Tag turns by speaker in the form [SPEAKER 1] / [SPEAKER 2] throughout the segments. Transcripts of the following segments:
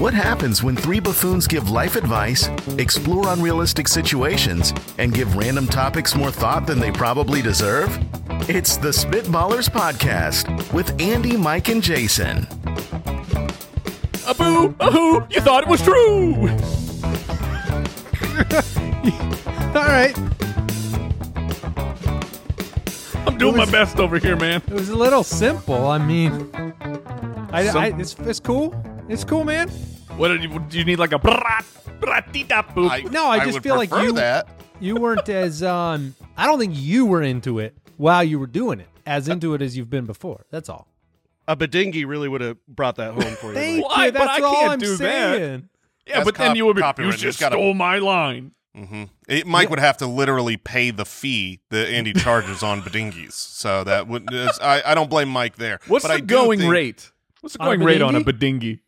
[SPEAKER 1] What happens when three buffoons give life advice, explore unrealistic situations, and give random topics more thought than they probably deserve? It's the Spitballers Podcast with Andy, Mike, and Jason.
[SPEAKER 2] A boo, a hoo, you thought it was true.
[SPEAKER 3] All right.
[SPEAKER 2] I'm doing my best over here, man.
[SPEAKER 3] It was a little simple. I mean, I,
[SPEAKER 2] Some-
[SPEAKER 3] I, it's, it's cool. It's cool, man.
[SPEAKER 2] What did you, do you need? Like a brat, bratita boop?
[SPEAKER 3] No, I just
[SPEAKER 4] would
[SPEAKER 3] feel like
[SPEAKER 4] prefer
[SPEAKER 3] you-
[SPEAKER 4] that.
[SPEAKER 3] You weren't as um. I don't think you were into it while you were doing it, as into it as you've been before. That's all.
[SPEAKER 5] A bedingy really would have brought that home for you.
[SPEAKER 3] Thank
[SPEAKER 5] Mike.
[SPEAKER 3] you.
[SPEAKER 2] Well, I- but
[SPEAKER 3] that's
[SPEAKER 2] I
[SPEAKER 3] all
[SPEAKER 2] can't
[SPEAKER 3] I'm
[SPEAKER 2] do that.
[SPEAKER 3] saying.
[SPEAKER 2] yeah,
[SPEAKER 4] That's
[SPEAKER 2] but then
[SPEAKER 4] cop-
[SPEAKER 2] you would be. You
[SPEAKER 4] copyrighted.
[SPEAKER 2] just
[SPEAKER 4] It's gotta-
[SPEAKER 2] stole my line.
[SPEAKER 4] hmm It, Mike would have to literally pay the fee that Andy charges on Bedingis. So that would it's- I, I don't blame Mike there.
[SPEAKER 2] What's
[SPEAKER 4] But
[SPEAKER 2] the
[SPEAKER 4] I do
[SPEAKER 2] going
[SPEAKER 4] think-
[SPEAKER 2] rate? What's the
[SPEAKER 3] On a
[SPEAKER 2] going rate on a
[SPEAKER 3] bedingy?
[SPEAKER 2] bedingy?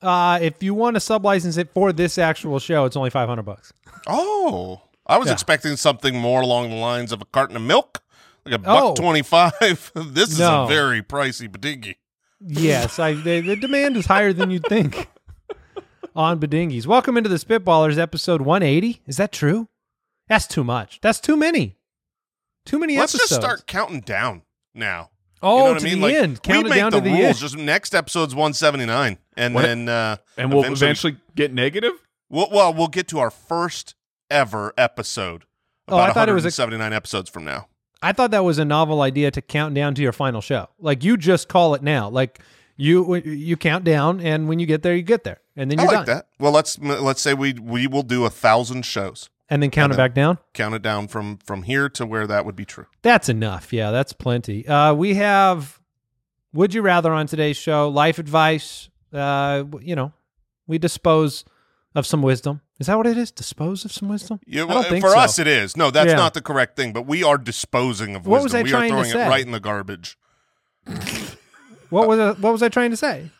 [SPEAKER 3] Uh, if you want to sublicense it for this actual show, it's only five hundred bucks.
[SPEAKER 4] Oh, I was
[SPEAKER 3] Yeah.
[SPEAKER 4] expecting something more along the lines of a carton of milk, like a
[SPEAKER 3] Oh.
[SPEAKER 4] buck twenty-five. this
[SPEAKER 3] No.
[SPEAKER 4] is a very pricey Bedingi.
[SPEAKER 3] Yes, I the, the demand is higher than you'd think on Bedingis. Welcome into the Spitballers, episode 180. Is that true? That's too much. That's too many. Too many
[SPEAKER 4] Let's
[SPEAKER 3] episodes.
[SPEAKER 4] just start counting down now.
[SPEAKER 3] oh,
[SPEAKER 4] you know what
[SPEAKER 3] to
[SPEAKER 4] I mean?
[SPEAKER 3] the
[SPEAKER 4] like
[SPEAKER 3] end. Count it
[SPEAKER 4] we make
[SPEAKER 3] down
[SPEAKER 4] the
[SPEAKER 3] to the
[SPEAKER 4] rules.
[SPEAKER 3] end.
[SPEAKER 4] Just next episode's one seventy-nine, and
[SPEAKER 2] What-
[SPEAKER 4] then uh,
[SPEAKER 2] And we'll
[SPEAKER 4] Eventually.
[SPEAKER 2] eventually get negative.
[SPEAKER 4] Well, well, we'll get to our first ever episode.
[SPEAKER 3] Oh,
[SPEAKER 4] About
[SPEAKER 3] I thought it was a-
[SPEAKER 4] 79 episodes from now.
[SPEAKER 3] I thought that was a novel idea to count down to your final show. Like you just call it now. Like you you count down, and when you get there, you get there, and then
[SPEAKER 4] I
[SPEAKER 3] you're
[SPEAKER 4] like
[SPEAKER 3] done,
[SPEAKER 4] that. Well, let's let's say we we will do a thousand shows.
[SPEAKER 3] and then count it back down.
[SPEAKER 4] Count it down from from here to where that would be true.
[SPEAKER 3] That's enough. Yeah, that's plenty. Uh, we have Would You Rather on today's show, life advice. Uh, w- you know, we dispose of some wisdom. Is that what it is? Dispose of some wisdom?
[SPEAKER 4] Yeah,
[SPEAKER 3] I
[SPEAKER 4] well,
[SPEAKER 3] don't think
[SPEAKER 4] uh, for
[SPEAKER 3] so.
[SPEAKER 4] us, it is. No, that's
[SPEAKER 3] Yeah.
[SPEAKER 4] not the correct thing. But we are disposing of
[SPEAKER 3] What was
[SPEAKER 4] wisdom.
[SPEAKER 3] I
[SPEAKER 4] we
[SPEAKER 3] trying to
[SPEAKER 4] are throwing
[SPEAKER 3] say?
[SPEAKER 4] it right in the garbage.
[SPEAKER 3] What was I, what was I trying to say?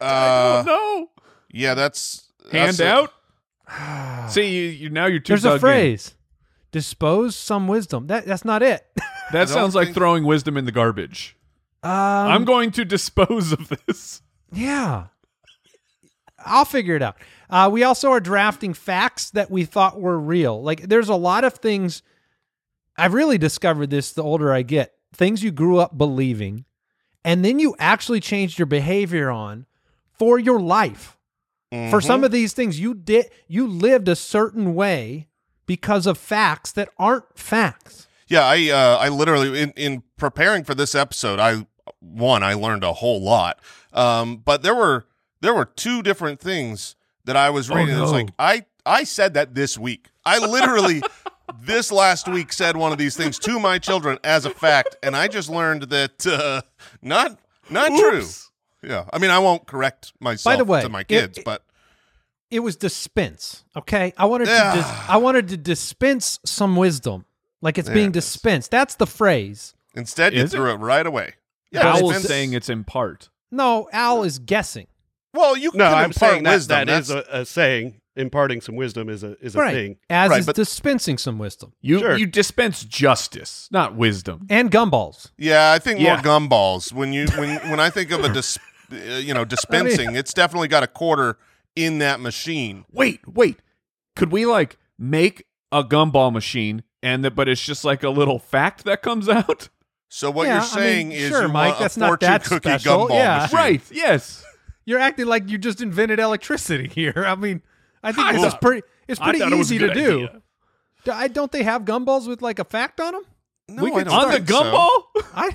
[SPEAKER 4] Uh,
[SPEAKER 2] no,
[SPEAKER 4] yeah, that's
[SPEAKER 2] hand
[SPEAKER 4] that's it.
[SPEAKER 2] out. See, you, you now you're too.
[SPEAKER 3] There's
[SPEAKER 2] dug
[SPEAKER 3] a
[SPEAKER 2] in.
[SPEAKER 3] phrase. Dispose some wisdom. That that's not it.
[SPEAKER 2] that sounds like
[SPEAKER 4] think-
[SPEAKER 2] throwing wisdom in the garbage.
[SPEAKER 3] um,
[SPEAKER 2] I'm going to dispose of this.
[SPEAKER 3] yeah. I'll figure it out. Uh, we also are drafting facts that we thought were real. Like there's a lot of things I've really discovered this the older I get. Things you grew up believing and then you actually changed your behavior on for your life. For
[SPEAKER 4] Mhm.
[SPEAKER 3] some of these things you did you lived a certain way because of facts that aren't facts.
[SPEAKER 4] Yeah, I uh, I literally in, in preparing for this episode, I one I learned a whole lot. Um, but there were there were two different things that I was
[SPEAKER 2] Oh,
[SPEAKER 4] reading. It was
[SPEAKER 2] no.
[SPEAKER 4] like I I said that this week. I literally this last week said one of these things to my children as a fact, and I just learned that uh, not not
[SPEAKER 2] Oops.
[SPEAKER 4] true. Yeah, I mean I won't correct myself
[SPEAKER 3] way,
[SPEAKER 4] to my
[SPEAKER 3] it-
[SPEAKER 4] kids,
[SPEAKER 3] it-
[SPEAKER 4] but
[SPEAKER 3] It was dispense, okay? I wanted to
[SPEAKER 4] Yeah.
[SPEAKER 3] dis- I wanted to dispense some wisdom. Like it's
[SPEAKER 4] There
[SPEAKER 3] being
[SPEAKER 4] it is.
[SPEAKER 3] dispensed. That's the phrase.
[SPEAKER 4] instead you
[SPEAKER 2] Is it?
[SPEAKER 4] threw it right away.
[SPEAKER 2] Yeah,
[SPEAKER 3] but
[SPEAKER 2] Owl
[SPEAKER 3] it's-
[SPEAKER 2] saying it's in part.
[SPEAKER 3] No, Al is guessing.
[SPEAKER 4] Well, you
[SPEAKER 5] No,
[SPEAKER 4] can
[SPEAKER 5] I'm
[SPEAKER 4] impart
[SPEAKER 5] saying that,
[SPEAKER 4] wisdom.
[SPEAKER 5] that is
[SPEAKER 4] That's-
[SPEAKER 5] a, a saying. Imparting some wisdom is a is a
[SPEAKER 3] right.
[SPEAKER 5] thing.
[SPEAKER 3] As
[SPEAKER 4] Right,
[SPEAKER 3] is
[SPEAKER 4] but-
[SPEAKER 3] dispensing some wisdom.
[SPEAKER 2] You
[SPEAKER 5] Sure.
[SPEAKER 2] you dispense justice, not wisdom.
[SPEAKER 3] And gumballs.
[SPEAKER 4] Yeah, I think
[SPEAKER 2] Yeah.
[SPEAKER 4] more gumballs. When you when when I think of a dis, uh, you know dispensing, it's definitely got a quarter in that machine.
[SPEAKER 2] Wait, wait. Could we like make a gumball machine and that but it's just like a little fact that comes out?
[SPEAKER 4] So what
[SPEAKER 3] Yeah, I
[SPEAKER 4] you're
[SPEAKER 3] mean,
[SPEAKER 4] saying is
[SPEAKER 3] sure,
[SPEAKER 4] you
[SPEAKER 3] Mike,
[SPEAKER 4] want
[SPEAKER 3] that's
[SPEAKER 4] a
[SPEAKER 3] not
[SPEAKER 4] fortune
[SPEAKER 3] that
[SPEAKER 4] cookie
[SPEAKER 3] special.
[SPEAKER 4] gumball
[SPEAKER 3] Yeah.
[SPEAKER 4] machine.
[SPEAKER 2] Right, yes.
[SPEAKER 3] You're acting like you just invented electricity here. I mean, I think
[SPEAKER 2] I
[SPEAKER 3] this is
[SPEAKER 2] thought-
[SPEAKER 3] pretty it's
[SPEAKER 2] I
[SPEAKER 3] pretty
[SPEAKER 2] thought it was a
[SPEAKER 3] easy to
[SPEAKER 2] good
[SPEAKER 3] do.
[SPEAKER 2] idea.
[SPEAKER 3] Do- I don't they have gumballs with like a fact on them?
[SPEAKER 4] No,
[SPEAKER 2] we
[SPEAKER 4] I
[SPEAKER 2] could
[SPEAKER 4] don't
[SPEAKER 2] on the
[SPEAKER 4] think so.
[SPEAKER 2] gumball?
[SPEAKER 3] I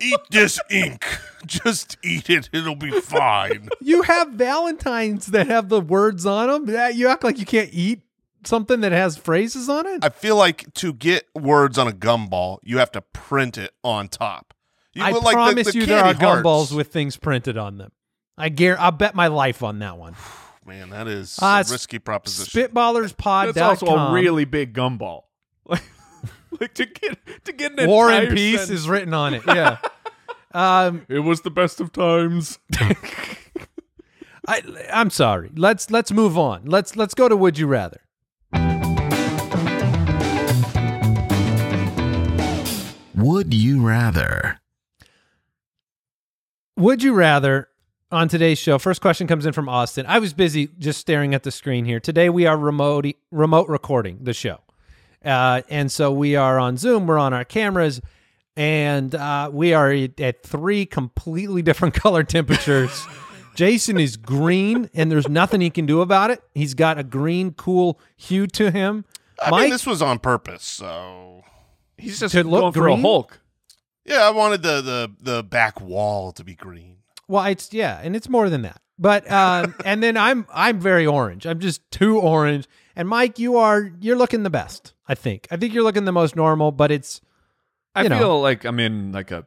[SPEAKER 4] Eat this ink. Just eat it. It'll be fine.
[SPEAKER 3] you have valentines that have the words on them. That you act like you can't eat something that has phrases on it.
[SPEAKER 4] I feel like to get words on a gumball, you have to print it on top. You
[SPEAKER 3] I
[SPEAKER 4] look like the-
[SPEAKER 3] promise
[SPEAKER 4] the
[SPEAKER 3] you, there are
[SPEAKER 4] candy hearts.
[SPEAKER 3] gumballs with things printed on them. I guar I bet my life on that one.
[SPEAKER 4] Man, that is
[SPEAKER 3] Ah,
[SPEAKER 4] a
[SPEAKER 3] it's
[SPEAKER 4] risky proposition.
[SPEAKER 3] Spitballerspod.com.
[SPEAKER 2] That's also a really big gumball. Like, like to get to get an
[SPEAKER 3] War and
[SPEAKER 2] entire
[SPEAKER 3] Peace
[SPEAKER 2] sentence-
[SPEAKER 3] is written on it. Yeah. um,
[SPEAKER 2] It was the best of times.
[SPEAKER 3] I, I'm sorry. Let's let's move on. Let's let's go to Would You Rather.
[SPEAKER 1] Would you rather?
[SPEAKER 3] Would you rather on today's show. First question comes in from Austin. I was busy just staring at the screen here. Today we are remote remote recording the show, uh, and so we are on Zoom. We're on our cameras, and uh, we are at three completely different color temperatures. Jason is green, and there's nothing he can do about it. He's got a green, cool hue to him.
[SPEAKER 4] I
[SPEAKER 3] Mike,
[SPEAKER 4] mean, this was on purpose. So
[SPEAKER 2] He's just
[SPEAKER 3] To look
[SPEAKER 2] going for a
[SPEAKER 3] green?
[SPEAKER 2] Hulk.
[SPEAKER 4] yeah, I wanted the the the back wall to be green.
[SPEAKER 3] Well, it's yeah, and it's more than that. But um, and then I'm I'm very orange. I'm just too orange. And Mike, you are you're looking the best. I think. I think you're looking the most normal. But it's
[SPEAKER 2] I
[SPEAKER 3] You know.
[SPEAKER 2] feel like I'm in like a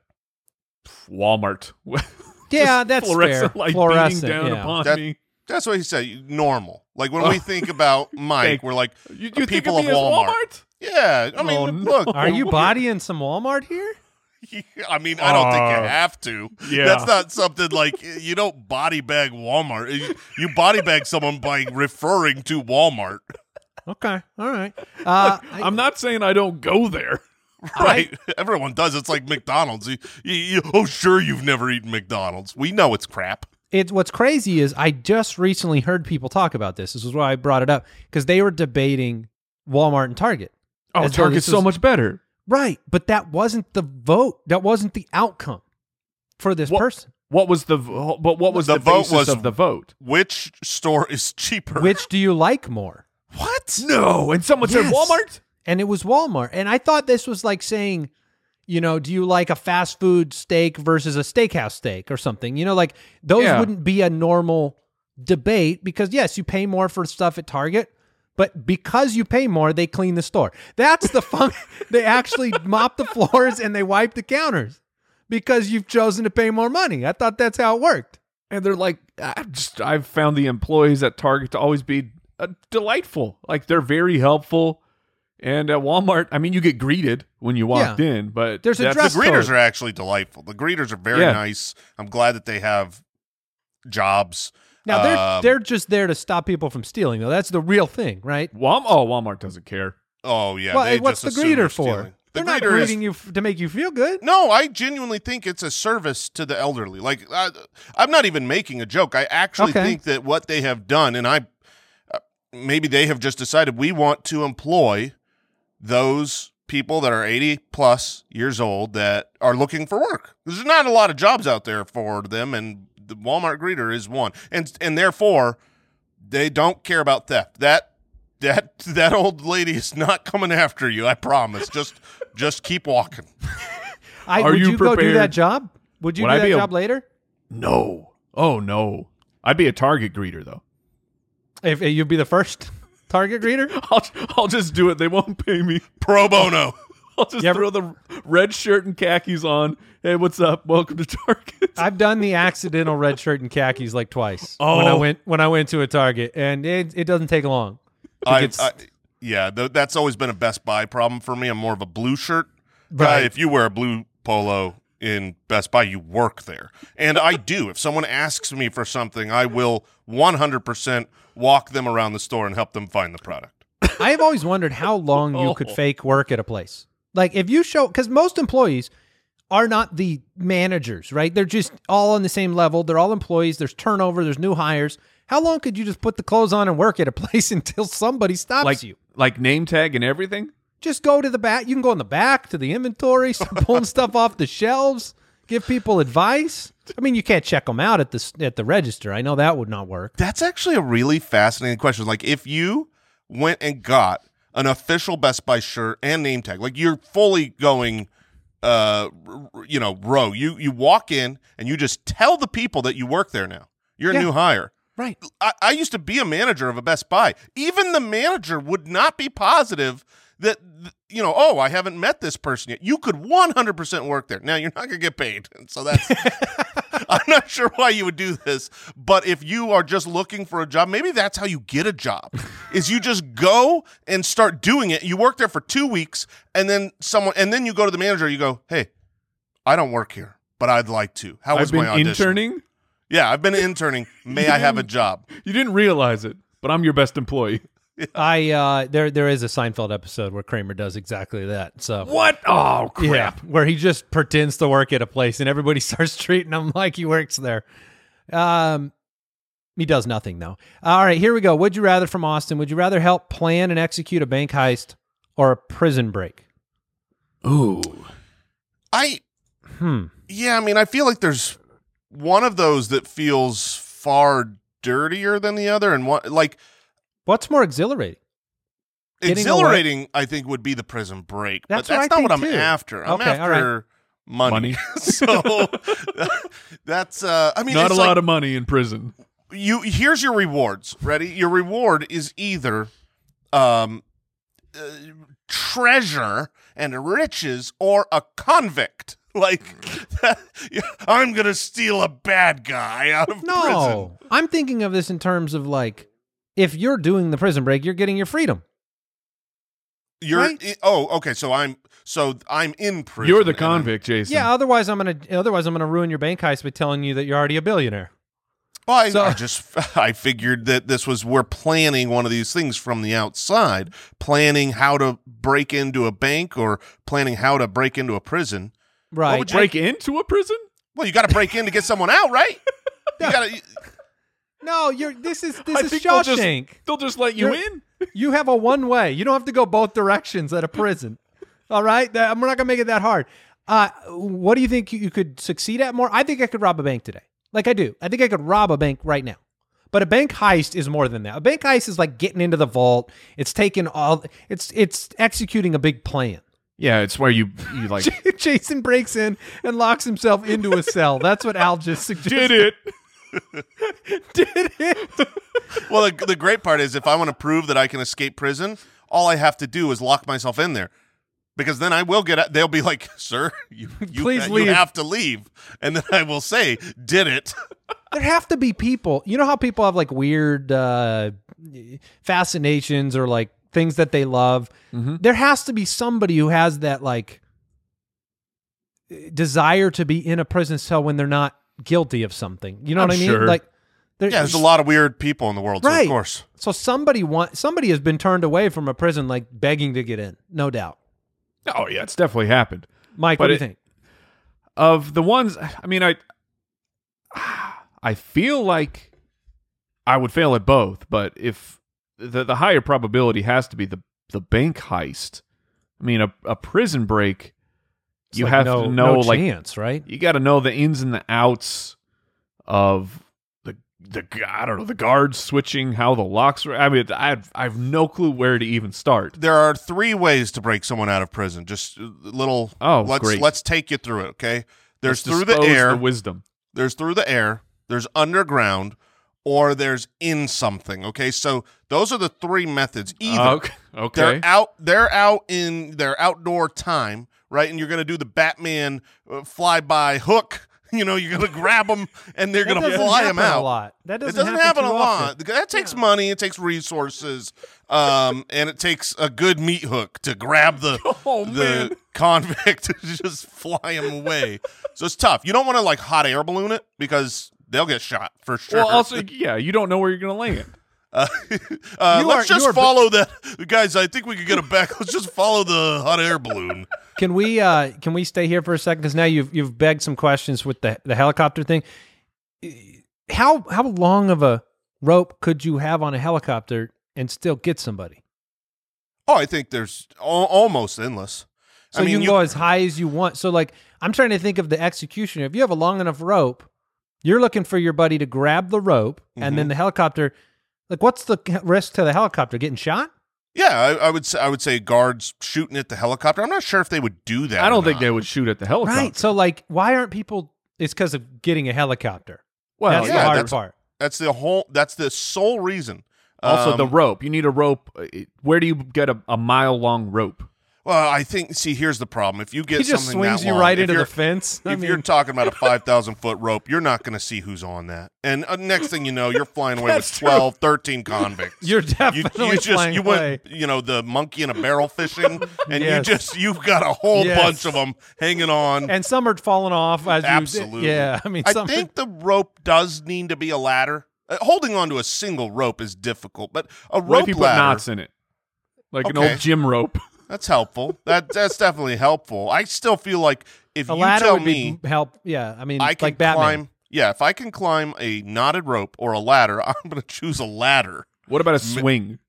[SPEAKER 2] Walmart.
[SPEAKER 3] yeah,
[SPEAKER 2] Just
[SPEAKER 3] that's
[SPEAKER 2] fluorescent
[SPEAKER 3] fair.
[SPEAKER 2] light
[SPEAKER 3] Fluorescent,
[SPEAKER 2] beating down
[SPEAKER 3] yeah.
[SPEAKER 2] upon
[SPEAKER 4] That-
[SPEAKER 2] me.
[SPEAKER 4] That's what he said. Normal. Like when
[SPEAKER 2] Oh.
[SPEAKER 4] we think about Mike,
[SPEAKER 2] Thank-
[SPEAKER 4] we're like,
[SPEAKER 2] You, you think of
[SPEAKER 4] people
[SPEAKER 2] me
[SPEAKER 4] of
[SPEAKER 2] as
[SPEAKER 4] Walmart.
[SPEAKER 2] Walmart?
[SPEAKER 4] yeah. I mean,
[SPEAKER 2] Oh, no.
[SPEAKER 4] look.
[SPEAKER 3] Are you bodying some Walmart here?
[SPEAKER 4] I mean, I don't think you
[SPEAKER 2] Uh,
[SPEAKER 4] have to.
[SPEAKER 2] yeah.
[SPEAKER 4] That's not something like you don't body bag Walmart. You, you body bag someone by referring to Walmart.
[SPEAKER 3] Okay, all right. Uh, I-
[SPEAKER 2] I'm not saying I don't go there.
[SPEAKER 4] Right. Everyone does. It's like McDonald's. You, you, you- oh, sure, you've never eaten McDonald's. We know it's crap.
[SPEAKER 3] it's what's crazy is I just recently heard people talk about this. This is why I brought it up because they were debating Walmart and Target.
[SPEAKER 2] Oh,
[SPEAKER 3] As though
[SPEAKER 2] Target's
[SPEAKER 3] this
[SPEAKER 2] so
[SPEAKER 3] is-
[SPEAKER 2] much better.
[SPEAKER 3] Right, but that wasn't the vote. That wasn't the outcome for this
[SPEAKER 2] What-
[SPEAKER 3] person.
[SPEAKER 2] What was the vo- but what was
[SPEAKER 4] The
[SPEAKER 2] the,
[SPEAKER 4] vote
[SPEAKER 2] basis
[SPEAKER 4] was-
[SPEAKER 2] of the vote?
[SPEAKER 4] Which store is cheaper?
[SPEAKER 3] Which do you like more?
[SPEAKER 4] What?
[SPEAKER 2] No, and someone
[SPEAKER 3] Yes.
[SPEAKER 2] said Walmart.
[SPEAKER 3] and it was Walmart. And I thought this was like saying, you know, do you like a fast food steak versus a steakhouse steak or something? You know, like those
[SPEAKER 2] Yeah.
[SPEAKER 3] wouldn't be a normal debate because yes, you pay more for stuff at Target, but because you pay more, they clean the store. That's the fun. they actually mop the floors and they wipe the counters because you've chosen to pay more money. I thought that's how it worked.
[SPEAKER 2] and they're like I just I've found the employees at Target to always be uh, delightful. Like they're very helpful. And at Walmart, I mean, you get greeted when you walked in, but
[SPEAKER 3] There's a
[SPEAKER 2] that's-
[SPEAKER 3] dress
[SPEAKER 4] The greeters
[SPEAKER 3] code.
[SPEAKER 4] are actually delightful. The greeters are very
[SPEAKER 2] Yeah.
[SPEAKER 4] nice. I'm glad that they have jobs.
[SPEAKER 3] Now they're
[SPEAKER 4] Um,
[SPEAKER 3] they're just there to stop people from stealing though. That's the real thing, right?
[SPEAKER 2] Walm- oh, Walmart doesn't care.
[SPEAKER 4] Oh yeah.
[SPEAKER 3] well,
[SPEAKER 4] they
[SPEAKER 3] and what's the
[SPEAKER 4] just assume they're
[SPEAKER 3] greeter for?
[SPEAKER 4] stealing. The
[SPEAKER 3] They're not
[SPEAKER 4] greeter is
[SPEAKER 3] greeting you f- to make you feel good.
[SPEAKER 4] No, I genuinely think it's a service to the elderly. Like I, I'm not even making a joke. I actually
[SPEAKER 3] Okay.
[SPEAKER 4] think that what they have done, and I uh, maybe they have just decided we want to employ those people that are 80 plus years old that are looking for work. There's not a lot of jobs out there for them, and the Walmart greeter is one, and and therefore they don't care about theft. That. That that old lady is not coming after you. I promise. Just just keep walking.
[SPEAKER 3] I,
[SPEAKER 2] Are
[SPEAKER 3] would you,
[SPEAKER 2] you
[SPEAKER 3] go do that
[SPEAKER 2] prepared?
[SPEAKER 3] job? Would you
[SPEAKER 2] Would
[SPEAKER 3] do
[SPEAKER 2] I
[SPEAKER 3] that
[SPEAKER 2] be a-
[SPEAKER 3] job later?
[SPEAKER 2] No. Oh no. I'd be a Target greeter though.
[SPEAKER 3] If, if you'd be the first target greeter?
[SPEAKER 2] I'll I'll just do it. They won't pay me.
[SPEAKER 4] Pro bono.
[SPEAKER 2] I'll just
[SPEAKER 3] You ever-
[SPEAKER 2] throw the red shirt and khakis on. Hey, what's up? Welcome to Target.
[SPEAKER 3] I've done the accidental red shirt and khakis like twice when I
[SPEAKER 2] Oh.
[SPEAKER 3] went when I went to a Target, and it, it doesn't take long.
[SPEAKER 4] I,
[SPEAKER 3] it's-
[SPEAKER 4] I, yeah, th- that's always been a Best Buy problem for me. I'm more of a blue shirt guy.
[SPEAKER 3] Right.
[SPEAKER 4] If you wear a blue polo in Best Buy, you work there, and I do. If someone asks me for something, I will 100% walk them around the store and help them find the product.
[SPEAKER 3] I have always wondered how long you could fake work at a place. Like if you show, because most employees are not the managers, right? They're just all on the same level. They're all employees. There's turnover. There's new hires. How long could you just put the clothes on and work at a place until somebody stops
[SPEAKER 2] like
[SPEAKER 3] you?
[SPEAKER 2] like name tag and everything.
[SPEAKER 3] Just go to the back. You can go in the back to the inventory, start pulling stuff off the shelves, give people advice. I mean, you can't check them out at the s- at the register. I know that would not work.
[SPEAKER 4] That's actually a really fascinating question. Like, if you went and got an official Best Buy shirt and name tag, like you're fully going, uh, r- r- you know, row. You you walk in and you just tell the people that you work there now. You're
[SPEAKER 3] Yeah.
[SPEAKER 4] a new hire.
[SPEAKER 3] Right.
[SPEAKER 4] I, I used to be a manager of a Best Buy. Even the manager would not be positive that th- you know. Oh, I haven't met this person yet. You could 100% work there. Now you're not going to get paid, and so that's. I'm not sure why you would do this, but if you are just looking for a job, maybe that's how you get a job. is you just go and start doing it. You work there for two weeks, and then someone, and then you go to the manager. You go, hey, I don't work here, but I'd like to. How was
[SPEAKER 2] I've been
[SPEAKER 4] my audition?
[SPEAKER 2] interning.
[SPEAKER 4] Yeah, I've been interning. May I have a job?
[SPEAKER 2] You didn't realize it, but I'm your best employee.
[SPEAKER 3] I uh, there there is a Seinfeld episode where Kramer does exactly that. So
[SPEAKER 2] What? Oh crap!
[SPEAKER 3] Yeah, where he just pretends to work at a place and everybody starts treating him like he works there. Um, he does nothing though. All right, here we go. Would you rather from Austin? Would you rather help plan and execute a bank heist or a prison break?
[SPEAKER 2] Ooh.
[SPEAKER 4] I
[SPEAKER 3] Hmm.
[SPEAKER 4] yeah, I mean, I feel like there's one of those that feels far dirtier than the other, and one like
[SPEAKER 3] What's more exhilarating? Getting
[SPEAKER 4] exhilarating. I think would be the prison break,
[SPEAKER 3] That's
[SPEAKER 4] but
[SPEAKER 3] what I
[SPEAKER 4] that's not
[SPEAKER 3] think,
[SPEAKER 4] what I'm
[SPEAKER 3] too.
[SPEAKER 4] after. I'm
[SPEAKER 3] Okay, all right.
[SPEAKER 4] after money.
[SPEAKER 2] Money.
[SPEAKER 4] so that's uh, I mean,
[SPEAKER 2] Not a
[SPEAKER 4] it's
[SPEAKER 2] lot
[SPEAKER 4] like-
[SPEAKER 2] of money in prison.
[SPEAKER 4] you here's your rewards ready your reward is either um uh, treasure and riches or a convict like i'm gonna steal a bad guy out of prison
[SPEAKER 3] No, I'm thinking of this in terms of like, if you're doing the prison break, you're getting your freedom.
[SPEAKER 4] you're
[SPEAKER 3] Right?
[SPEAKER 4] i- oh okay so i'm so i'm in prison
[SPEAKER 2] You're the
[SPEAKER 4] and I'm-
[SPEAKER 2] convict, Jason.
[SPEAKER 3] Yeah. Otherwise, I'm gonna otherwise I'm gonna ruin your bank heist by telling you that you're already a billionaire.
[SPEAKER 4] Well, I,
[SPEAKER 3] So-
[SPEAKER 4] I just I figured that this was we're planning one of these things from the outside, planning how to break into a bank or planning how to break into a prison.
[SPEAKER 3] Right.
[SPEAKER 4] would you-
[SPEAKER 2] Break into a prison?
[SPEAKER 4] Well, you got to break in to get someone out, right? You got to.
[SPEAKER 3] no, you're. This is this
[SPEAKER 2] I
[SPEAKER 3] is
[SPEAKER 2] think they'll just-
[SPEAKER 3] Shawshank.
[SPEAKER 2] They'll just let you
[SPEAKER 3] You're-
[SPEAKER 2] in.
[SPEAKER 3] You have a one way. You don't have to go both directions at a prison. All right, That- I'm not gonna make it that hard. Uh, what do you think you could succeed at more? I think I could rob a bank today. Like I do. I think I could rob a bank right now. But a bank heist is more than that. A bank heist is like getting into the vault. It's taking all. It's it's executing a big plan.
[SPEAKER 2] Yeah, it's where you you like
[SPEAKER 3] Jason breaks in and locks himself into a cell. That's what Al just
[SPEAKER 2] did
[SPEAKER 3] suggested.
[SPEAKER 2] it.
[SPEAKER 3] Did it?
[SPEAKER 4] Well, the, the great part is if I want to prove that I can escape prison, all I have to do is lock myself in there, because then I will get. out. They'll be like, "Sir, you you,
[SPEAKER 3] Please
[SPEAKER 4] you
[SPEAKER 3] leave."
[SPEAKER 4] have to leave," and then I will say, "Did it?"
[SPEAKER 3] there have to be people. You know how people have like weird uh, fascinations or like things that they love.
[SPEAKER 2] Mm-hmm.
[SPEAKER 3] There has to be somebody who has that like desire to be in a prison cell when they're not guilty of something. You know
[SPEAKER 2] I'm
[SPEAKER 3] what I mean?
[SPEAKER 2] sure.
[SPEAKER 3] Like, there-
[SPEAKER 4] Yeah, there's a lot of weird people in the world, so
[SPEAKER 3] Right.
[SPEAKER 4] of course.
[SPEAKER 3] So somebody want somebody has been turned away from a prison, like begging to get in. No doubt.
[SPEAKER 2] Oh yeah, it's definitely happened.
[SPEAKER 3] Mike,
[SPEAKER 2] But
[SPEAKER 3] what do you
[SPEAKER 2] it-
[SPEAKER 3] think?
[SPEAKER 2] Of the ones, I mean, I I feel like I would fail at both, but if the the higher probability has to be the the bank heist. I mean, a a prison break.
[SPEAKER 3] It's
[SPEAKER 2] you
[SPEAKER 3] like
[SPEAKER 2] have
[SPEAKER 3] no,
[SPEAKER 2] to know
[SPEAKER 3] no
[SPEAKER 2] like
[SPEAKER 3] chance, right?
[SPEAKER 2] you got to know the ins and the outs of the the gu- I don't know the guards switching how the locks were. I mean, I have, I have no clue where to even start.
[SPEAKER 4] There are three ways to break someone out of prison. Just uh, little.
[SPEAKER 2] Oh,
[SPEAKER 4] let's
[SPEAKER 2] great.
[SPEAKER 4] let's take you through it. Okay. There's
[SPEAKER 2] Let's
[SPEAKER 4] through the
[SPEAKER 2] dispose
[SPEAKER 4] air.
[SPEAKER 2] the wisdom.
[SPEAKER 4] there's through the air, there's underground, or there's in something. Okay, so those are the three methods. Either
[SPEAKER 2] Uh, Okay, okay.
[SPEAKER 4] they're out, they're out in their outdoor time, right? And you're gonna do the Batman uh, flyby hook. You know, you're gonna grab them and they're
[SPEAKER 3] That
[SPEAKER 4] gonna
[SPEAKER 3] doesn't
[SPEAKER 4] fly them
[SPEAKER 3] happen
[SPEAKER 4] out.
[SPEAKER 3] a lot. That
[SPEAKER 4] It
[SPEAKER 3] doesn't,
[SPEAKER 4] doesn't happen a
[SPEAKER 3] too often.
[SPEAKER 4] lot. That takes money. It takes resources, um, and it takes a good meat hook to grab the
[SPEAKER 2] Oh,
[SPEAKER 4] the
[SPEAKER 2] man.
[SPEAKER 4] convict and just fly him away. so it's tough. You don't want to like hot air balloon it because they'll get shot for sure.
[SPEAKER 2] Well, also, yeah, you don't know where you're gonna land.
[SPEAKER 4] uh, uh,
[SPEAKER 3] You
[SPEAKER 4] let's
[SPEAKER 3] are- you
[SPEAKER 4] just
[SPEAKER 3] are-
[SPEAKER 4] follow that, guys. I think we could get it back. Let's just follow the hot air balloon.
[SPEAKER 3] Can we uh can we stay here for a second? Because now you've you've begged some questions with the the helicopter thing. How how long of a rope could you have on a helicopter and still get somebody?
[SPEAKER 4] Oh, I think there's al- almost endless.
[SPEAKER 3] So
[SPEAKER 4] I mean,
[SPEAKER 3] you can go as high as you want. So like I'm trying to think of the executioner. If you have a long enough rope, you're looking for your buddy to grab the rope and
[SPEAKER 4] Mm-hmm.
[SPEAKER 3] then the helicopter. Like what's the risk to the helicopter getting shot?
[SPEAKER 4] yeah, I, I would say I would say guards shooting at the helicopter. I'm not sure if they would do that.
[SPEAKER 2] I
[SPEAKER 4] or
[SPEAKER 2] don't think
[SPEAKER 4] not.
[SPEAKER 2] they would shoot at the helicopter.
[SPEAKER 3] Right. So like why aren't people? It's because of getting a helicopter.
[SPEAKER 2] Well,
[SPEAKER 3] that's
[SPEAKER 4] yeah,
[SPEAKER 3] the hard
[SPEAKER 4] that's-
[SPEAKER 3] part.
[SPEAKER 4] That's the whole. That's the sole reason.
[SPEAKER 2] Also, the
[SPEAKER 4] Um,
[SPEAKER 2] rope. You need a rope. Uh, it- Where do you get a, a mile long rope?
[SPEAKER 4] well, I think. See, here's the problem. If you get
[SPEAKER 3] He just
[SPEAKER 4] something that
[SPEAKER 3] swings you
[SPEAKER 4] long,
[SPEAKER 3] right
[SPEAKER 4] if
[SPEAKER 3] into the
[SPEAKER 4] you're-
[SPEAKER 3] fence. I
[SPEAKER 4] If
[SPEAKER 3] mean-
[SPEAKER 4] you're talking about a five thousand foot rope, you're not going to see who's on that. And uh, next thing you know, you're flying away with
[SPEAKER 2] That's true.
[SPEAKER 4] 12, 13 convicts.
[SPEAKER 3] You're
[SPEAKER 4] you,
[SPEAKER 3] definitely
[SPEAKER 4] you just
[SPEAKER 3] flying
[SPEAKER 4] you
[SPEAKER 3] away.
[SPEAKER 4] went you know the monkey in a barrel fishing, and
[SPEAKER 3] Yes.
[SPEAKER 4] you just you've got a whole
[SPEAKER 3] Yes.
[SPEAKER 4] bunch of them hanging on.
[SPEAKER 3] and some are falling off as you
[SPEAKER 4] Absolutely.
[SPEAKER 3] yeah. I mean,
[SPEAKER 4] I
[SPEAKER 3] some
[SPEAKER 4] think the rope does need to be a ladder. Uh, holding on to a single rope is difficult, but a
[SPEAKER 2] What
[SPEAKER 4] rope
[SPEAKER 2] if you put
[SPEAKER 4] ladder.
[SPEAKER 2] knots in it, like an
[SPEAKER 4] Okay.
[SPEAKER 2] old gym rope?
[SPEAKER 4] That's helpful. That that's definitely helpful. I still feel like if
[SPEAKER 3] a
[SPEAKER 4] you
[SPEAKER 3] ladder
[SPEAKER 4] tell
[SPEAKER 3] would
[SPEAKER 4] me
[SPEAKER 3] be help. Yeah, I mean,
[SPEAKER 4] I can
[SPEAKER 3] like Batman.
[SPEAKER 4] climb Yeah, if I can climb a knotted rope or a ladder, I'm going to choose a ladder.
[SPEAKER 2] What about a swing?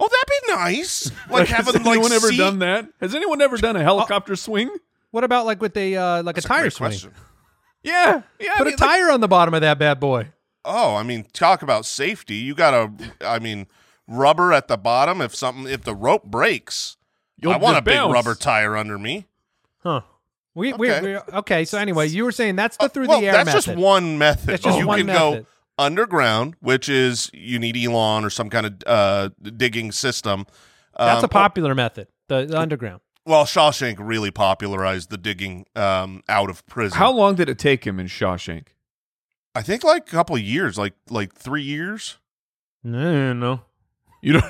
[SPEAKER 4] Oh, that'd be nice. Like
[SPEAKER 2] has
[SPEAKER 4] having like
[SPEAKER 2] anyone ever
[SPEAKER 4] sea-
[SPEAKER 2] done that? Has anyone ever done a helicopter swing?
[SPEAKER 3] What about like with a uh, like
[SPEAKER 4] That's
[SPEAKER 3] a tire
[SPEAKER 4] great
[SPEAKER 3] swing?
[SPEAKER 4] question.
[SPEAKER 2] Yeah, yeah. I
[SPEAKER 3] Put
[SPEAKER 2] mean,
[SPEAKER 3] a tire on the bottom of that bad boy.
[SPEAKER 4] Oh, I mean, talk about safety. You got to, I mean, rubber at the bottom. If something, if the rope breaks,
[SPEAKER 2] You'll
[SPEAKER 4] I want
[SPEAKER 2] just
[SPEAKER 4] a big
[SPEAKER 2] bounce.
[SPEAKER 4] rubber tire under me.
[SPEAKER 3] Huh. We we
[SPEAKER 4] Okay.
[SPEAKER 3] we okay. So anyway, you were saying that's the through
[SPEAKER 4] Uh, well,
[SPEAKER 3] the air
[SPEAKER 4] that's
[SPEAKER 3] method.
[SPEAKER 4] just one method.
[SPEAKER 3] That's just
[SPEAKER 4] you
[SPEAKER 3] one
[SPEAKER 4] can
[SPEAKER 3] method.
[SPEAKER 4] go underground, which is you need Elon or some kind of uh, digging system.
[SPEAKER 3] That's
[SPEAKER 4] Um,
[SPEAKER 3] a popular method. The, the underground.
[SPEAKER 4] Well, Shawshank really popularized the digging um, out of prison.
[SPEAKER 2] How long did it take him in Shawshank?
[SPEAKER 4] I think like a couple of years, like like three years.
[SPEAKER 3] No, no, no.
[SPEAKER 2] You don't.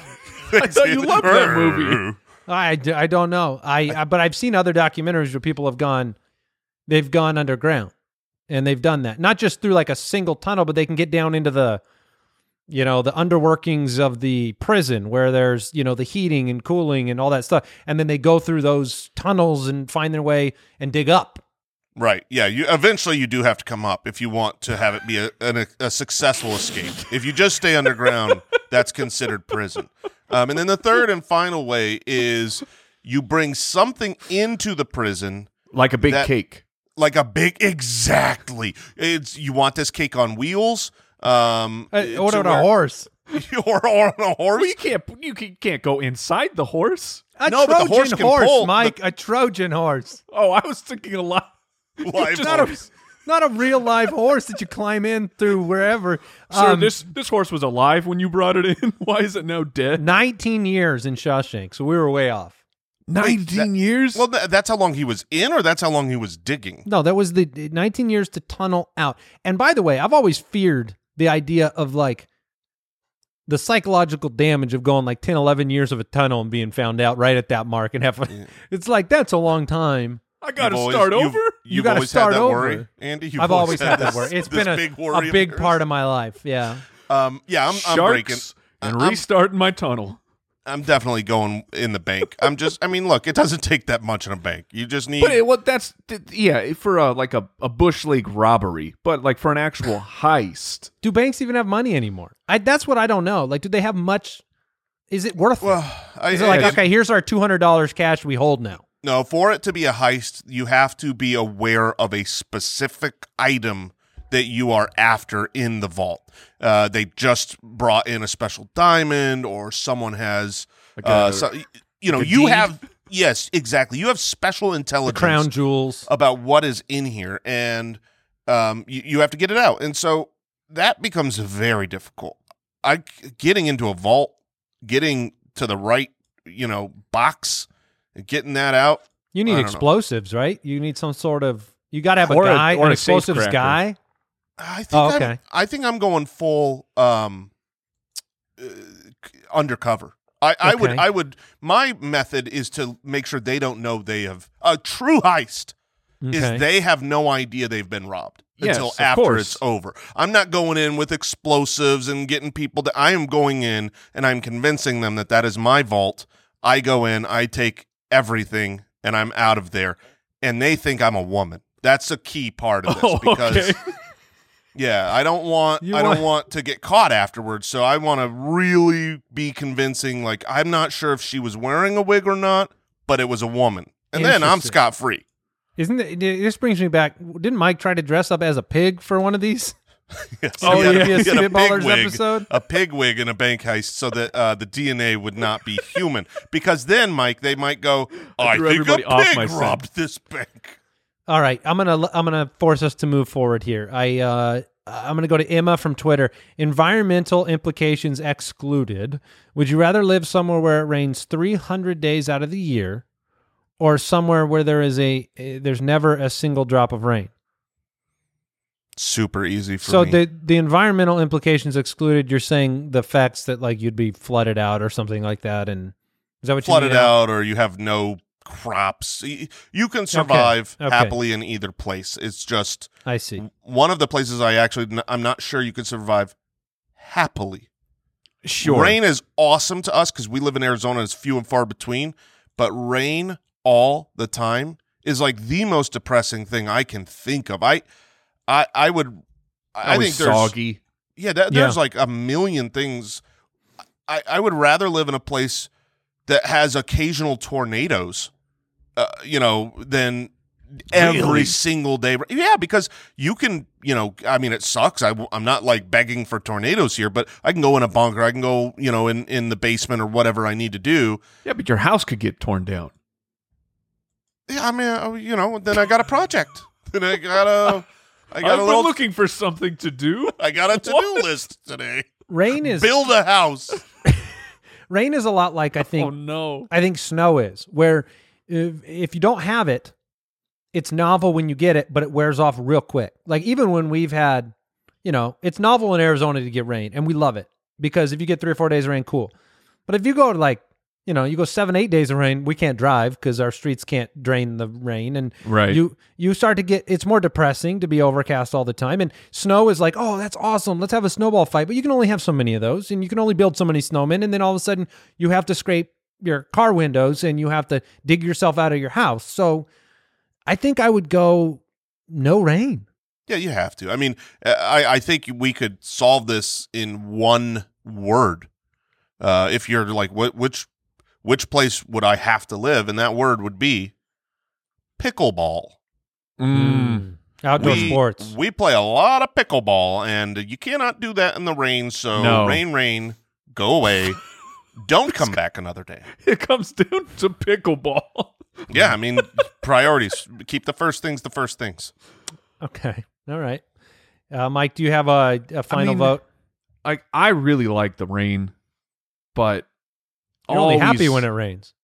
[SPEAKER 2] I thought you loved that
[SPEAKER 4] Er.
[SPEAKER 2] movie.
[SPEAKER 3] I, d- I don't know. I, I but I've seen other documentaries where people have gone, they've gone underground, and they've done that. Not just through like a single tunnel, but they can get down into the, you know, the underworkings of the prison where there's you know the heating and cooling and all that stuff, and then they go through those tunnels and find their way and dig up.
[SPEAKER 4] Right. Yeah. You eventually you do have to come up if you want to have it be a, an, a successful escape. If you just stay underground, that's considered prison. Um, and then the third and final way is you bring something into the prison
[SPEAKER 2] Like a big
[SPEAKER 4] That-
[SPEAKER 2] cake.
[SPEAKER 4] like a big exactly. It's you want this cake on wheels. Um,
[SPEAKER 3] Uh,
[SPEAKER 4] to
[SPEAKER 3] what about a
[SPEAKER 4] where-
[SPEAKER 3] horse?
[SPEAKER 4] or on a horse?
[SPEAKER 2] Well, you can't. You can- can't go inside the horse.
[SPEAKER 3] A
[SPEAKER 4] No, but the
[SPEAKER 3] Trojan
[SPEAKER 4] horse can
[SPEAKER 3] horse,
[SPEAKER 4] pull.
[SPEAKER 3] Mike. A Trojan horse,
[SPEAKER 2] Oh, I was thinking a lot. You
[SPEAKER 4] Live
[SPEAKER 2] just-
[SPEAKER 4] horse.
[SPEAKER 3] not a real live horse that you climb in through wherever.
[SPEAKER 2] Sir,
[SPEAKER 3] Um,
[SPEAKER 2] this this horse was alive when you brought it in. Why is it now dead?
[SPEAKER 3] 19 years in Shawshank, so we were way off.
[SPEAKER 2] Nineteen years.
[SPEAKER 4] Well, th- that's how long he was in, or that's how long he was digging.
[SPEAKER 3] No, that was the 19 years to tunnel out. And by the way, I've always feared the idea of like the psychological damage of going like 10, 11 years of a tunnel and being found out right at that mark and have It's like that's a long time.
[SPEAKER 2] I got to
[SPEAKER 4] You've always-
[SPEAKER 2] start
[SPEAKER 4] you've-
[SPEAKER 2] over.
[SPEAKER 4] You've,
[SPEAKER 3] gotta
[SPEAKER 4] always
[SPEAKER 3] start
[SPEAKER 4] had that
[SPEAKER 3] over.
[SPEAKER 4] worry, Andy. You've
[SPEAKER 3] I've always had that
[SPEAKER 4] this-
[SPEAKER 3] worry. It's
[SPEAKER 4] this
[SPEAKER 3] been a
[SPEAKER 4] big worry
[SPEAKER 3] a big
[SPEAKER 4] yours.
[SPEAKER 3] part of my life. Yeah.
[SPEAKER 4] Um, yeah, I'm, I'm breaking.
[SPEAKER 2] Sharks and
[SPEAKER 4] I'm-
[SPEAKER 2] restarting my tunnel.
[SPEAKER 4] I'm definitely going in the bank. I'm just. I mean, look, it doesn't take that much in a bank. You just need.
[SPEAKER 2] But it, well, that's th- yeah for a like a, a bush league robbery, but like for an actual heist.
[SPEAKER 3] Do banks even have money anymore? I, that's what I don't know. Like, do they have much? Is it worth it?
[SPEAKER 4] well, I,
[SPEAKER 3] Is it like,
[SPEAKER 4] I-
[SPEAKER 3] okay, here's our $200 cash we hold now?
[SPEAKER 4] no, for it to be a heist, you have to be aware of a specific item that you are after in the vault. Uh, they just brought in a special diamond, or someone has.
[SPEAKER 2] Like
[SPEAKER 4] Uh,
[SPEAKER 2] a-
[SPEAKER 4] so, you know,
[SPEAKER 2] like a
[SPEAKER 4] you
[SPEAKER 2] deed?
[SPEAKER 4] have. Yes, exactly. You have special
[SPEAKER 3] The
[SPEAKER 4] intelligence.
[SPEAKER 3] crown jewels.
[SPEAKER 4] about what is in here and um, you, you have to get it out and so that becomes very difficult i getting into a vault getting to the right you know box and getting that out
[SPEAKER 3] You
[SPEAKER 4] I
[SPEAKER 3] need
[SPEAKER 4] don't know.
[SPEAKER 3] explosives, right? You need some sort of. You got to have a
[SPEAKER 2] Or a-
[SPEAKER 3] guy,
[SPEAKER 2] or
[SPEAKER 3] an
[SPEAKER 2] a
[SPEAKER 3] explosives
[SPEAKER 2] safecracker.
[SPEAKER 3] guy.
[SPEAKER 4] i think
[SPEAKER 3] Oh,
[SPEAKER 4] I'm,
[SPEAKER 3] okay.
[SPEAKER 4] i think i'm going full um uh, c- undercover I, I would
[SPEAKER 3] Okay.
[SPEAKER 4] I would my method is to make sure they don't know they have a true heist
[SPEAKER 3] Okay.
[SPEAKER 4] is they have no idea they've been robbed
[SPEAKER 2] Yes,
[SPEAKER 4] until
[SPEAKER 2] of
[SPEAKER 4] after
[SPEAKER 2] course.
[SPEAKER 4] it's over. I'm not going in with explosives and getting people to. I am going in and I'm convincing them that that is my vault. I go in, I take everything, and I'm out of there. And they think I'm a woman. That's a key part of this
[SPEAKER 2] Oh,
[SPEAKER 4] because.
[SPEAKER 2] okay.
[SPEAKER 4] Yeah, I don't want
[SPEAKER 3] You
[SPEAKER 4] I
[SPEAKER 3] want-
[SPEAKER 4] don't want to get caught afterwards, so I want to really be convincing like I'm not sure if she was wearing a wig or not, but it was a woman. And then I'm
[SPEAKER 3] Interesting.
[SPEAKER 4] scot free.
[SPEAKER 3] Isn't it, this brings me back? Didn't Mike try to dress up as a pig for one of these?
[SPEAKER 2] Oh,
[SPEAKER 4] He had
[SPEAKER 2] yeah.
[SPEAKER 4] he had big
[SPEAKER 3] Spitballers
[SPEAKER 4] wig,
[SPEAKER 3] episode?
[SPEAKER 4] A pig wig in a bank heist so that uh, the DNA would not be human. Because then, Mike, they might go, I,
[SPEAKER 2] drew
[SPEAKER 4] think a
[SPEAKER 2] everybody off
[SPEAKER 4] pig
[SPEAKER 2] myself."
[SPEAKER 4] robbed this bank.
[SPEAKER 3] All right, I'm gonna I'm gonna force us to move forward here. I uh, I'm gonna go to Emma from Twitter. Environmental implications excluded. Would you rather live somewhere where it rains 300 days out of the year, or somewhere where there is a eh, there's never a single drop of rain?
[SPEAKER 4] Super easy for
[SPEAKER 3] so
[SPEAKER 4] me.
[SPEAKER 3] the the environmental implications excluded. You're saying the facts that like you'd be flooded out or something like that, and is that what you
[SPEAKER 4] Flooded
[SPEAKER 3] mean?
[SPEAKER 4] out or you have no crops. Y- You can survive
[SPEAKER 3] okay.
[SPEAKER 4] happily in either place. It's just
[SPEAKER 3] I see.
[SPEAKER 4] one of the places I actually, n- I'm not sure you could survive happily.
[SPEAKER 2] Sure.
[SPEAKER 4] Rain is awesome to us because we live in Arizona. It's few and far between, but rain all the time is like the most depressing thing I can think of. I I I would I, I
[SPEAKER 2] Always
[SPEAKER 4] think there's
[SPEAKER 2] soggy.
[SPEAKER 4] yeah, that,
[SPEAKER 3] Yeah.
[SPEAKER 4] there's like a million things. I, I would rather live in a place that has occasional tornadoes, uh, you know, than every
[SPEAKER 2] Really?
[SPEAKER 4] single day. Yeah, because you can, you know, I mean, it sucks. I, am not like begging for tornadoes here, but I can go in a bunker. I can go, you know, in, in the basement or whatever I need to do.
[SPEAKER 2] Yeah, but your house could get torn down.
[SPEAKER 4] Yeah, I mean, uh, you know, then I got a project. then I got a, I got
[SPEAKER 2] I've
[SPEAKER 4] a
[SPEAKER 2] been
[SPEAKER 4] little,
[SPEAKER 2] looking for something to do.
[SPEAKER 4] I got a to do list today.
[SPEAKER 3] Rain is
[SPEAKER 4] Build a house.
[SPEAKER 3] rain is a lot like I think
[SPEAKER 2] Oh no.
[SPEAKER 3] I think snow is where if, if you don't have it, it's novel when you get it, but it wears off real quick. Like even when we've had, you know, it's novel in Arizona to get rain, and we love it because if you get three or four days of rain, cool. But if you go to like, you know, you go seven eight days of rain, we can't drive because our streets can't drain the rain, and
[SPEAKER 2] Right.
[SPEAKER 3] you you start to get it's more depressing to be overcast all the time and snow is like oh that's awesome let's have a snowball fight but you can only have so many of those and you can only build so many snowmen and then all of a sudden you have to scrape your car windows and you have to dig yourself out of your house so i think i would go no rain
[SPEAKER 4] Yeah, you have to. I mean, uh, I, I think we could solve this in one word. Uh, if you're like, what, which, which place would I have to live? And that word would be pickleball.
[SPEAKER 2] Hmm. Mm.
[SPEAKER 3] outdoor
[SPEAKER 4] we,
[SPEAKER 3] sports
[SPEAKER 4] We play a lot of pickleball, and you cannot do that in the rain. So
[SPEAKER 2] No.
[SPEAKER 4] rain, rain, go away. Don't come back another day.
[SPEAKER 2] It comes down to pickleball.
[SPEAKER 4] Yeah, I mean, priorities. Keep the first things the first things.
[SPEAKER 3] okay all right uh, mike do you have a, a final
[SPEAKER 2] mean,
[SPEAKER 3] vote
[SPEAKER 2] Like I really like the rain, but
[SPEAKER 3] you're only
[SPEAKER 2] always-
[SPEAKER 3] happy when it rains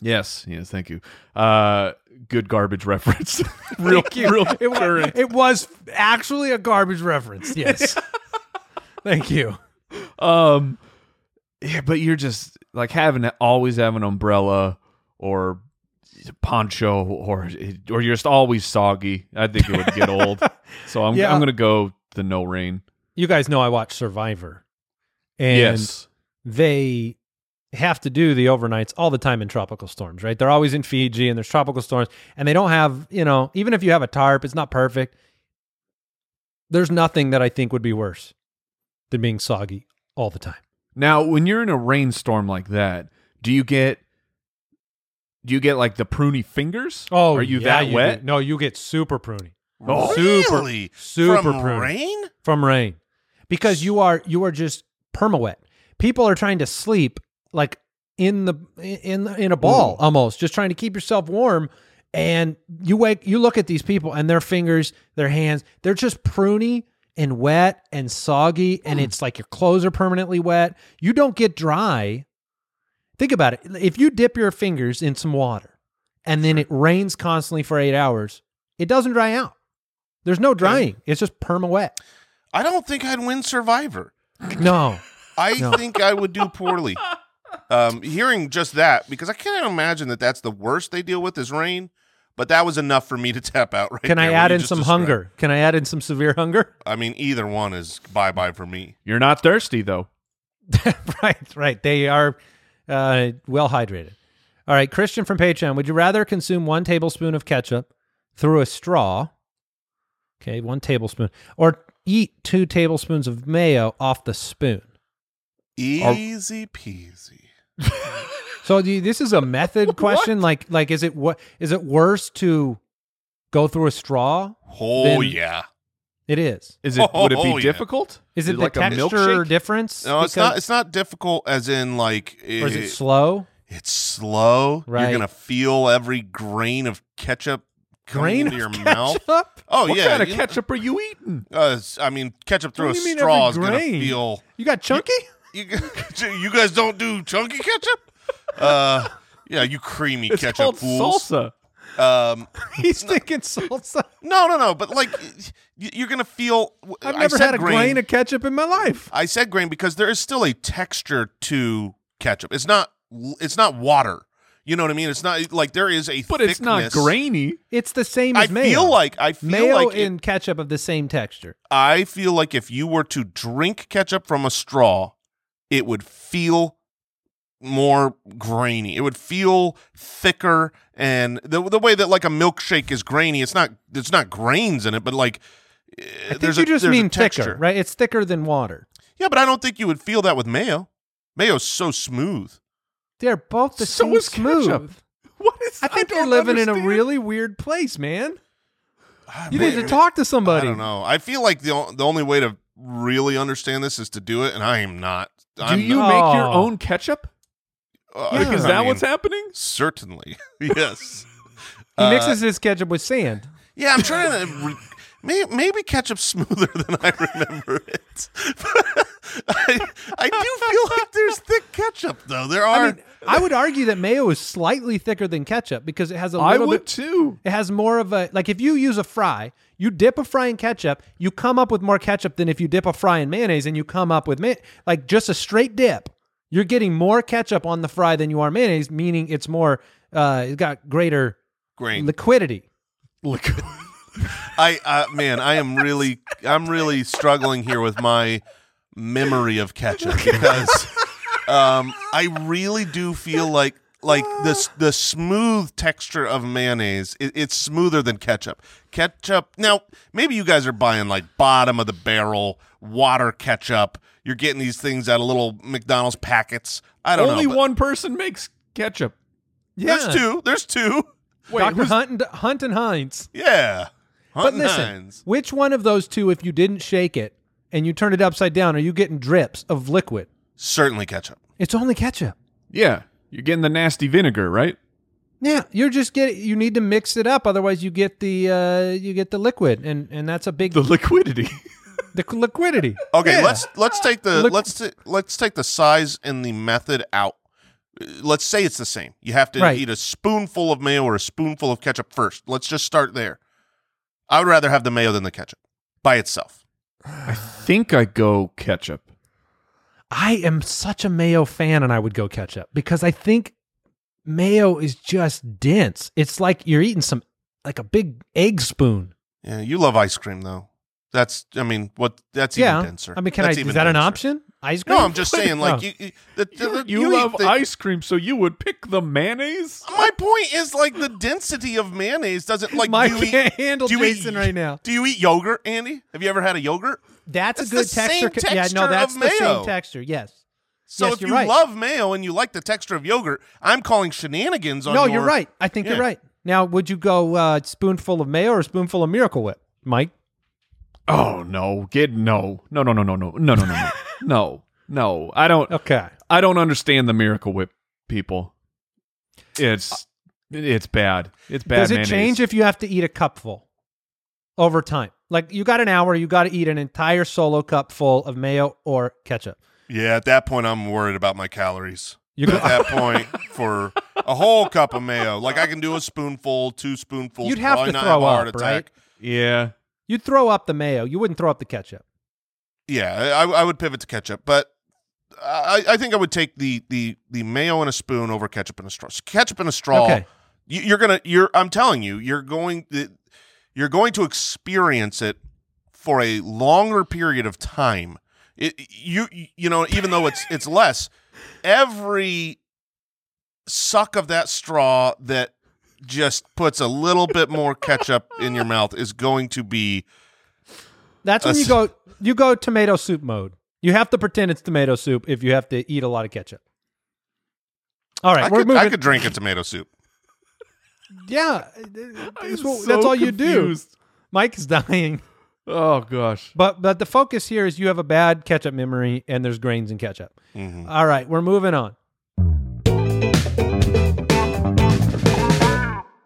[SPEAKER 2] Yes, yes, thank you. Uh good garbage reference. real real
[SPEAKER 3] it, was,
[SPEAKER 2] current.
[SPEAKER 3] it was actually a garbage reference yes thank you
[SPEAKER 2] Um Yeah, but you're just like having always have an umbrella or poncho or or you're just always soggy. I think it would get old. So I'm
[SPEAKER 3] Yeah.
[SPEAKER 2] I'm gonna go the no rain.
[SPEAKER 3] you guys know I watch Survivor, and
[SPEAKER 2] yes.
[SPEAKER 3] they have to do the overnights all the time in tropical storms, right? They're always in Fiji and there's tropical storms, and they don't have, you know, even if you have a tarp, it's not perfect. There's nothing that I think would be worse than being soggy all the time.
[SPEAKER 2] Now, when you're in a rainstorm like that, do you get do you get like the pruny fingers? are you
[SPEAKER 3] Oh, yeah,
[SPEAKER 2] that wet?
[SPEAKER 3] do. No, you get super pruny
[SPEAKER 2] Oh,
[SPEAKER 3] super-
[SPEAKER 4] really?
[SPEAKER 3] super
[SPEAKER 4] From
[SPEAKER 3] prune.
[SPEAKER 4] rain?
[SPEAKER 3] from rain because you are you are just perma-wet. People are trying to sleep like in the in in a ball almost, just trying to keep yourself warm. And you wake you look at these people and their fingers, their hands, they're just pruny and wet and soggy, and it's like your clothes are permanently wet. You don't get dry. Think about it. If you dip your fingers in some water and then it rains constantly for eight hours, it doesn't dry out. There's no drying. It's just perma wet.
[SPEAKER 4] I don't think I'd win Survivor.
[SPEAKER 3] No.
[SPEAKER 4] I
[SPEAKER 3] No.
[SPEAKER 4] think I would do poorly. Um, hearing just that, because I can't imagine that that's the worst they deal with is rain. But that was enough for me to tap out. Right?
[SPEAKER 3] Can I
[SPEAKER 4] there, what
[SPEAKER 3] add
[SPEAKER 4] you
[SPEAKER 3] in
[SPEAKER 4] just
[SPEAKER 3] some
[SPEAKER 4] described.
[SPEAKER 3] hunger? Can I add in some severe hunger?
[SPEAKER 4] I mean, either one is bye bye for me.
[SPEAKER 2] You're not thirsty though.
[SPEAKER 3] right, right. They are uh, well hydrated. All right, Christian from Patreon. Would you rather consume one tablespoon of ketchup through a straw? Okay, one tablespoon, or eat two tablespoons of mayo off the spoon.
[SPEAKER 4] Easy peasy.
[SPEAKER 3] So do you- this is a method question. Like, like is it what is it worse to go through a straw?
[SPEAKER 4] Oh
[SPEAKER 3] Then-
[SPEAKER 4] yeah.
[SPEAKER 3] It is.
[SPEAKER 2] Is it would it be
[SPEAKER 4] Oh, yeah.
[SPEAKER 2] difficult?
[SPEAKER 3] Is it the
[SPEAKER 2] like a
[SPEAKER 3] texture
[SPEAKER 2] milkshake?
[SPEAKER 3] difference?
[SPEAKER 4] No, it's
[SPEAKER 3] Because-
[SPEAKER 4] not. It's not difficult. As in, like,
[SPEAKER 3] Or is it
[SPEAKER 4] it-
[SPEAKER 3] slow?
[SPEAKER 4] it's slow.
[SPEAKER 3] Right.
[SPEAKER 4] You're gonna feel every grain of ketchup coming
[SPEAKER 3] Grain
[SPEAKER 4] into your
[SPEAKER 3] of
[SPEAKER 4] mouth.
[SPEAKER 3] ketchup?
[SPEAKER 4] Oh
[SPEAKER 2] what
[SPEAKER 4] yeah.
[SPEAKER 2] kind of
[SPEAKER 4] you-
[SPEAKER 2] ketchup are you eating?
[SPEAKER 4] uh, I mean, ketchup through
[SPEAKER 3] What do
[SPEAKER 4] a
[SPEAKER 3] you mean
[SPEAKER 4] straw
[SPEAKER 3] every
[SPEAKER 4] is gonna
[SPEAKER 3] grain?
[SPEAKER 4] feel.
[SPEAKER 3] You got chunky?
[SPEAKER 4] You, g- you guys don't do chunky ketchup? Uh, yeah, you creamy
[SPEAKER 2] It's
[SPEAKER 4] ketchup
[SPEAKER 2] called
[SPEAKER 4] fools.
[SPEAKER 2] salsa.
[SPEAKER 4] Um,
[SPEAKER 3] He's thinking salsa.
[SPEAKER 4] no, no, no. But like, y- you're gonna feel. w-
[SPEAKER 3] I've
[SPEAKER 4] I
[SPEAKER 3] never
[SPEAKER 4] said
[SPEAKER 3] had a grain. of ketchup in my life.
[SPEAKER 4] I said grain because there is still a texture to ketchup. It's not. It's not water. You know what I mean? It's not like there is a.
[SPEAKER 2] But it's not
[SPEAKER 4] thickness.
[SPEAKER 2] grainy.
[SPEAKER 3] It's the same
[SPEAKER 4] I
[SPEAKER 3] as mayo.
[SPEAKER 4] feel like I feel
[SPEAKER 3] mayo
[SPEAKER 4] like it-
[SPEAKER 3] and ketchup of the same texture.
[SPEAKER 4] I feel like if you were to drink ketchup from a straw, it would feel more grainy. It would feel thicker, and the the way that like a milkshake is grainy, it's not it's not grains in it, but like
[SPEAKER 3] I think
[SPEAKER 4] there's
[SPEAKER 3] you
[SPEAKER 4] a-
[SPEAKER 3] just
[SPEAKER 4] there's a
[SPEAKER 3] mean thicker,
[SPEAKER 4] texture.
[SPEAKER 3] right? It's thicker than water.
[SPEAKER 4] Yeah, but I don't think you would feel that with mayo. Mayo's so smooth.
[SPEAKER 3] They're both the
[SPEAKER 2] So
[SPEAKER 3] same
[SPEAKER 2] is
[SPEAKER 3] smooth.
[SPEAKER 2] ketchup. What is?
[SPEAKER 3] I think you're
[SPEAKER 2] don't
[SPEAKER 3] living in a
[SPEAKER 2] understand.
[SPEAKER 3] really weird place, man.
[SPEAKER 4] Ah,
[SPEAKER 3] You
[SPEAKER 4] man,
[SPEAKER 3] need to talk to
[SPEAKER 4] I
[SPEAKER 3] somebody.
[SPEAKER 4] don't know. I feel like the o- the only way to really understand this is to do it, and I am not.
[SPEAKER 2] Do
[SPEAKER 4] I'm
[SPEAKER 2] you
[SPEAKER 4] Not,
[SPEAKER 2] make your
[SPEAKER 3] Oh.
[SPEAKER 2] own ketchup?
[SPEAKER 4] uh,
[SPEAKER 3] Yeah.
[SPEAKER 2] Is
[SPEAKER 4] I
[SPEAKER 2] that
[SPEAKER 4] mean,
[SPEAKER 2] what's happening?
[SPEAKER 4] Certainly, yes.
[SPEAKER 3] He
[SPEAKER 4] Uh,
[SPEAKER 3] mixes his ketchup with sand.
[SPEAKER 4] Yeah, I'm trying to. Re- may- maybe ketchup's smoother than I remember it. I, I do feel like there's thick ketchup, though. There are.
[SPEAKER 3] I mean, I would argue that mayo is slightly thicker than ketchup because it has a
[SPEAKER 2] I
[SPEAKER 3] little
[SPEAKER 2] would
[SPEAKER 3] bit.
[SPEAKER 2] too.
[SPEAKER 3] It has more of a like if you use a fry, you dip a fry in ketchup, you come up with more ketchup than if you dip a fry in mayonnaise and you come up with may- like just a straight dip. You're getting more ketchup on the fry than you are mayonnaise, meaning it's more uh it's got greater
[SPEAKER 4] grain.
[SPEAKER 3] liquidity.
[SPEAKER 2] Look,
[SPEAKER 4] I uh, man, I am really, I'm really struggling here with my memory of ketchup because um, I really do feel like like the s- the smooth texture of mayonnaise. It, it's smoother than ketchup. Ketchup. Now, maybe you guys are buying like bottom of the barrel water ketchup. You're getting these things out of little McDonald's packets. I don't
[SPEAKER 2] only
[SPEAKER 4] know. but
[SPEAKER 2] one person makes ketchup.
[SPEAKER 4] There's two. There's two.
[SPEAKER 2] Wait,
[SPEAKER 3] Dr.
[SPEAKER 2] who's-
[SPEAKER 3] Hunt and Hunt and Hines.
[SPEAKER 4] Yeah.
[SPEAKER 3] But
[SPEAKER 4] Hunt
[SPEAKER 3] listen,
[SPEAKER 4] Hines.
[SPEAKER 3] which one of those two, if you didn't shake it and you turned it upside down, are you getting drips of liquid?
[SPEAKER 4] certainly ketchup.
[SPEAKER 3] It's only ketchup.
[SPEAKER 2] Yeah, you're getting the nasty vinegar, right?
[SPEAKER 3] Yeah, you're just getting. You need to mix it up, otherwise you get the uh, you get the liquid, and and that's a big
[SPEAKER 2] The liquidity.
[SPEAKER 3] the liquidity.
[SPEAKER 4] Okay,
[SPEAKER 3] Yeah.
[SPEAKER 4] let's let's take the
[SPEAKER 3] Look-
[SPEAKER 4] let's t- let's take the size and the method out. Uh, Let's say it's the same. You have to
[SPEAKER 3] Right.
[SPEAKER 4] eat a spoonful of mayo or a spoonful of ketchup first. Let's just start there. I would rather have the mayo than the ketchup by itself.
[SPEAKER 2] I think I go ketchup.
[SPEAKER 3] I am such a mayo fan, and I would go ketchup because I think mayo is just dense. It's like you're eating some like a big egg spoon.
[SPEAKER 4] Yeah, you love ice cream though. That's I mean, what that's
[SPEAKER 3] yeah,
[SPEAKER 4] even denser.
[SPEAKER 3] I mean, can
[SPEAKER 4] That's
[SPEAKER 3] I?
[SPEAKER 4] even
[SPEAKER 3] Is that an
[SPEAKER 4] denser.
[SPEAKER 3] option? Ice cream?
[SPEAKER 4] No, I'm just saying
[SPEAKER 3] Oh.
[SPEAKER 4] like you you, the, the-
[SPEAKER 2] You,
[SPEAKER 4] the-
[SPEAKER 2] you
[SPEAKER 4] you eat
[SPEAKER 2] love
[SPEAKER 4] the-
[SPEAKER 2] ice cream, so you would pick the mayonnaise.
[SPEAKER 4] My point is like the density of mayonnaise doesn't like
[SPEAKER 3] Mike
[SPEAKER 4] do you eat,
[SPEAKER 3] can't handle
[SPEAKER 4] do you eat-
[SPEAKER 3] Jason right now.
[SPEAKER 4] do you eat yogurt, Andy? Have you ever had a yogurt?
[SPEAKER 3] That's,
[SPEAKER 4] That's
[SPEAKER 3] a good
[SPEAKER 4] the same
[SPEAKER 3] texture. co- yeah,
[SPEAKER 4] texture
[SPEAKER 3] no,
[SPEAKER 4] of
[SPEAKER 3] that's the same
[SPEAKER 4] mayo.
[SPEAKER 3] texture. Yes.
[SPEAKER 4] So
[SPEAKER 3] Yes,
[SPEAKER 4] if
[SPEAKER 3] you're
[SPEAKER 4] you
[SPEAKER 3] right.
[SPEAKER 4] love mayo and you like the texture of yogurt, I'm calling shenanigans on
[SPEAKER 3] no,
[SPEAKER 4] your-
[SPEAKER 3] you're right. I think you're
[SPEAKER 4] Yeah.
[SPEAKER 3] right. Now, would you go uh, spoonful of mayo or spoonful of Miracle Whip, Mike?
[SPEAKER 2] Oh no, get no. No no no no no no no no no. no. No. I don't
[SPEAKER 3] Okay.
[SPEAKER 2] I don't understand the miracle whip people. It's it's bad. It's bad
[SPEAKER 3] Does it
[SPEAKER 2] mayonnaise.
[SPEAKER 3] change if you have to eat a cupful over time? Like you got an hour, you got to eat an entire solo cup full of mayo or ketchup.
[SPEAKER 4] Yeah, at that point, I'm worried about my calories.
[SPEAKER 3] You go-
[SPEAKER 4] At that point, for a whole cup of mayo, like I can do a spoonful, two spoonfuls.
[SPEAKER 3] You'd have
[SPEAKER 4] probably
[SPEAKER 3] to
[SPEAKER 4] not
[SPEAKER 3] throw
[SPEAKER 4] have a heart
[SPEAKER 3] up,
[SPEAKER 4] attack.
[SPEAKER 3] right?
[SPEAKER 2] Yeah.
[SPEAKER 3] You'd throw up the mayo. You wouldn't throw up the ketchup.
[SPEAKER 4] Yeah, I, I would pivot to ketchup, but I, I think I would take the the the mayo and a spoon over ketchup and a straw. Ketchup and a straw.
[SPEAKER 3] Okay.
[SPEAKER 4] you, you're gonna you're i'm telling you you're going you're going to experience it for a longer period of time it, you you know even though it's it's less every suck of that straw that just puts a little bit more ketchup in your mouth is going to be
[SPEAKER 3] That's when
[SPEAKER 4] Uh,
[SPEAKER 3] you go you go tomato soup mode. You have to pretend it's tomato soup if you have to eat a lot of ketchup. All right,
[SPEAKER 4] I,
[SPEAKER 3] we're
[SPEAKER 4] could,
[SPEAKER 3] moving.
[SPEAKER 4] I could drink a tomato soup
[SPEAKER 3] Yeah,
[SPEAKER 2] I'm
[SPEAKER 3] that's, what,
[SPEAKER 2] so
[SPEAKER 3] that's all you do.
[SPEAKER 2] confused.
[SPEAKER 3] Mike's dying,
[SPEAKER 2] Oh gosh.
[SPEAKER 3] but but the focus here is you have a bad ketchup memory, and there's grains in ketchup.
[SPEAKER 4] Mhm.
[SPEAKER 3] All right, we're moving on.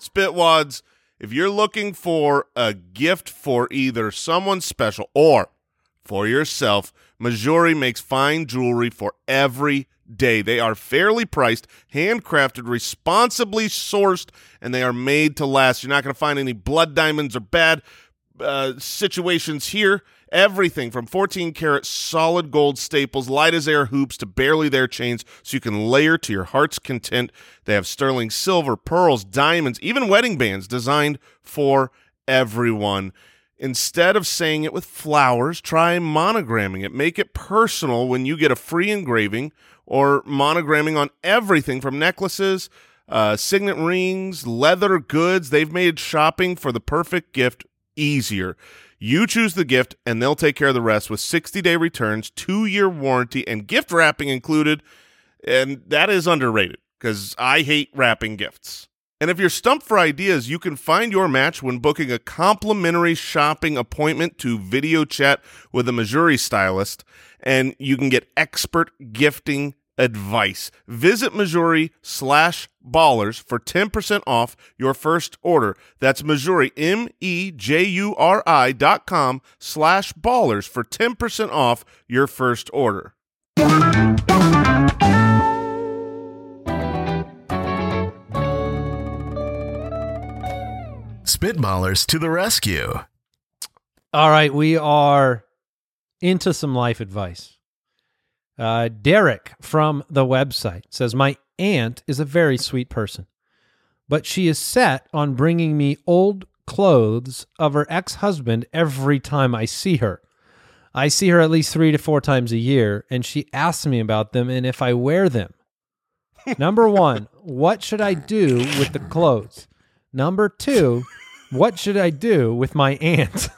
[SPEAKER 4] Spitwads, if you're looking for a gift for either someone special or for yourself, Missouri makes fine jewelry for every day. They are fairly priced, handcrafted, responsibly sourced, and they are made to last. You're not going to find any blood diamonds or bad uh, situations here. Everything from 14 karat solid gold staples, light as air hoops to barely there chains, so you can layer to your heart's content. They have sterling silver, pearls, diamonds, even wedding bands designed for everyone. Instead of saying it with flowers, try monogramming it. Make it personal when you get a free engraving or monogramming on everything from necklaces, uh, signet rings, leather goods. They've made shopping for the perfect gift easier. You choose the gift, and they'll take care of the rest with 60 day returns, two year warranty, and gift wrapping included. And that is underrated because I hate wrapping gifts. And if you're stumped for ideas, you can find your match when booking a complimentary shopping appointment to video chat with a Missouri stylist, and you can get expert gifting advice. Visit Missouri slash ballers for 10% off your first order. That's Missouri, M E J U R I dot com slash ballers for 10% off your first order.
[SPEAKER 1] Spitballers to the rescue.
[SPEAKER 3] All right, we are into some life advice. Uh, Derek from the website says, My aunt is a very sweet person, but she is set on bringing me old clothes of her ex husband every time I see her. I see her at least three to four times a year, and she asks me about them and if I wear them. Number one, what should I do with the clothes? Number two, what should I do with my aunt?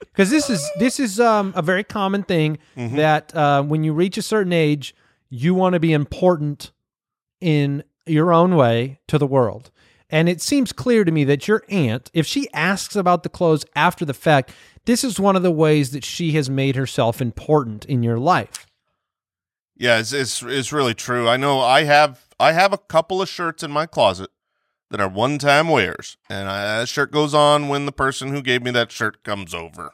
[SPEAKER 3] Because this is this is um, a very common thing that uh, when you reach a certain age, you want to be important in your own way to the world. And it seems clear to me that your aunt, if she asks about the clothes after the fact, this is one of the ways that she has made herself important in your life.
[SPEAKER 4] Yeah, it's, it's it's really true. I know I have I have a couple of shirts in my closet that are one time wears, and I, that shirt goes on when the person who gave me that shirt comes over.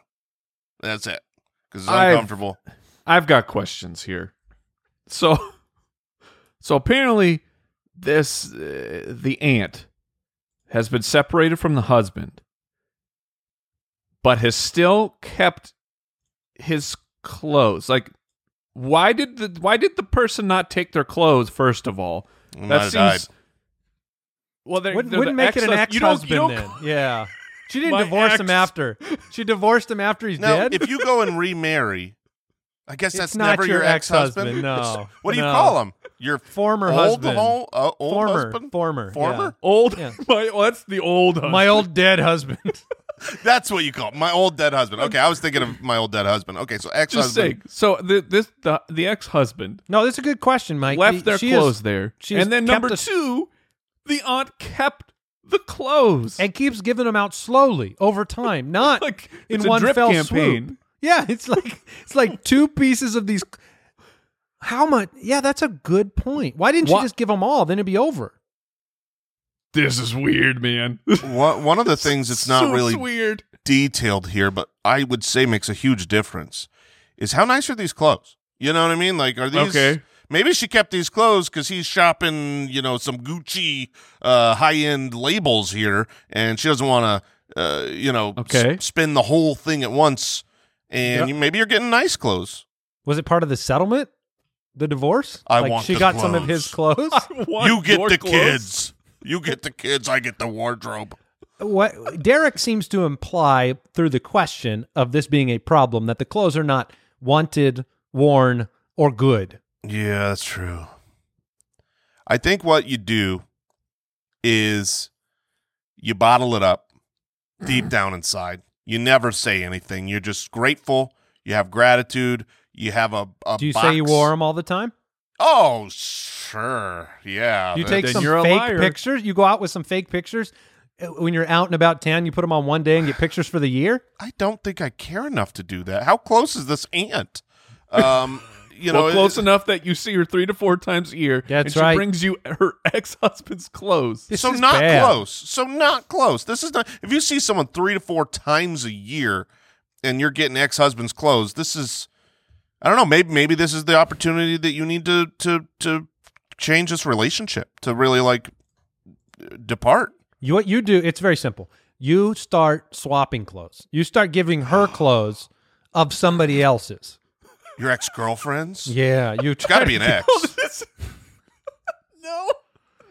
[SPEAKER 4] That's it, because it's
[SPEAKER 2] I've-
[SPEAKER 4] uncomfortable.
[SPEAKER 2] I've got questions here. So, so apparently, this uh, the aunt has been separated from the husband, but has still kept his clothes. Like, why did the why did the person not take their clothes first of all?
[SPEAKER 4] I might have died.
[SPEAKER 2] Well, they're,
[SPEAKER 3] Wouldn't,
[SPEAKER 2] they're
[SPEAKER 3] wouldn't
[SPEAKER 2] the
[SPEAKER 3] make it an
[SPEAKER 2] ex-hus- you don't- you
[SPEAKER 3] ex-husband
[SPEAKER 2] don't-
[SPEAKER 3] then. Yeah. She didn't
[SPEAKER 2] My
[SPEAKER 3] divorce him
[SPEAKER 2] ex.
[SPEAKER 3] after. She divorced him after he's
[SPEAKER 4] Now,
[SPEAKER 3] dead.
[SPEAKER 4] if you go and remarry, I guess
[SPEAKER 3] It's
[SPEAKER 4] that's
[SPEAKER 3] not
[SPEAKER 4] never
[SPEAKER 3] your
[SPEAKER 4] your ex husband.
[SPEAKER 3] ex-husband, no.
[SPEAKER 4] what do you
[SPEAKER 3] No.
[SPEAKER 4] call him? Your
[SPEAKER 3] former
[SPEAKER 4] old
[SPEAKER 3] husband.
[SPEAKER 4] Whole, uh, old
[SPEAKER 3] former,
[SPEAKER 4] husband?
[SPEAKER 3] former,
[SPEAKER 4] Former?
[SPEAKER 2] Old,
[SPEAKER 3] Yeah.
[SPEAKER 2] my, well, that's the old
[SPEAKER 3] yeah.
[SPEAKER 2] husband.
[SPEAKER 3] My old dead husband.
[SPEAKER 4] That's what you call it. my old dead husband. Okay, I was thinking of my old dead husband. Okay, so ex
[SPEAKER 2] Just
[SPEAKER 4] husband.
[SPEAKER 2] saying. So the, this the the ex husband
[SPEAKER 3] no, that's a good question, Mike.
[SPEAKER 2] left
[SPEAKER 3] The-
[SPEAKER 2] their
[SPEAKER 3] she is-
[SPEAKER 2] clothes there.
[SPEAKER 3] she has
[SPEAKER 2] And then number
[SPEAKER 3] kept us-
[SPEAKER 2] two, the aunt kept the clothes.
[SPEAKER 3] and keeps giving them out slowly over time, not
[SPEAKER 2] Like,
[SPEAKER 3] in
[SPEAKER 2] it's a
[SPEAKER 3] one
[SPEAKER 2] drip
[SPEAKER 3] fell
[SPEAKER 2] campaign.
[SPEAKER 3] swoop. Yeah, it's like it's like two pieces of these. How much? Yeah, that's a good point. Why didn't
[SPEAKER 2] Wha-
[SPEAKER 3] you just give them all? Then it'd be over.
[SPEAKER 2] this is weird, man.
[SPEAKER 4] One, one of the things that's not
[SPEAKER 2] So
[SPEAKER 4] really
[SPEAKER 2] weird.
[SPEAKER 4] detailed here, but I would say makes a huge difference is how nice are these clothes? You know what I mean? Like, are these.
[SPEAKER 2] Okay.
[SPEAKER 4] Maybe she kept these clothes because he's shopping, you know, some Gucci uh, high end labels here, and she doesn't want to, uh, you know,
[SPEAKER 2] Okay.
[SPEAKER 4] spend the whole thing at once. And
[SPEAKER 2] Yep.
[SPEAKER 4] you, maybe you're getting nice clothes.
[SPEAKER 3] Was it part of the settlement? The divorce?
[SPEAKER 4] I
[SPEAKER 3] like
[SPEAKER 4] want
[SPEAKER 3] she
[SPEAKER 4] the
[SPEAKER 3] got some of his clothes.
[SPEAKER 4] you get the kids. You get the kids. I get the wardrobe.
[SPEAKER 3] what Derek seems to imply through the question of this being a problem that the clothes are not wanted, worn, or good.
[SPEAKER 4] Yeah, that's true. I think what you do is you bottle it up deep
[SPEAKER 3] Mm-hmm.
[SPEAKER 4] down inside. You never say anything. You're just grateful. You have gratitude. You have a, a
[SPEAKER 3] Do you say you
[SPEAKER 4] box.
[SPEAKER 3] wore them all the time?
[SPEAKER 4] Oh, sure. Yeah.
[SPEAKER 3] Do you
[SPEAKER 4] that-
[SPEAKER 3] take
[SPEAKER 2] then
[SPEAKER 3] some
[SPEAKER 2] you're a
[SPEAKER 3] fake
[SPEAKER 2] liar.
[SPEAKER 3] pictures? You go out with some fake pictures Uh, when you're out and about town. You put them on one day and get pictures for the year.
[SPEAKER 4] I don't think I care enough to do that. How close is this aunt? Um, you know,
[SPEAKER 2] well, close
[SPEAKER 4] it-
[SPEAKER 2] enough that you see her three to four times a year. and
[SPEAKER 3] That's
[SPEAKER 2] she
[SPEAKER 3] right.
[SPEAKER 2] brings you her ex husband's clothes.
[SPEAKER 3] This
[SPEAKER 4] so
[SPEAKER 3] is
[SPEAKER 4] not
[SPEAKER 3] bad.
[SPEAKER 4] close. So not close. This is not. If you see someone three to four times a year, and you're getting ex husband's clothes, this is. I don't know. Maybe maybe this is the opportunity that you need to to to change this relationship to really like depart.
[SPEAKER 3] You what you do? It's very simple. You start swapping clothes. You start giving her clothes of somebody else's.
[SPEAKER 4] Your ex girlfriends.
[SPEAKER 3] Yeah, you
[SPEAKER 4] It's got to be an ex.
[SPEAKER 2] This- no,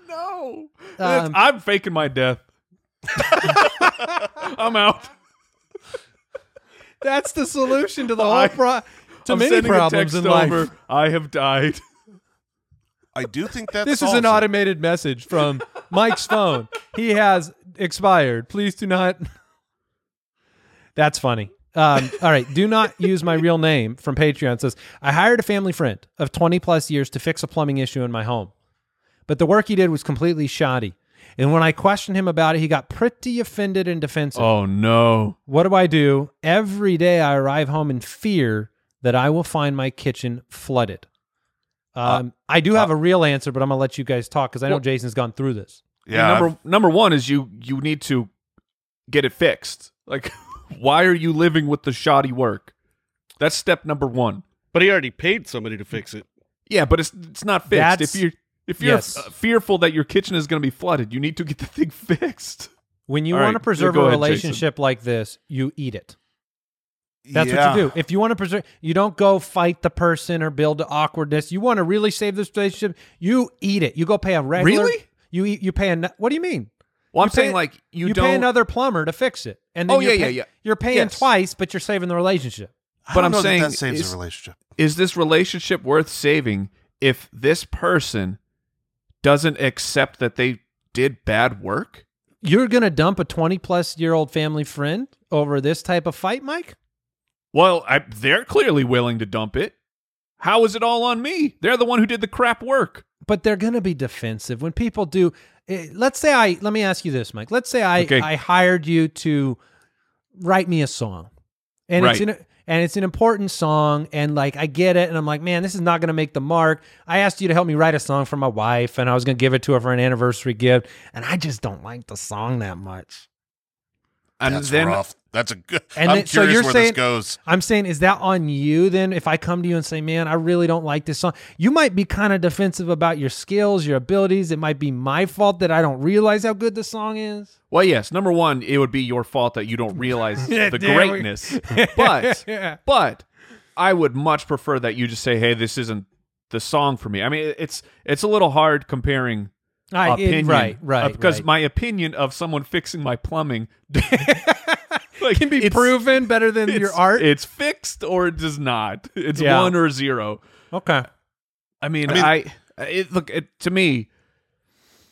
[SPEAKER 2] no.
[SPEAKER 3] Um,
[SPEAKER 2] It's- I'm faking my death. I'm out.
[SPEAKER 3] That's the solution to the whole
[SPEAKER 2] I-
[SPEAKER 3] pro- to
[SPEAKER 2] I'm
[SPEAKER 3] many
[SPEAKER 2] sending a
[SPEAKER 3] problems
[SPEAKER 2] text
[SPEAKER 3] in life.
[SPEAKER 2] over. I have died.
[SPEAKER 4] I do think that
[SPEAKER 3] This is
[SPEAKER 4] solves
[SPEAKER 3] an
[SPEAKER 4] it.
[SPEAKER 3] automated message from Mike's phone. He has expired. Please do not. That's funny. Um, all right. Do not use my real name from Patreon. It says, I hired a family friend of 20 plus years to fix a plumbing issue in my home, but the work he did was completely shoddy. And when I questioned him about it, he got pretty offended and defensive.
[SPEAKER 2] Oh no.
[SPEAKER 3] What do I do? Every day I arrive home in fear that I will find my kitchen flooded. Um, I do have a real answer, but I'm going to let you guys talk because I know
[SPEAKER 2] Uh, Well-
[SPEAKER 3] Jason's gone through this.
[SPEAKER 4] Yeah. I've-
[SPEAKER 2] number number one is you you need to get it fixed. Like, why are you living with the shoddy work? That's step number one.
[SPEAKER 5] But he already paid somebody to fix it.
[SPEAKER 2] Yeah, but it's it's not fixed.
[SPEAKER 3] That's-
[SPEAKER 2] if you if you're
[SPEAKER 3] yes.
[SPEAKER 2] f- fearful that your kitchen is going to be flooded, you need to get the thing fixed.
[SPEAKER 3] When you
[SPEAKER 2] All
[SPEAKER 3] want
[SPEAKER 2] right,
[SPEAKER 3] to
[SPEAKER 2] you
[SPEAKER 3] preserve
[SPEAKER 2] go
[SPEAKER 3] a
[SPEAKER 2] ahead, Jason.
[SPEAKER 3] relationship like this, you eat it. That's
[SPEAKER 4] yeah.
[SPEAKER 3] what you do. If you want to preserve, you don't go fight the person or build awkwardness. You want to really save this relationship, you eat it. You go pay a regular.
[SPEAKER 2] Really?
[SPEAKER 3] You eat. You pay an. What do you mean?
[SPEAKER 2] Well, I'm
[SPEAKER 3] You pay-
[SPEAKER 2] saying like you,
[SPEAKER 3] You,
[SPEAKER 2] don't.
[SPEAKER 3] pay another plumber to fix it, and then
[SPEAKER 2] Oh,
[SPEAKER 3] you're
[SPEAKER 2] yeah,
[SPEAKER 3] pay-
[SPEAKER 2] yeah, yeah.
[SPEAKER 3] You're paying
[SPEAKER 2] Yes.
[SPEAKER 3] twice, but you're saving the relationship.
[SPEAKER 4] I
[SPEAKER 2] but
[SPEAKER 4] don't
[SPEAKER 2] I'm
[SPEAKER 4] know that
[SPEAKER 2] saying
[SPEAKER 4] that, saves
[SPEAKER 2] is-
[SPEAKER 4] a relationship.
[SPEAKER 2] is this relationship worth saving if this person doesn't accept that they did bad work?
[SPEAKER 3] You're gonna dump a 20 plus year old family friend over this type of fight, Mike?
[SPEAKER 2] Well, I, they're clearly willing to dump it. How is it all on me? They're the one who did the crap work.
[SPEAKER 3] But they're gonna be defensive when people do. eh, Let's say I. Let me ask you this, Mike. Let's say I
[SPEAKER 2] Okay.
[SPEAKER 3] I hired you to write me a song, and it's
[SPEAKER 2] Right.
[SPEAKER 3] in. A, and it's an important song, and like I get it, and I'm like, man, this is not gonna make the mark. I asked you to help me write a song for my wife, and I was gonna give it to her for an anniversary gift, and I just don't like the song that much.
[SPEAKER 2] And
[SPEAKER 4] That's
[SPEAKER 2] then
[SPEAKER 4] rough. That's a good.
[SPEAKER 3] And
[SPEAKER 4] I'm
[SPEAKER 3] then- so
[SPEAKER 4] curious
[SPEAKER 3] you're
[SPEAKER 4] where
[SPEAKER 3] saying-
[SPEAKER 4] this goes.
[SPEAKER 3] I'm saying, is that on you then? If I come to you and say, man, I really don't like this song, you might be kind of defensive about your skills, your abilities. It might be my fault that I don't realize how good the song is.
[SPEAKER 2] Well, yes. Number one, it would be your fault that you don't realize
[SPEAKER 3] Yeah,
[SPEAKER 2] the
[SPEAKER 3] there we-
[SPEAKER 2] greatness. but but I would much prefer that you just say, "Hey, this isn't the song for me." I mean, it's it's a little hard comparing
[SPEAKER 3] I, it-
[SPEAKER 2] opinion,
[SPEAKER 3] right, right.
[SPEAKER 2] uh, because
[SPEAKER 3] right.
[SPEAKER 2] my opinion of someone fixing my plumbing like,
[SPEAKER 3] can be
[SPEAKER 2] it's-
[SPEAKER 3] proven better than your
[SPEAKER 2] it's-
[SPEAKER 3] art.
[SPEAKER 2] It's fixed or it does not. It's
[SPEAKER 3] Yeah.
[SPEAKER 2] one or zero.
[SPEAKER 3] okay.
[SPEAKER 2] I mean,
[SPEAKER 4] I
[SPEAKER 2] I,
[SPEAKER 4] mean-
[SPEAKER 2] it, look it, to me.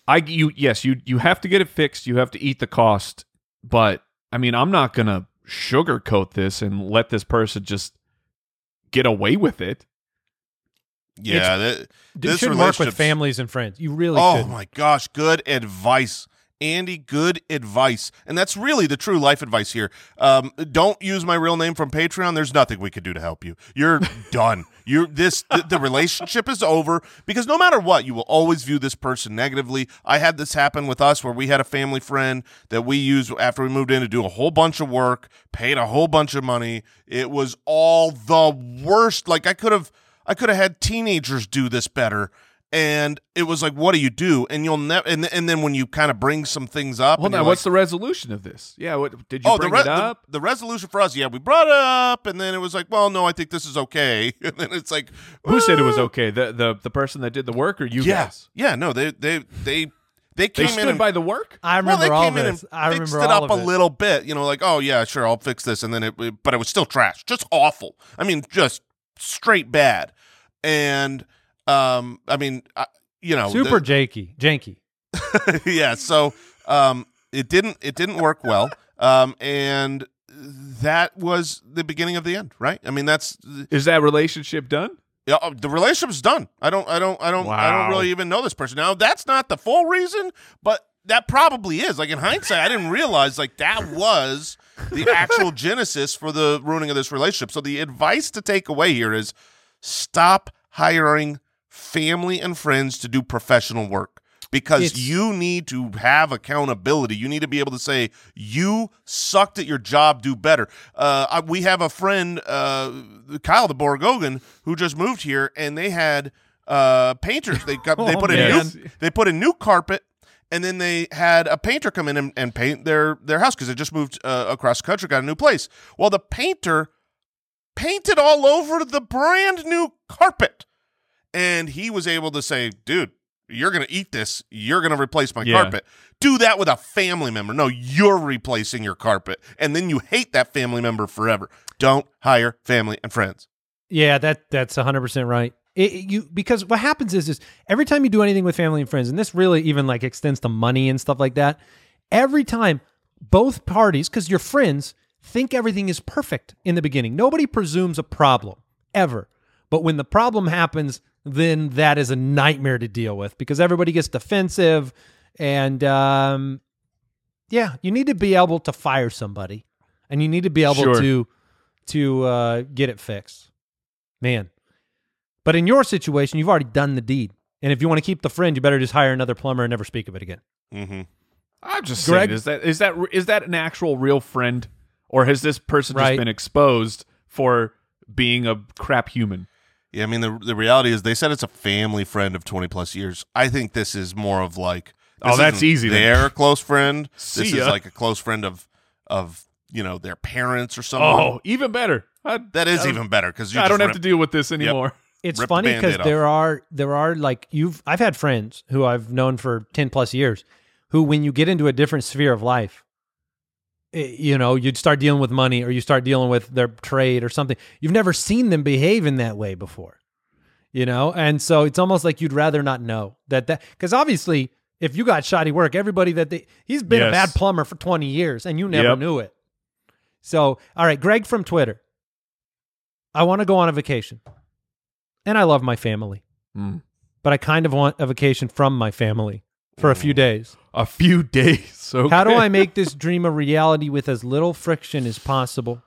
[SPEAKER 2] I you yes you you have to get it fixed. You have to eat the cost. But I mean, I'm not gonna sugarcoat this and let this person just get away with it.
[SPEAKER 4] Yeah. that-
[SPEAKER 3] You
[SPEAKER 4] this
[SPEAKER 3] should work with
[SPEAKER 4] relationship's-
[SPEAKER 3] families and friends. You really
[SPEAKER 4] oh
[SPEAKER 3] should.
[SPEAKER 4] my gosh, good advice. Andy, good advice. And that's really the true life advice here. Um, don't use my real name from Patreon. There's nothing we could do to help you. You're done. You're this the, the relationship is over because no matter what, you will always view this person negatively. I had this happen with us where we had a family friend that we used after we moved in to do a whole bunch of work, paid a whole bunch of money. It was all the worst. Like I could have I could have had teenagers do this better and it was like, what do you do? And you'll never. And, th- and then when you kind of bring some things up,
[SPEAKER 2] Hold
[SPEAKER 4] and
[SPEAKER 2] on,
[SPEAKER 4] you're
[SPEAKER 2] what's the
[SPEAKER 4] like,
[SPEAKER 2] resolution of this? Yeah, what did you
[SPEAKER 4] oh, the,
[SPEAKER 2] bring
[SPEAKER 4] re-
[SPEAKER 2] it up?
[SPEAKER 4] the the resolution for us? Yeah, we brought it up, and then it was like, well, no, I think this is okay. And then it's like,
[SPEAKER 2] Who said it was
[SPEAKER 4] "Ah."
[SPEAKER 2] okay? The the the person that did the work or you
[SPEAKER 4] Yeah,
[SPEAKER 2] guys?
[SPEAKER 4] yeah, no, they they they they
[SPEAKER 2] They
[SPEAKER 4] came in
[SPEAKER 2] stood
[SPEAKER 4] and
[SPEAKER 2] by the work.
[SPEAKER 3] I
[SPEAKER 4] well,
[SPEAKER 3] remember
[SPEAKER 4] they
[SPEAKER 3] all
[SPEAKER 4] came in
[SPEAKER 3] this.
[SPEAKER 4] and
[SPEAKER 3] I
[SPEAKER 4] fixed
[SPEAKER 3] remember
[SPEAKER 4] it
[SPEAKER 3] all
[SPEAKER 4] up
[SPEAKER 3] of
[SPEAKER 4] a
[SPEAKER 3] it.
[SPEAKER 4] little bit, you know, like, oh yeah, sure, I'll fix this, and then it, it- but it was still trash, just awful. I mean, just straight bad. And um, I mean, I, you know, the-
[SPEAKER 3] Super janky, janky.
[SPEAKER 4] yeah so um it didn't it didn't work well um and that was the beginning of the end right i mean that's
[SPEAKER 2] Is that relationship done?
[SPEAKER 4] yeah, oh, the relationship's done i don't i don't i don't i don't
[SPEAKER 2] Wow.
[SPEAKER 4] really even know this person now that's not the full reason but that probably is like in hindsight i didn't realize like that was the actual genesis for the ruining of this relationship so the advice to take away here is stop hiring family and friends to do professional work because
[SPEAKER 3] It's-
[SPEAKER 4] you need to have accountability. You need to be able to say, you sucked at your job, do better. Uh, I- we have a friend, uh, Kyle the Borgogan, who just moved here, and they had uh, painters. They got, they
[SPEAKER 3] Oh,
[SPEAKER 4] put a
[SPEAKER 2] man.
[SPEAKER 4] new they put a new carpet. And then they had a painter come in and, and paint their, their house because they just moved uh, across the country, got a new place. Well, the painter painted all over the brand new carpet. And he was able to say, dude, you're going to eat this. You're going to replace my
[SPEAKER 2] Yeah.
[SPEAKER 4] carpet. Do that with a family member. No, you're replacing your carpet. And then you hate that family member forever. Don't hire family and friends.
[SPEAKER 3] Yeah, that that's 100% right. It, it- you because what happens is is every time you do anything with family and friends and this really even like extends to money and stuff like that, every time both parties cuz you're friends think everything is perfect in the beginning. Nobody presumes a problem ever. But when the problem happens, then that is a nightmare to deal with because everybody gets defensive. And um, yeah, you need to be able to fire somebody and you need to be able
[SPEAKER 2] Sure.
[SPEAKER 3] to to uh, get it fixed. Man. But in your situation, you've already done the deed. And if you want to keep the friend, you better just hire another plumber and never speak of it again.
[SPEAKER 4] Mm-hmm.
[SPEAKER 2] I'm just
[SPEAKER 3] Greg-
[SPEAKER 2] saying, is that is that is that an actual real friend, or has this person
[SPEAKER 3] Right.
[SPEAKER 2] just been exposed for being a crap human?
[SPEAKER 4] Yeah, I mean the the reality is they said it's a family friend of twenty plus years. I think this is more of like
[SPEAKER 2] Oh,
[SPEAKER 4] this
[SPEAKER 2] that's
[SPEAKER 4] isn't
[SPEAKER 2] easy then.
[SPEAKER 4] Their close friend. this
[SPEAKER 2] See
[SPEAKER 4] is
[SPEAKER 2] ya.
[SPEAKER 4] like a close friend of of you know their parents or someone.
[SPEAKER 2] Oh, even better. I,
[SPEAKER 4] that is
[SPEAKER 2] I-
[SPEAKER 4] even better because
[SPEAKER 2] I don't have to deal with this anymore.
[SPEAKER 3] It's
[SPEAKER 4] Rip the
[SPEAKER 3] funny because
[SPEAKER 4] Band-Aid off.
[SPEAKER 3] there are there are like you've I've had friends who I've known for ten plus years, who when you get into a different sphere of life, eh, you know you'd start dealing with money or you start dealing with their trade or something. You've never seen them behave in that way before, you know, and so it's almost like you'd rather not know that that because obviously if you got shoddy work, everybody that they he's been a
[SPEAKER 2] Yes.
[SPEAKER 3] bad plumber for twenty years and you never
[SPEAKER 2] Yep.
[SPEAKER 3] knew it. So all right, Greg from Twitter. I want to go on a vacation and I love my family,
[SPEAKER 2] Mm.
[SPEAKER 3] but I kind of want a vacation from my family for a few days.
[SPEAKER 2] A few days. Okay.
[SPEAKER 3] How do I make this dream a reality with as little friction as possible?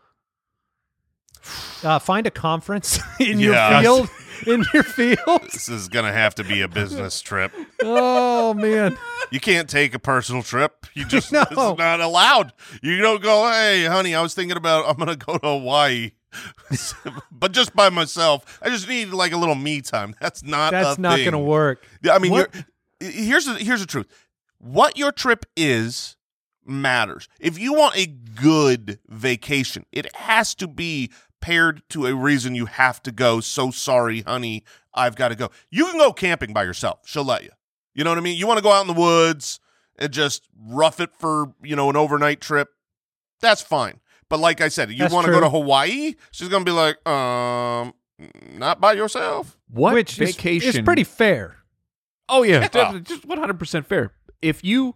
[SPEAKER 3] Uh, find a conference in
[SPEAKER 4] Yeah.
[SPEAKER 3] your field. In your field.
[SPEAKER 4] This is gonna have to be a business trip.
[SPEAKER 3] Oh man.
[SPEAKER 4] You can't take a personal trip. You just
[SPEAKER 3] No.
[SPEAKER 4] it's not allowed. You don't go. Hey, honey, I was thinking about I'm gonna go to Hawaii, but just by myself. I just need like a little me time. That's not.
[SPEAKER 3] That's
[SPEAKER 4] a
[SPEAKER 3] not
[SPEAKER 4] thing.
[SPEAKER 3] gonna work.
[SPEAKER 4] Yeah, I mean, you're,
[SPEAKER 3] What-
[SPEAKER 4] here's the here's the truth. What your trip is matters. If you want a good vacation, it has to be paired to a reason you have to go. So sorry, honey, I've got to go. You can go camping by yourself. She'll let you. You know what I mean? You want to go out in the woods and just rough it for, you know, an overnight trip. That's fine. But like I said, you
[SPEAKER 3] That's
[SPEAKER 4] want to go
[SPEAKER 3] true.
[SPEAKER 4] to Hawaii? She's going to be like, "Um, not by yourself."
[SPEAKER 2] What
[SPEAKER 3] Which is-
[SPEAKER 2] vacation?
[SPEAKER 3] is pretty fair.
[SPEAKER 2] Oh yeah,
[SPEAKER 4] Yeah.
[SPEAKER 2] definitely. just one hundred percent fair. If you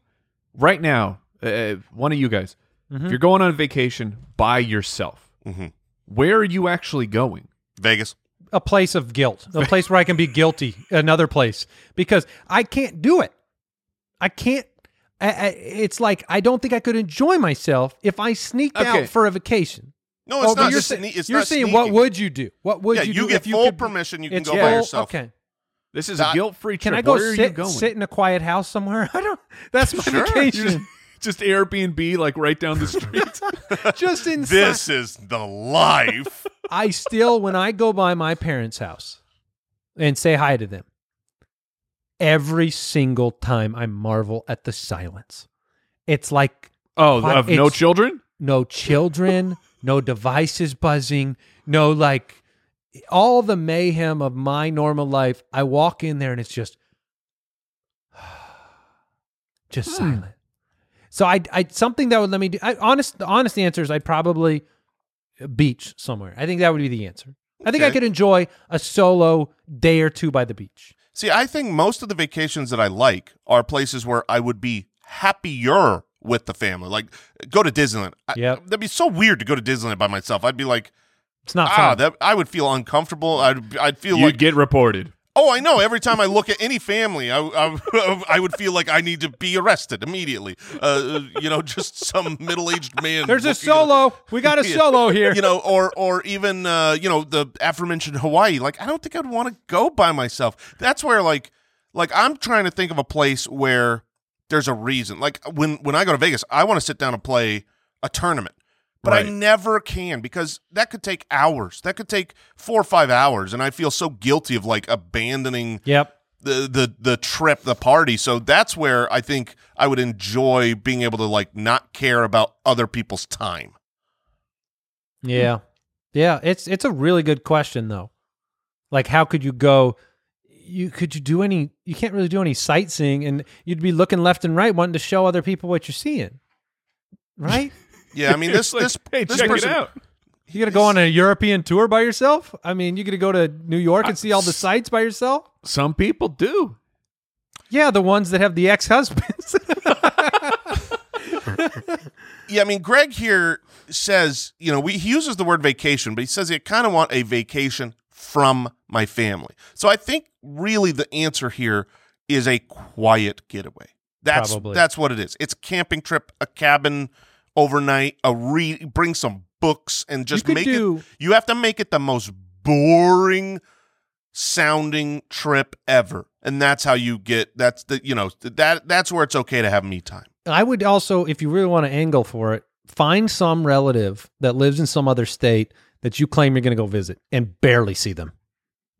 [SPEAKER 2] right now, uh, one of you guys,
[SPEAKER 3] Mhm.
[SPEAKER 2] if you're going on vacation by yourself,
[SPEAKER 4] Mhm.
[SPEAKER 2] where are you actually going?
[SPEAKER 4] Vegas.
[SPEAKER 3] a place of guilt, a place where I can be guilty, another place because I can't do it. I can't. I, I, it's like I don't think I could enjoy myself if I sneaked
[SPEAKER 2] Okay.
[SPEAKER 3] out for a vacation.
[SPEAKER 4] No, it's
[SPEAKER 3] Oh, but
[SPEAKER 4] not.
[SPEAKER 3] You're,
[SPEAKER 4] just
[SPEAKER 3] sa-
[SPEAKER 4] sne- it's
[SPEAKER 3] you're
[SPEAKER 4] not
[SPEAKER 3] saying
[SPEAKER 4] sneaking.
[SPEAKER 3] what would you do? What would
[SPEAKER 4] yeah,
[SPEAKER 3] you,
[SPEAKER 4] you,
[SPEAKER 3] do
[SPEAKER 4] get
[SPEAKER 3] if you
[SPEAKER 4] full
[SPEAKER 3] could-
[SPEAKER 4] permission. You can
[SPEAKER 3] it's
[SPEAKER 4] go by
[SPEAKER 3] full-
[SPEAKER 4] yourself.
[SPEAKER 3] Okay.
[SPEAKER 2] This is
[SPEAKER 4] Uh,
[SPEAKER 2] a guilt-free trip.
[SPEAKER 3] Can I go
[SPEAKER 2] where are you
[SPEAKER 3] sit
[SPEAKER 2] going?
[SPEAKER 3] sit in a quiet house somewhere? I don't. That's my
[SPEAKER 4] Sure.
[SPEAKER 3] vacation.
[SPEAKER 2] Just Airbnb, like right down the street.
[SPEAKER 3] Just inside.
[SPEAKER 4] This is the life.
[SPEAKER 3] I still, when I go by my parents' house and say hi to them, every single time I marvel at the silence. It's like
[SPEAKER 2] oh,
[SPEAKER 3] What?
[SPEAKER 2] of no
[SPEAKER 3] It's-
[SPEAKER 2] children.
[SPEAKER 3] no children, no devices buzzing, no like all the mayhem of my normal life. I walk in there and it's just just
[SPEAKER 4] Hmm.
[SPEAKER 3] silent. So I I something that would let me do I, honest the honest answer is I'd probably beach somewhere. I think that would be the answer. I think I
[SPEAKER 4] Okay.
[SPEAKER 3] could enjoy a solo day or two by the beach.
[SPEAKER 4] See, I think most of the vacations that I like are places where I would be happier with the family. Like, go to Disneyland. I-
[SPEAKER 3] Yep.
[SPEAKER 4] that'd be so weird to go to Disneyland by myself. I'd be like,
[SPEAKER 3] It's not
[SPEAKER 4] ah,
[SPEAKER 3] fun.
[SPEAKER 4] that I would feel uncomfortable. I'd I'd feel
[SPEAKER 2] You'd
[SPEAKER 4] like,
[SPEAKER 2] get reported.
[SPEAKER 4] oh, I know. Every time I look at any family, I I, I would feel like I need to be arrested immediately. Uh, you know, just some middle aged man.
[SPEAKER 3] There's a
[SPEAKER 4] looking at-
[SPEAKER 3] solo. We got a
[SPEAKER 4] Yeah.
[SPEAKER 3] solo here.
[SPEAKER 4] you know, or or even uh, you know the aforementioned Hawaii. Like, I don't think I'd want to go by myself. That's where like like I'm trying to think of a place where there's a reason. Like when when I go to Vegas, I want to sit down and play a tournament, but I
[SPEAKER 2] Right.
[SPEAKER 4] never can because that could take hours. That could take four or five hours, and I feel so guilty of like abandoning
[SPEAKER 3] Yep.
[SPEAKER 4] the the the trip, the party. So that's where I think I would enjoy being able to like not care about other people's time.
[SPEAKER 3] Yeah. Yeah, it's it's a really good question though. Like how could you go you could you do any you can't really do any sightseeing and you'd be looking left and right wanting to show other people what you're seeing. Right?
[SPEAKER 4] Yeah, I mean this
[SPEAKER 2] It's like,
[SPEAKER 4] this
[SPEAKER 2] hey,
[SPEAKER 4] this
[SPEAKER 2] check
[SPEAKER 4] person,
[SPEAKER 2] it out.
[SPEAKER 3] you gonna go on a European tour by yourself? I mean, you gonna go to New York
[SPEAKER 4] Uh,
[SPEAKER 3] and see all the sights by yourself?
[SPEAKER 2] Some people do.
[SPEAKER 3] Yeah, the ones that have the ex husbands.
[SPEAKER 4] yeah, I mean, Greg here says, you know, we, he uses the word vacation, but he says, I kind of want a vacation from my family. So I think really the answer here is a quiet getaway. That's
[SPEAKER 3] Probably.
[SPEAKER 4] that's what it is. It's camping trip, a cabin overnight, a re bring some books and just
[SPEAKER 3] could
[SPEAKER 4] make
[SPEAKER 3] do-
[SPEAKER 4] it. You have to make it the most boring sounding trip ever, and that's how you get. That's the you know that that's where it's okay to have me time.
[SPEAKER 3] I would also, if you really want to angle for it, find some relative that lives in some other state that you claim you're going to go visit and barely see them.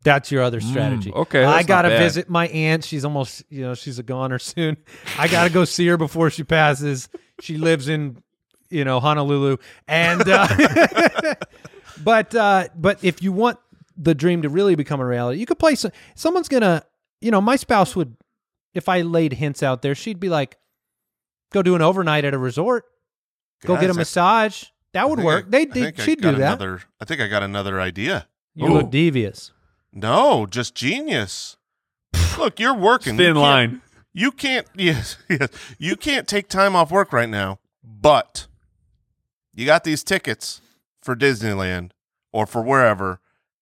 [SPEAKER 3] That's your other strategy.
[SPEAKER 2] Mm, okay,
[SPEAKER 3] I
[SPEAKER 2] that's not
[SPEAKER 3] gotta
[SPEAKER 2] bad.
[SPEAKER 3] visit my aunt. She's almost, you know, she's a goner soon. I gotta go see her before she passes. She lives in, you know, Honolulu, and uh, but uh, but if you want the dream to really become a reality, you could play. Some, someone's gonna, you know, my spouse would, if I laid hints out there, she'd be like, "Go do an overnight at a resort. Go get a
[SPEAKER 4] Guys, I-
[SPEAKER 3] massage. That would
[SPEAKER 4] I think
[SPEAKER 3] work.
[SPEAKER 4] I-
[SPEAKER 3] they
[SPEAKER 4] I
[SPEAKER 3] did.
[SPEAKER 4] think I
[SPEAKER 3] She'd do
[SPEAKER 4] got
[SPEAKER 3] that.
[SPEAKER 4] Another, I think I got another idea.
[SPEAKER 3] you look
[SPEAKER 2] Ooh.
[SPEAKER 3] devious.
[SPEAKER 4] No, just genius. Look, you're working. You
[SPEAKER 2] Thin
[SPEAKER 4] can't-
[SPEAKER 2] line.
[SPEAKER 4] You can't. Yes, yes. You can't take time off work right now. But you got these tickets for Disneyland or for wherever,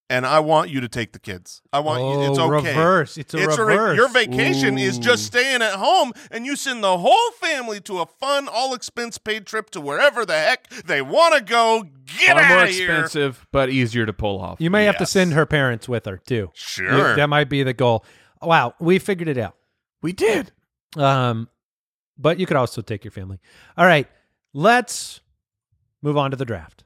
[SPEAKER 4] and I want you to take the kids. I want you. It's
[SPEAKER 3] Oh,
[SPEAKER 4] okay.
[SPEAKER 3] reverse. It's a
[SPEAKER 4] It's a re-
[SPEAKER 3] reverse.
[SPEAKER 4] your vacation is just
[SPEAKER 5] Ooh.
[SPEAKER 4] staying at home, and you send the whole family to a fun, all expense paid trip to wherever the heck they want to go. Get
[SPEAKER 2] Far more
[SPEAKER 4] out of here.
[SPEAKER 2] expensive, but easier to pull off.
[SPEAKER 3] You may have to
[SPEAKER 4] Yes.
[SPEAKER 3] send her parents with her too.
[SPEAKER 4] Sure.
[SPEAKER 3] Yeah, That might be the goal. Wow, we figured it out.
[SPEAKER 2] we did.
[SPEAKER 3] Um, but you could also take your family. All right, let's move on to the draft.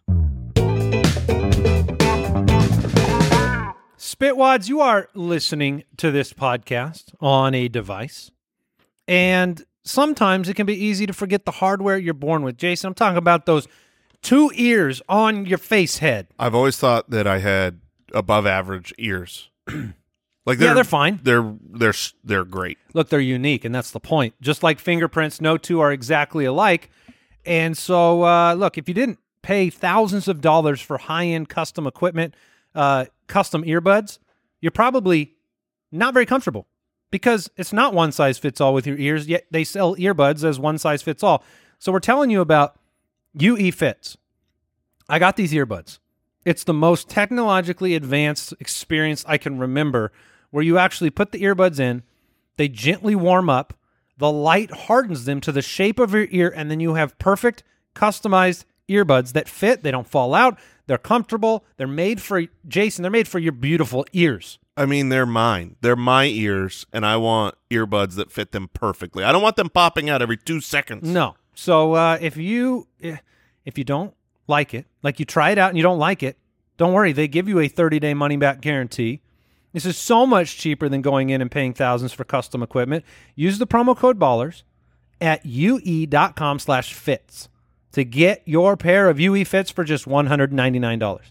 [SPEAKER 3] Spitwads, you are listening to this podcast on a device, and sometimes it can be easy to forget the hardware you're born with. Jason, I'm talking about those two ears on your face head.
[SPEAKER 6] I've always thought that I had above average ears. like
[SPEAKER 3] Yeah, they're fine.
[SPEAKER 6] They're they're s- they're great.
[SPEAKER 3] look, they're unique, and that's the point. Just like fingerprints, no two are exactly alike. And so, uh, look, if you didn't pay thousands of dollars for high end custom equipment, uh, custom earbuds, you're probably not very comfortable because it's not one size fits all with your ears, yet they sell earbuds as one size fits all. So, we're telling you about UE Fits. I got these earbuds. It's the most technologically advanced experience I can remember where you actually put the earbuds in, they gently warm up, the light hardens them to the shape of your ear, and then you have perfect customized earbuds that fit, they don't fall out, they're comfortable, they're made for Jason, they're made for your beautiful ears.
[SPEAKER 6] I mean, they're mine. They're my ears, and I want earbuds that fit them perfectly. I don't want them popping out every two seconds.
[SPEAKER 3] No. So uh, if you if you don't like it, like you try it out and you don't like it, don't worry. They give you a 30 day money back guarantee. This is so much cheaper than going in and paying thousands for custom equipment. Use the promo code Ballers at ue.com slash fits to get your pair of UE fits for just $199.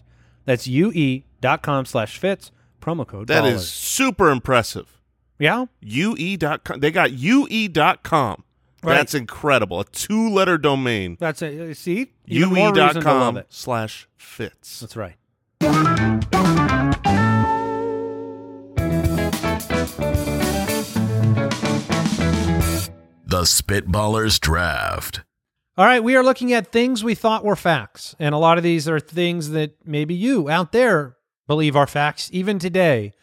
[SPEAKER 3] That's ue.com slash fits, promo code
[SPEAKER 6] that is
[SPEAKER 3] Ballers.
[SPEAKER 6] super impressive.
[SPEAKER 3] yeah?
[SPEAKER 6] UE.com. E They got UE.com.
[SPEAKER 3] Right.
[SPEAKER 6] That's incredible. A two letter domain.
[SPEAKER 3] That's it. See? Even more reason to love
[SPEAKER 6] UE.com
[SPEAKER 3] it.
[SPEAKER 6] slash fits.
[SPEAKER 3] That's right.
[SPEAKER 1] The Spitballers Draft.
[SPEAKER 3] All right, we are looking at things we thought were facts. And a lot of these are things that maybe you out there believe are facts even today.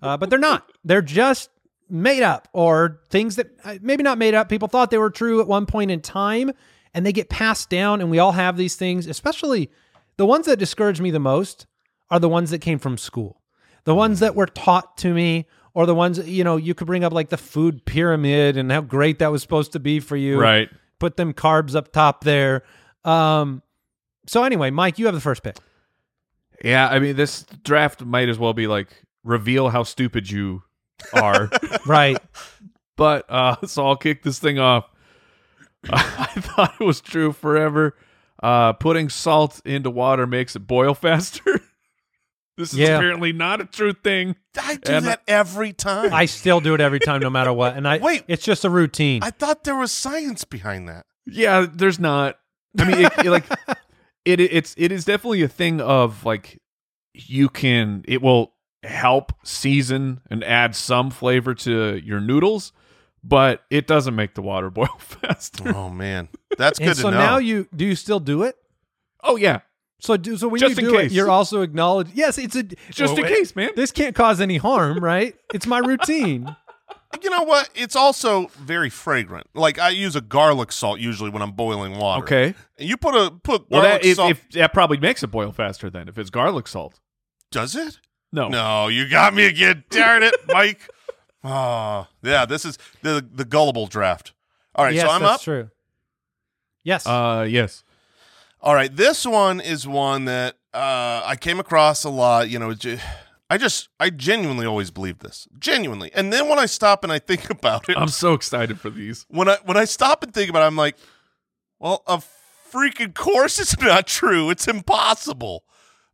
[SPEAKER 3] Uh, but they're not. They're just made up or things that uh, maybe not made up. People thought they were true at one point in time and they get passed down. And we all have these things, especially the ones that discourage me the most are the ones that came from school, the ones that were taught to me. Or the ones, you know, you could bring up like the food pyramid and how great that was supposed to be for you
[SPEAKER 2] Right.
[SPEAKER 3] put them carbs up top there. Um, so anyway, Mike, you have the first pick.
[SPEAKER 2] Yeah, I mean, this draft might as well be like reveal how stupid you are.
[SPEAKER 3] Right.
[SPEAKER 2] but uh, so I'll kick this thing off. I thought it was true forever. Uh, putting salt into water makes it boil faster. this is
[SPEAKER 3] Yeah.
[SPEAKER 2] apparently not a true thing.
[SPEAKER 4] I do
[SPEAKER 2] And-
[SPEAKER 4] that every time.
[SPEAKER 3] I still do it every time, no matter what. And I
[SPEAKER 4] Wait.
[SPEAKER 3] it's just a routine.
[SPEAKER 4] I thought there was science behind that.
[SPEAKER 2] Yeah, there's not. I mean, it, it, like it, it's it is definitely a thing of like you can it will help season and add some flavor to your noodles, but it doesn't make the water boil faster.
[SPEAKER 4] Oh man, that's good
[SPEAKER 3] and
[SPEAKER 4] to
[SPEAKER 3] so
[SPEAKER 4] know.
[SPEAKER 3] now you do you still do it?
[SPEAKER 2] Oh yeah,
[SPEAKER 3] So do so when
[SPEAKER 2] Just
[SPEAKER 3] you
[SPEAKER 2] in
[SPEAKER 3] do it,
[SPEAKER 2] case.
[SPEAKER 3] you're also acknowledged. Yes, it's a
[SPEAKER 2] just in
[SPEAKER 3] Well,
[SPEAKER 2] case, man.
[SPEAKER 3] This can't cause any harm, right? It's my routine.
[SPEAKER 4] you know what? It's also very fragrant. Like I use a garlic salt usually when I'm boiling water.
[SPEAKER 2] Okay.
[SPEAKER 4] And you put a put garlic
[SPEAKER 2] Well, that if,
[SPEAKER 4] salt.
[SPEAKER 2] if that probably makes it boil faster then if it's garlic salt.
[SPEAKER 4] does it?
[SPEAKER 3] Oh.
[SPEAKER 2] No.
[SPEAKER 4] No, you got me again. Darn it, Mike. Oh, yeah. This is the the gullible draft. All right,
[SPEAKER 3] yes,
[SPEAKER 4] so I'm
[SPEAKER 3] that's
[SPEAKER 4] up.
[SPEAKER 3] true. Yes.
[SPEAKER 2] Uh yes.
[SPEAKER 4] All right, this one is one that uh, I came across a lot. You know, ju- I just I genuinely always believed this, genuinely. And then when I stop and I think about it,
[SPEAKER 2] I'm so excited for these.
[SPEAKER 4] when I when I stop and think about it, I'm like, well, of freaking course it's not true. It's impossible.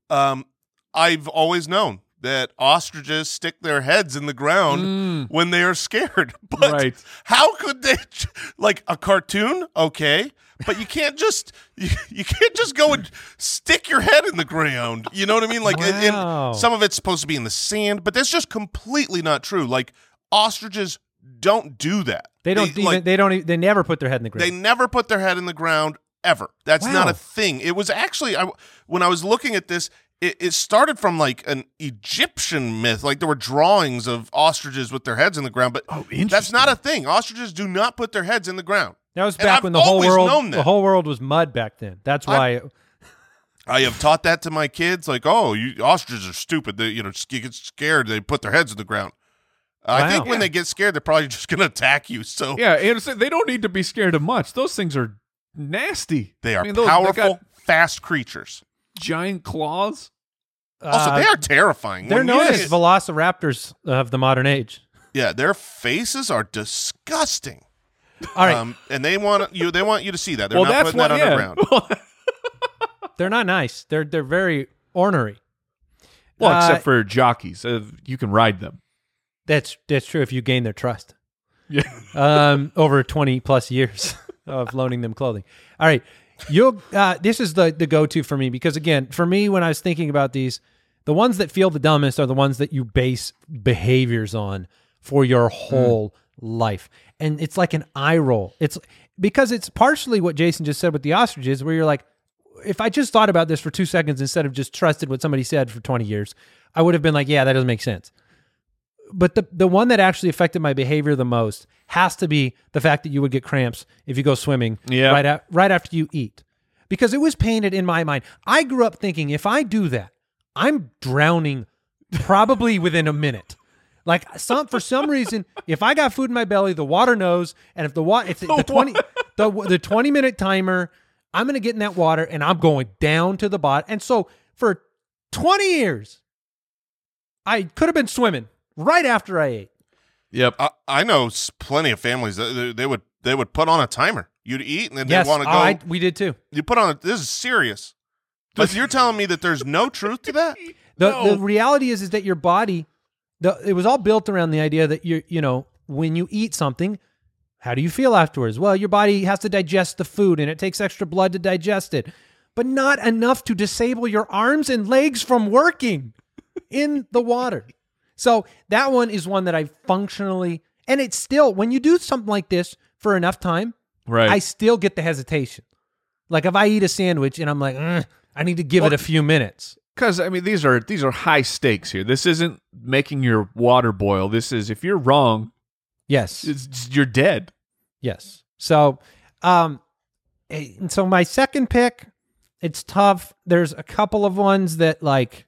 [SPEAKER 4] Um, I've always known that ostriches stick their heads in the ground when they are scared. But
[SPEAKER 2] Right.
[SPEAKER 4] how could they like a cartoon? Okay. But you can't just you, you can't just go and stick your head in the ground. You know what I mean? Like and-
[SPEAKER 3] Wow.
[SPEAKER 4] and some of it's supposed to be in the sand, but that's just completely not true. Like ostriches don't do that.
[SPEAKER 3] they don't even
[SPEAKER 4] like,
[SPEAKER 3] they don't even, they never put their head in the ground.
[SPEAKER 4] they never put their head in the ground ever. That's
[SPEAKER 3] Wow.
[SPEAKER 4] not a thing. It was actually I, when I was looking at this, it, it started from like an Egyptian myth. Like there were drawings of ostriches with their heads in the ground, but
[SPEAKER 2] Oh, interesting.
[SPEAKER 4] that's not a thing. Ostriches do not put their heads in the ground.
[SPEAKER 3] that was
[SPEAKER 4] and
[SPEAKER 3] back
[SPEAKER 4] I've
[SPEAKER 3] when the whole
[SPEAKER 4] always known
[SPEAKER 3] world
[SPEAKER 4] that.
[SPEAKER 3] the whole world was mud back then. That's why
[SPEAKER 4] I have taught that to my kids. Like, oh, you ostriches are stupid. They, you know, just get scared. They put their heads in the ground. I
[SPEAKER 3] Wow.
[SPEAKER 4] think when they get scared, they're probably just going to attack you. So
[SPEAKER 2] Yeah, and so they don't need to be scared of much. Those things are nasty.
[SPEAKER 4] they are
[SPEAKER 2] I mean, those- they got
[SPEAKER 4] powerful, fast creatures.
[SPEAKER 2] giant claws.
[SPEAKER 4] Also,
[SPEAKER 3] uh,
[SPEAKER 4] they are terrifying.
[SPEAKER 3] they're
[SPEAKER 4] When
[SPEAKER 3] known
[SPEAKER 4] you
[SPEAKER 3] as
[SPEAKER 4] see-
[SPEAKER 3] velociraptors of the modern age.
[SPEAKER 4] Yeah, their faces are disgusting.
[SPEAKER 3] All right,
[SPEAKER 4] Um, and they want you. They want you to see that. They're
[SPEAKER 2] well,
[SPEAKER 4] not
[SPEAKER 2] that's
[SPEAKER 4] putting that
[SPEAKER 2] what. yeah.
[SPEAKER 4] underground.
[SPEAKER 2] well,
[SPEAKER 3] they're not nice. They're they're very ornery. Uh,
[SPEAKER 2] except for jockeys, uh, you can ride them.
[SPEAKER 3] That's that's true if you gain their trust.
[SPEAKER 2] Yeah.
[SPEAKER 3] um, over twenty plus years of loaning them clothing. All right, you'll. Uh, this is the the go to for me because again, for me when I was thinking about these, the ones that feel the dumbest are the ones that you base behaviors on for your whole life, and it's like an eye roll. It's because it's partially what Jason just said with the ostriches, where you're like, if I just thought about this for two seconds instead of just trusted what somebody said for twenty years, I would have been like, yeah, that doesn't make sense but the the one that actually affected my behavior the most has to be the fact that you would get cramps if you go swimming
[SPEAKER 2] Yeah.
[SPEAKER 3] right a- right after you eat because it was painted in my mind. I grew up thinking if I do that, I'm drowning probably within a minute. Like some for some reason, if I got food in my belly, the water knows, and if the water, it's the, twenty, the the twenty minute timer, I'm gonna get in that water and I'm going down to the bottom. And so for twenty years, I could have been swimming right after I ate.
[SPEAKER 2] Yep.
[SPEAKER 4] I, I know s- plenty of families that they, they would they would put on a timer. You'd eat and then
[SPEAKER 3] yes, Oh,
[SPEAKER 4] they
[SPEAKER 2] Oh,
[SPEAKER 4] want to go.
[SPEAKER 3] I, we did too.
[SPEAKER 4] you put on a, this is serious. But you're telling me that there's no truth to that?
[SPEAKER 3] The,
[SPEAKER 2] No.
[SPEAKER 3] the reality is is that your body, the it was all built around the idea that you you know when you eat something, how do you feel afterwards? Well, your body has to digest the food, and it takes extra blood to digest it, but not enough to disable your arms and legs from working in the water. So that one is one that I functionally, and it's still when you do something like this for enough time,
[SPEAKER 2] Right.
[SPEAKER 3] I still get the hesitation. Like if I eat a sandwich and I'm like, "Mm, I need to give it a few minutes.
[SPEAKER 2] Because I mean, these are these are high stakes here. This isn't making your water boil. This is if you're wrong,
[SPEAKER 3] Yes.
[SPEAKER 2] it's, it's- you're dead.
[SPEAKER 3] Yes. So, um, eh, and so my second pick, it's tough. There's a couple of ones that like,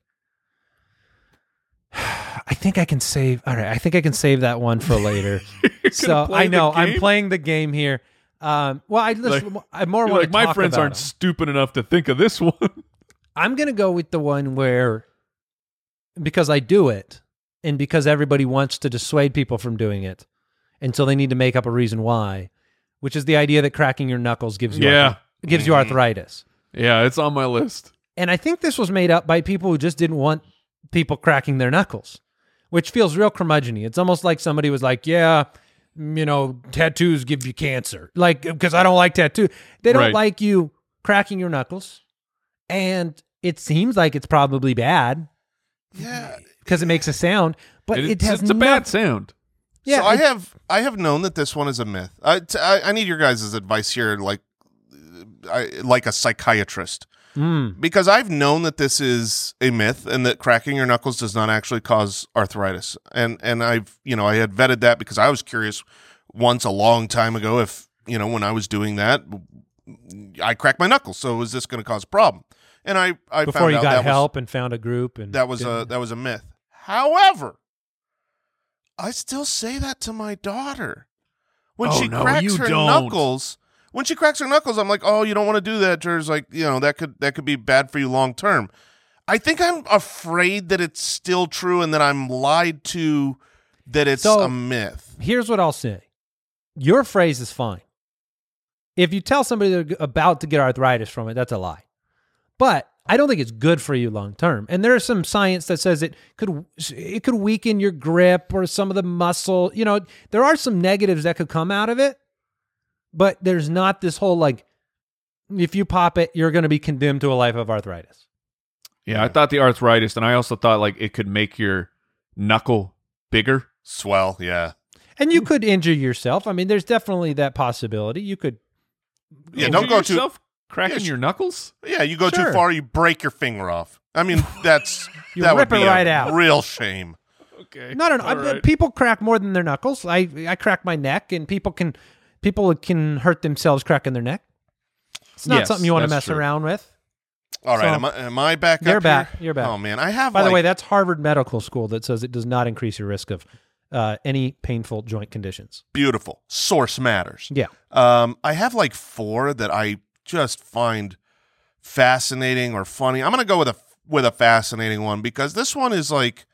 [SPEAKER 3] I think I can save. All right, I think I can save that one for later. so
[SPEAKER 2] play
[SPEAKER 3] I
[SPEAKER 2] the
[SPEAKER 3] know I'm
[SPEAKER 2] game?
[SPEAKER 3] playing the game here. Um, well, I listen, I more
[SPEAKER 2] You're
[SPEAKER 3] want
[SPEAKER 2] like
[SPEAKER 3] to
[SPEAKER 2] my
[SPEAKER 3] talk
[SPEAKER 2] friends
[SPEAKER 3] about
[SPEAKER 2] aren't
[SPEAKER 3] 'em.
[SPEAKER 2] stupid enough to think of this one.
[SPEAKER 3] I'm gonna go with the one where because I do it and because everybody wants to dissuade people from doing it, and so they need to make up a reason why, which is the idea that cracking your knuckles gives you
[SPEAKER 2] Yeah.
[SPEAKER 3] arth- gives you arthritis.
[SPEAKER 2] yeah, it's on my list.
[SPEAKER 3] And I think this was made up by people who just didn't want people cracking their knuckles, which feels real curmudgeon It's almost like somebody was like, yeah, you know, tattoos give you cancer. Like, because I don't like tattoo. They don't
[SPEAKER 2] Right.
[SPEAKER 3] like you cracking your knuckles. And it seems like it's probably bad
[SPEAKER 4] Yeah.
[SPEAKER 3] because it makes a sound, but
[SPEAKER 2] And
[SPEAKER 3] it
[SPEAKER 2] it's,
[SPEAKER 3] has
[SPEAKER 2] it's a
[SPEAKER 3] noth-
[SPEAKER 2] bad sound.
[SPEAKER 3] Yeah,
[SPEAKER 4] so I
[SPEAKER 3] it-
[SPEAKER 4] have I have known that this one is a myth. I t- I, I need your guys' advice here, like I, like a psychiatrist,
[SPEAKER 3] Mm.
[SPEAKER 4] because I've known that this is a myth and that cracking your knuckles does not actually cause arthritis. And and I've you know I had vetted that because I was curious once a long time ago if you know when I was doing that I cracked my knuckles. So is this going to cause a problem? And I I
[SPEAKER 3] Before
[SPEAKER 4] found
[SPEAKER 3] you
[SPEAKER 4] out
[SPEAKER 3] got
[SPEAKER 4] that was-
[SPEAKER 3] help and found a group and
[SPEAKER 4] that was a
[SPEAKER 3] didn't-
[SPEAKER 4] that was a myth. However, I still say that to my daughter when
[SPEAKER 2] Oh,
[SPEAKER 4] she
[SPEAKER 2] no,
[SPEAKER 4] cracks
[SPEAKER 2] you
[SPEAKER 4] her
[SPEAKER 2] don't.
[SPEAKER 4] knuckles. When she cracks her knuckles, I'm like, "Oh, you don't want to do that." There's like, you know, that could that could be bad for you long term. I think I'm afraid that it's still true and that I'm lied to that it's
[SPEAKER 3] So-
[SPEAKER 4] a myth.
[SPEAKER 3] Here's what I'll say. Your phrase is fine. If you tell somebody they're g- about to get arthritis from it, that's a lie. But I don't think it's good for you long term. And there is some science that says it could it could weaken your grip or some of the muscle. You know, there are some negatives that could come out of it. But there's not this whole like if you pop it, you're going to be condemned to a life of arthritis.
[SPEAKER 2] Yeah, I thought the arthritis, and I also thought like it could make your knuckle bigger.
[SPEAKER 4] Swell, yeah.
[SPEAKER 3] And you could injure yourself. I mean, there's definitely that possibility. You could
[SPEAKER 4] Yeah,
[SPEAKER 2] Injure
[SPEAKER 4] don't go too
[SPEAKER 2] yourself cracking
[SPEAKER 4] Yeah, sh-
[SPEAKER 2] your knuckles.
[SPEAKER 4] Yeah, you go
[SPEAKER 3] Sure.
[SPEAKER 4] too far, you break your finger off. I mean, that's
[SPEAKER 3] You
[SPEAKER 4] that
[SPEAKER 3] rip
[SPEAKER 4] would
[SPEAKER 3] it
[SPEAKER 4] be a
[SPEAKER 3] right out.
[SPEAKER 4] real shame.
[SPEAKER 2] Okay,
[SPEAKER 3] No, no, no.
[SPEAKER 2] All
[SPEAKER 3] I-
[SPEAKER 2] right.
[SPEAKER 3] People crack more than their knuckles. I I crack my neck, and people can people can hurt themselves cracking their neck. It's not
[SPEAKER 2] Yes,
[SPEAKER 3] something you want to
[SPEAKER 2] that's
[SPEAKER 3] mess
[SPEAKER 2] true.
[SPEAKER 3] around with.
[SPEAKER 4] All right,
[SPEAKER 3] So-
[SPEAKER 4] am I, am I back?
[SPEAKER 3] You're
[SPEAKER 4] up
[SPEAKER 3] back.
[SPEAKER 4] here?
[SPEAKER 3] You're back.
[SPEAKER 4] Oh man, I have.
[SPEAKER 3] By the
[SPEAKER 4] like-
[SPEAKER 3] way, that's Harvard Medical School that says it does not increase your risk of uh, any painful joint conditions.
[SPEAKER 4] beautiful. Source matters.
[SPEAKER 3] Yeah.
[SPEAKER 4] Um, I have like four that I just find fascinating or funny. I'm gonna go with a with a fascinating one because this one is like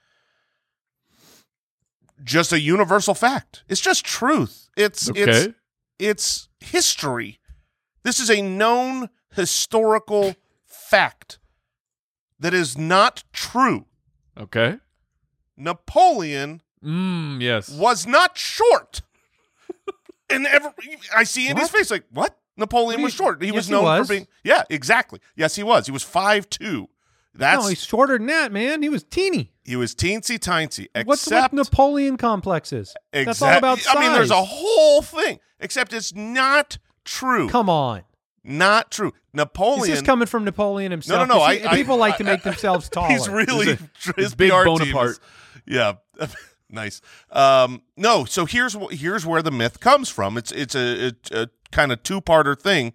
[SPEAKER 4] just a universal fact. It's just truth. It's it's
[SPEAKER 2] okay.
[SPEAKER 4] it's history. This is a known historical fact that is not true.
[SPEAKER 2] Okay.
[SPEAKER 4] Napoleon
[SPEAKER 2] Mm, yes.
[SPEAKER 4] was not short. and every, I see Andy's face like, what? Napoleon was short. He
[SPEAKER 3] Yes,
[SPEAKER 4] was
[SPEAKER 3] he
[SPEAKER 4] known
[SPEAKER 3] was.
[SPEAKER 4] for being. Yeah, exactly. Yes, he was. He was five two. That's
[SPEAKER 3] no, he's shorter than that, man. He was teeny.
[SPEAKER 4] he was teensy tiny. Except
[SPEAKER 3] What's with Napoleon complexes? That's all
[SPEAKER 4] exact-
[SPEAKER 3] about size.
[SPEAKER 4] I mean, there's a whole thing. Except it's not true.
[SPEAKER 3] Come on.
[SPEAKER 4] Not true. Napoleon.
[SPEAKER 3] This is coming from Napoleon himself.
[SPEAKER 4] no,
[SPEAKER 3] 'cause he-
[SPEAKER 4] I- I-
[SPEAKER 3] people like to
[SPEAKER 4] I-
[SPEAKER 3] make themselves taller.
[SPEAKER 4] He's really
[SPEAKER 2] He's
[SPEAKER 4] his
[SPEAKER 2] big
[SPEAKER 4] PR team
[SPEAKER 2] Bonaparte.
[SPEAKER 4] is- yeah, nice. Um, no, so here's wh- here's where the myth comes from. It's it's a, a, a kind of two parter thing.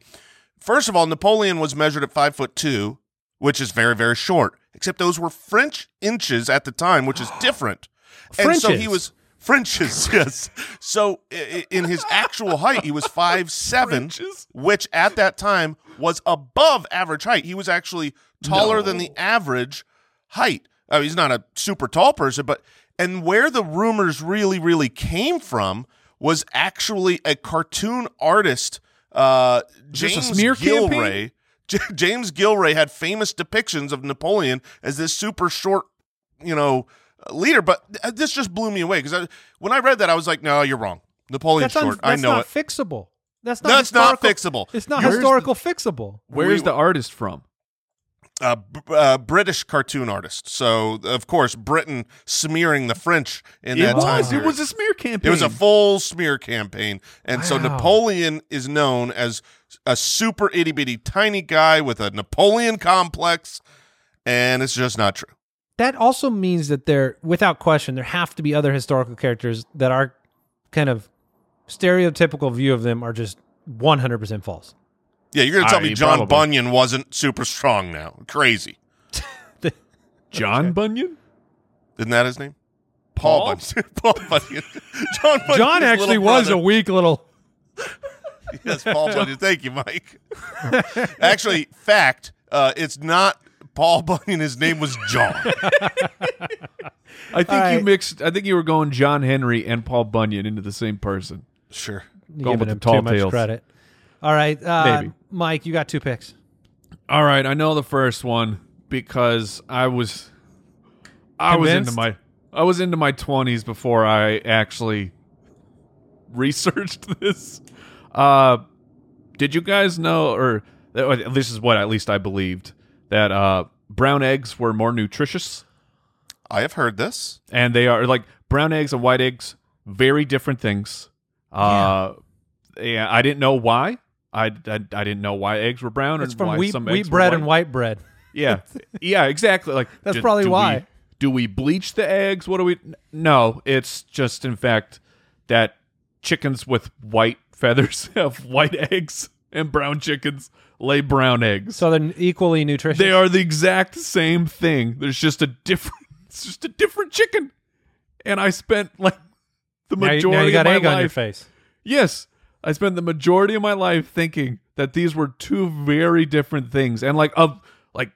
[SPEAKER 4] First of all, Napoleon was measured at five foot two, which is very very short. Except those were French inches at the time, which is different. And so he
[SPEAKER 3] Frenches.
[SPEAKER 4] was Frenches, yes. So i- i- in his actual height, he was five seven, which at that time was above average height. He was actually taller than the average height. Uh, he's not a super tall person, but and where the rumors really, really came from was actually a cartoon artist, uh,
[SPEAKER 2] this a
[SPEAKER 4] James
[SPEAKER 2] smear campaign?
[SPEAKER 4] Gilray. J- James Gilray had famous depictions of Napoleon as this super short, you know, leader. But th- this just blew me away because I, when I read that, I was like, "No, you're wrong. Napoleon's
[SPEAKER 3] That's, un-
[SPEAKER 4] short.
[SPEAKER 3] that's
[SPEAKER 4] I know
[SPEAKER 3] not
[SPEAKER 4] it.
[SPEAKER 3] fixable. That's not.
[SPEAKER 4] That's not
[SPEAKER 3] historical-
[SPEAKER 4] fixable.
[SPEAKER 3] It's not
[SPEAKER 2] Here's-
[SPEAKER 3] historical fixable.
[SPEAKER 2] Where's
[SPEAKER 4] we-
[SPEAKER 2] the artist from?
[SPEAKER 4] a b- uh, British cartoon artist. So of course Britain smearing the French in
[SPEAKER 2] it
[SPEAKER 4] that time.
[SPEAKER 2] was. It
[SPEAKER 4] period.
[SPEAKER 2] was a smear campaign.
[SPEAKER 4] It was a full smear campaign, and so
[SPEAKER 3] Wow.
[SPEAKER 4] Napoleon is known as a super itty bitty tiny guy with a Napoleon complex, and it's just not true.
[SPEAKER 3] That also means that there, without question, there have to be other historical characters that are kind of stereotypical view of them are just 100% false.
[SPEAKER 4] Yeah, you're gonna tell
[SPEAKER 2] I-
[SPEAKER 4] me John
[SPEAKER 2] probably.
[SPEAKER 4] Bunyan wasn't super strong now? Crazy,
[SPEAKER 2] John Bunyan.
[SPEAKER 4] isn't that his name? Paul,
[SPEAKER 2] Paul?
[SPEAKER 4] Bunyan. Paul Bunyan. John. Bunyan's
[SPEAKER 3] John actually
[SPEAKER 4] little
[SPEAKER 3] was
[SPEAKER 4] brother.
[SPEAKER 3] a weak little.
[SPEAKER 4] Yes, Paul Bunyan. Thank you, Mike. Actually, fact, uh, it's not Paul Bunyan. His name was John.
[SPEAKER 2] I think you
[SPEAKER 3] right.
[SPEAKER 2] mixed. I think you were going John Henry and Paul Bunyan into the same person.
[SPEAKER 4] sure.
[SPEAKER 2] Going
[SPEAKER 3] giving
[SPEAKER 2] with the
[SPEAKER 3] him
[SPEAKER 2] tall
[SPEAKER 3] too much
[SPEAKER 2] tales.
[SPEAKER 3] credit. All right. Uh,
[SPEAKER 2] Maybe.
[SPEAKER 3] Mike, you got two picks.
[SPEAKER 2] All right, I know the first one because I was I was into
[SPEAKER 3] Convinced?
[SPEAKER 2] my I was into my 20s before I actually researched this. Uh did you guys know or or this is what at least I believed that uh brown eggs were more nutritious
[SPEAKER 4] I have heard this.
[SPEAKER 2] and they are like brown eggs and white eggs very different things. Uh, yeah, I didn't know why. I, I, I didn't know why eggs were brown
[SPEAKER 3] It's
[SPEAKER 2] or
[SPEAKER 3] from
[SPEAKER 2] why
[SPEAKER 3] wheat,
[SPEAKER 2] some
[SPEAKER 3] wheat
[SPEAKER 2] eggs
[SPEAKER 3] bread
[SPEAKER 2] were
[SPEAKER 3] and
[SPEAKER 2] white.
[SPEAKER 3] white bread.
[SPEAKER 2] Yeah, yeah, exactly. Like
[SPEAKER 3] That's
[SPEAKER 2] d-
[SPEAKER 3] probably
[SPEAKER 2] do
[SPEAKER 3] why.
[SPEAKER 2] We, do we bleach the eggs? What do we? n- No, it's just in fact that chickens with white feathers have white eggs, and brown chickens lay brown eggs.
[SPEAKER 3] So they're equally nutritious.
[SPEAKER 2] They are the exact same thing. There's just a different. It's just a different chicken, and I spent like the
[SPEAKER 3] now, you- now
[SPEAKER 2] majority
[SPEAKER 3] you got
[SPEAKER 2] of my
[SPEAKER 3] egg
[SPEAKER 2] life.
[SPEAKER 3] on your face.
[SPEAKER 2] Yes, I spent the majority of my life thinking that these were two very different things, and like of like,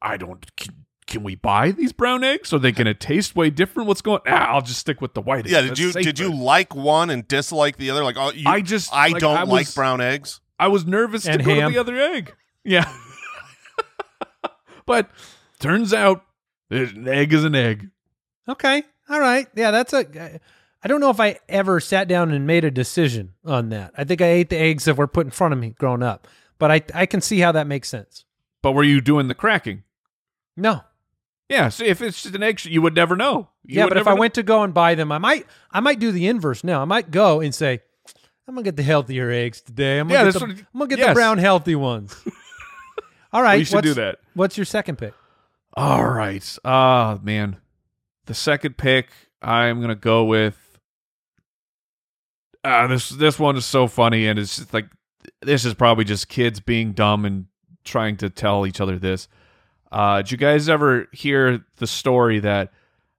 [SPEAKER 2] I don't. Can, can we buy these brown eggs? Are they going to taste way different? What's going? Ah, I'll just stick with the white.
[SPEAKER 4] Yeah,
[SPEAKER 2] eggs.
[SPEAKER 4] did
[SPEAKER 2] That's
[SPEAKER 4] you
[SPEAKER 2] safer.
[SPEAKER 4] did you like one and dislike the other? Like, oh, you,
[SPEAKER 2] I just-
[SPEAKER 4] I
[SPEAKER 2] like,
[SPEAKER 4] don't
[SPEAKER 2] I
[SPEAKER 4] like
[SPEAKER 2] was-
[SPEAKER 4] brown eggs.
[SPEAKER 2] I was nervous to
[SPEAKER 3] And
[SPEAKER 2] go
[SPEAKER 3] ham.
[SPEAKER 2] to the other egg. Yeah, but turns out an egg is an egg.
[SPEAKER 3] Okay. All right. Yeah, that's a. I don't know if I ever sat down and made a decision on that. I think I ate the eggs that were put in front of me growing up, but I I can see how that makes sense.
[SPEAKER 2] But were you doing the cracking?
[SPEAKER 3] No.
[SPEAKER 2] Yeah. So if it's just an egg, you would never know. You
[SPEAKER 3] yeah,
[SPEAKER 2] would
[SPEAKER 3] but if
[SPEAKER 2] never
[SPEAKER 3] I
[SPEAKER 2] know.
[SPEAKER 3] went to go and buy them, I might I might do the inverse now. I might go and say, I'm gonna get the healthier eggs today. I'm gonna
[SPEAKER 2] Yeah,
[SPEAKER 3] get,
[SPEAKER 2] that's
[SPEAKER 3] the,
[SPEAKER 2] what-
[SPEAKER 3] I'm gonna get the
[SPEAKER 2] yes.
[SPEAKER 3] brown healthy ones. All right.
[SPEAKER 2] We should
[SPEAKER 3] what's-
[SPEAKER 2] do that.
[SPEAKER 3] What's your second pick?
[SPEAKER 2] All right. Ah, man. The second pick I'm going to go with Ah, this this one is so funny and it's just like this is probably just kids being dumb and trying to tell each other this. Uh, did you guys ever hear the story that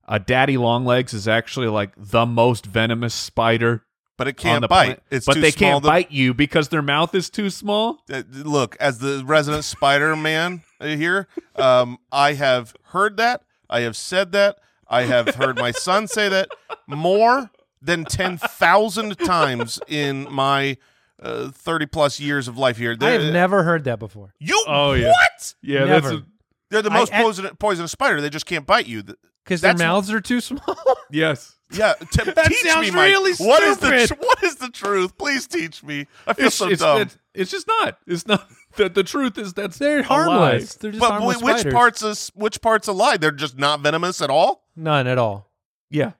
[SPEAKER 2] uh, Daddy Longlegs is actually like the most venomous spider
[SPEAKER 4] But it
[SPEAKER 2] on
[SPEAKER 4] can't
[SPEAKER 2] the
[SPEAKER 4] bite.
[SPEAKER 2] planet?
[SPEAKER 4] It's
[SPEAKER 2] but
[SPEAKER 4] too
[SPEAKER 2] they
[SPEAKER 4] small
[SPEAKER 2] can't
[SPEAKER 4] to-
[SPEAKER 2] bite you because their mouth is too small.
[SPEAKER 4] Uh, look, as the resident Spider Man here, um, I have heard that. I have said that. I have heard my son say that more than 10,000 times in my uh, 30 plus years of life here.
[SPEAKER 3] I
[SPEAKER 4] They're-
[SPEAKER 3] have never heard that before.
[SPEAKER 4] You
[SPEAKER 2] Oh, yeah.
[SPEAKER 4] what?
[SPEAKER 2] Yeah, that's
[SPEAKER 3] Never.
[SPEAKER 2] a,
[SPEAKER 4] They're the
[SPEAKER 3] I-
[SPEAKER 4] most
[SPEAKER 3] I-
[SPEAKER 4] poison- poisonous spider. They just can't bite you. Th-
[SPEAKER 3] Because their
[SPEAKER 4] That's-
[SPEAKER 3] mouths are too small.
[SPEAKER 2] yes.
[SPEAKER 4] Yeah, t- teach me,
[SPEAKER 2] sounds
[SPEAKER 4] Mike.
[SPEAKER 2] really
[SPEAKER 4] What is the
[SPEAKER 2] stupid.
[SPEAKER 4] tr- what is the truth? Please teach me. I feel
[SPEAKER 2] it's,
[SPEAKER 4] so
[SPEAKER 2] it's,
[SPEAKER 4] dumb.
[SPEAKER 2] It's, it's just not. It's not that the truth is that's
[SPEAKER 3] They're
[SPEAKER 2] a
[SPEAKER 3] harmless.
[SPEAKER 2] lie.
[SPEAKER 3] They're just
[SPEAKER 4] but
[SPEAKER 3] harmless
[SPEAKER 4] wh- which
[SPEAKER 3] spiders.
[SPEAKER 4] parts is which parts a lie? They're just not venomous at all.
[SPEAKER 3] None at all.
[SPEAKER 2] Yeah.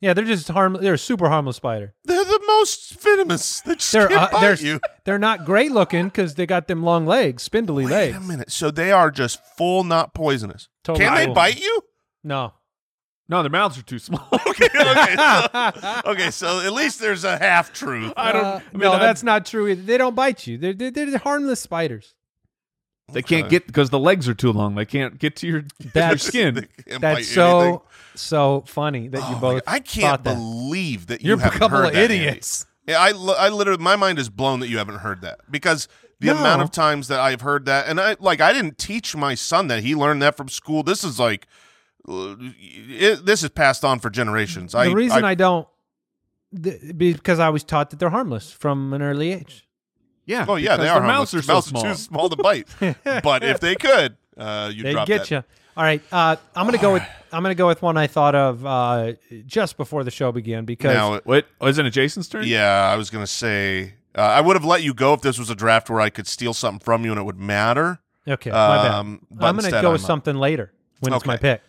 [SPEAKER 3] Yeah, they're just harmless. They're a super harmless spider.
[SPEAKER 4] They're the most venomous. They just
[SPEAKER 3] They're
[SPEAKER 4] can't
[SPEAKER 3] uh,
[SPEAKER 4] bite
[SPEAKER 3] they're
[SPEAKER 4] you.
[SPEAKER 3] they're not great looking because they got them long legs, spindly
[SPEAKER 4] Wait
[SPEAKER 3] legs.
[SPEAKER 4] a minute. So they are just full, not poisonous.
[SPEAKER 3] Totally
[SPEAKER 4] Can they
[SPEAKER 3] cool.
[SPEAKER 4] bite you?
[SPEAKER 3] No.
[SPEAKER 2] No, their mouths are too small.
[SPEAKER 4] Okay, okay, so, okay. So at least there's a half truth.
[SPEAKER 2] I don't.
[SPEAKER 3] Uh,
[SPEAKER 2] I mean,
[SPEAKER 3] no,
[SPEAKER 2] I-
[SPEAKER 3] that's not true. Either. They don't bite you. They're they're, they're harmless spiders.
[SPEAKER 2] they can't get because the legs are too long. They can't get to your, your
[SPEAKER 3] That's-
[SPEAKER 2] skin.
[SPEAKER 3] That's so so funny that you both.
[SPEAKER 4] Oh, I
[SPEAKER 3] thought
[SPEAKER 4] can't
[SPEAKER 3] that.
[SPEAKER 4] believe that you
[SPEAKER 3] You're a
[SPEAKER 4] haven't
[SPEAKER 3] couple
[SPEAKER 4] heard
[SPEAKER 3] of
[SPEAKER 4] that, Andy.
[SPEAKER 3] idiots.
[SPEAKER 4] Yeah, I, li- I literally, my mind is blown that you haven't heard that because the
[SPEAKER 3] No.
[SPEAKER 4] amount of times that I've heard that, and I like, I didn't teach my son that he learned that from school. This is like, uh, it, this is passed on for generations. I,
[SPEAKER 3] the reason
[SPEAKER 4] I,
[SPEAKER 3] I, don't th- because I was taught that they're harmless from an early age.
[SPEAKER 2] Yeah.
[SPEAKER 4] oh yeah,
[SPEAKER 2] because
[SPEAKER 4] they
[SPEAKER 2] their
[SPEAKER 4] are
[SPEAKER 2] mouths are
[SPEAKER 4] harmless. Their
[SPEAKER 2] so
[SPEAKER 4] mouths
[SPEAKER 2] small.
[SPEAKER 4] too small to bite. but if they could, uh, you
[SPEAKER 3] They
[SPEAKER 4] drop
[SPEAKER 3] get
[SPEAKER 4] that.
[SPEAKER 3] you. All right, uh, I'm gonna go with I'm gonna go with one I thought of uh, just before the show began because
[SPEAKER 4] Now,
[SPEAKER 2] What oh, isn't it Jason's turn?
[SPEAKER 4] yeah, I was gonna say. Uh, I would have let you go if this was a draft where I could steal something from you and it would matter.
[SPEAKER 3] okay, my bad.
[SPEAKER 4] Um, but
[SPEAKER 3] I'm gonna
[SPEAKER 4] instead
[SPEAKER 3] go with
[SPEAKER 4] I'm-
[SPEAKER 3] something later when it's my
[SPEAKER 4] Okay.
[SPEAKER 3] pick.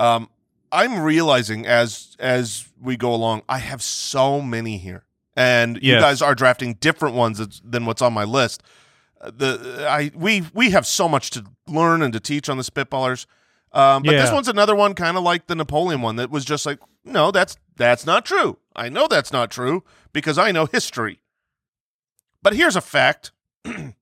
[SPEAKER 4] Um, I'm realizing as as we go along, I have so many here, and you
[SPEAKER 2] Yes.
[SPEAKER 4] guys are drafting different ones that's- than what's on my list. Uh, The I we we have so much to learn and to teach on the spitballers, um, but this
[SPEAKER 2] Yeah.
[SPEAKER 4] one's another one, kind of like the Napoleon one, that was just like, no, that's that's not true. I know that's not true because I know history. But here's a fact: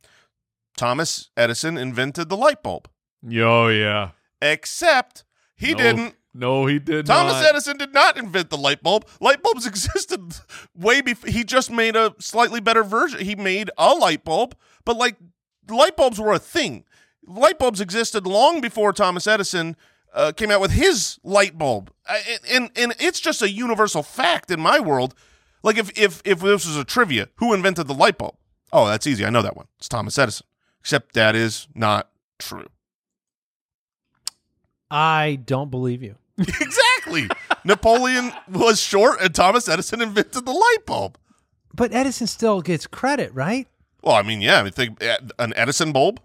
[SPEAKER 4] Thomas Edison invented the light bulb,
[SPEAKER 2] Yeah, Oh yeah.
[SPEAKER 4] except he
[SPEAKER 2] No.
[SPEAKER 4] didn't.
[SPEAKER 2] No, he did
[SPEAKER 4] Thomas
[SPEAKER 2] not.
[SPEAKER 4] Edison did not invent the light bulb. Light bulbs existed way before. He just made a slightly better version. He made a light bulb, but like light bulbs were a thing. Light bulbs existed long before Thomas Edison uh, came out with his light bulb, I, and and it's just a universal fact in my world. Like if if if this was a trivia, who invented the light bulb? Oh, that's easy. I know that one. It's Thomas Edison. Except that is not true.
[SPEAKER 3] I don't believe you.
[SPEAKER 4] Exactly. Napoleon was short, and Thomas Edison invented the light bulb.
[SPEAKER 3] But Edison still gets credit, right?
[SPEAKER 4] Well, I mean, yeah, I mean, think eh, an Edison bulb.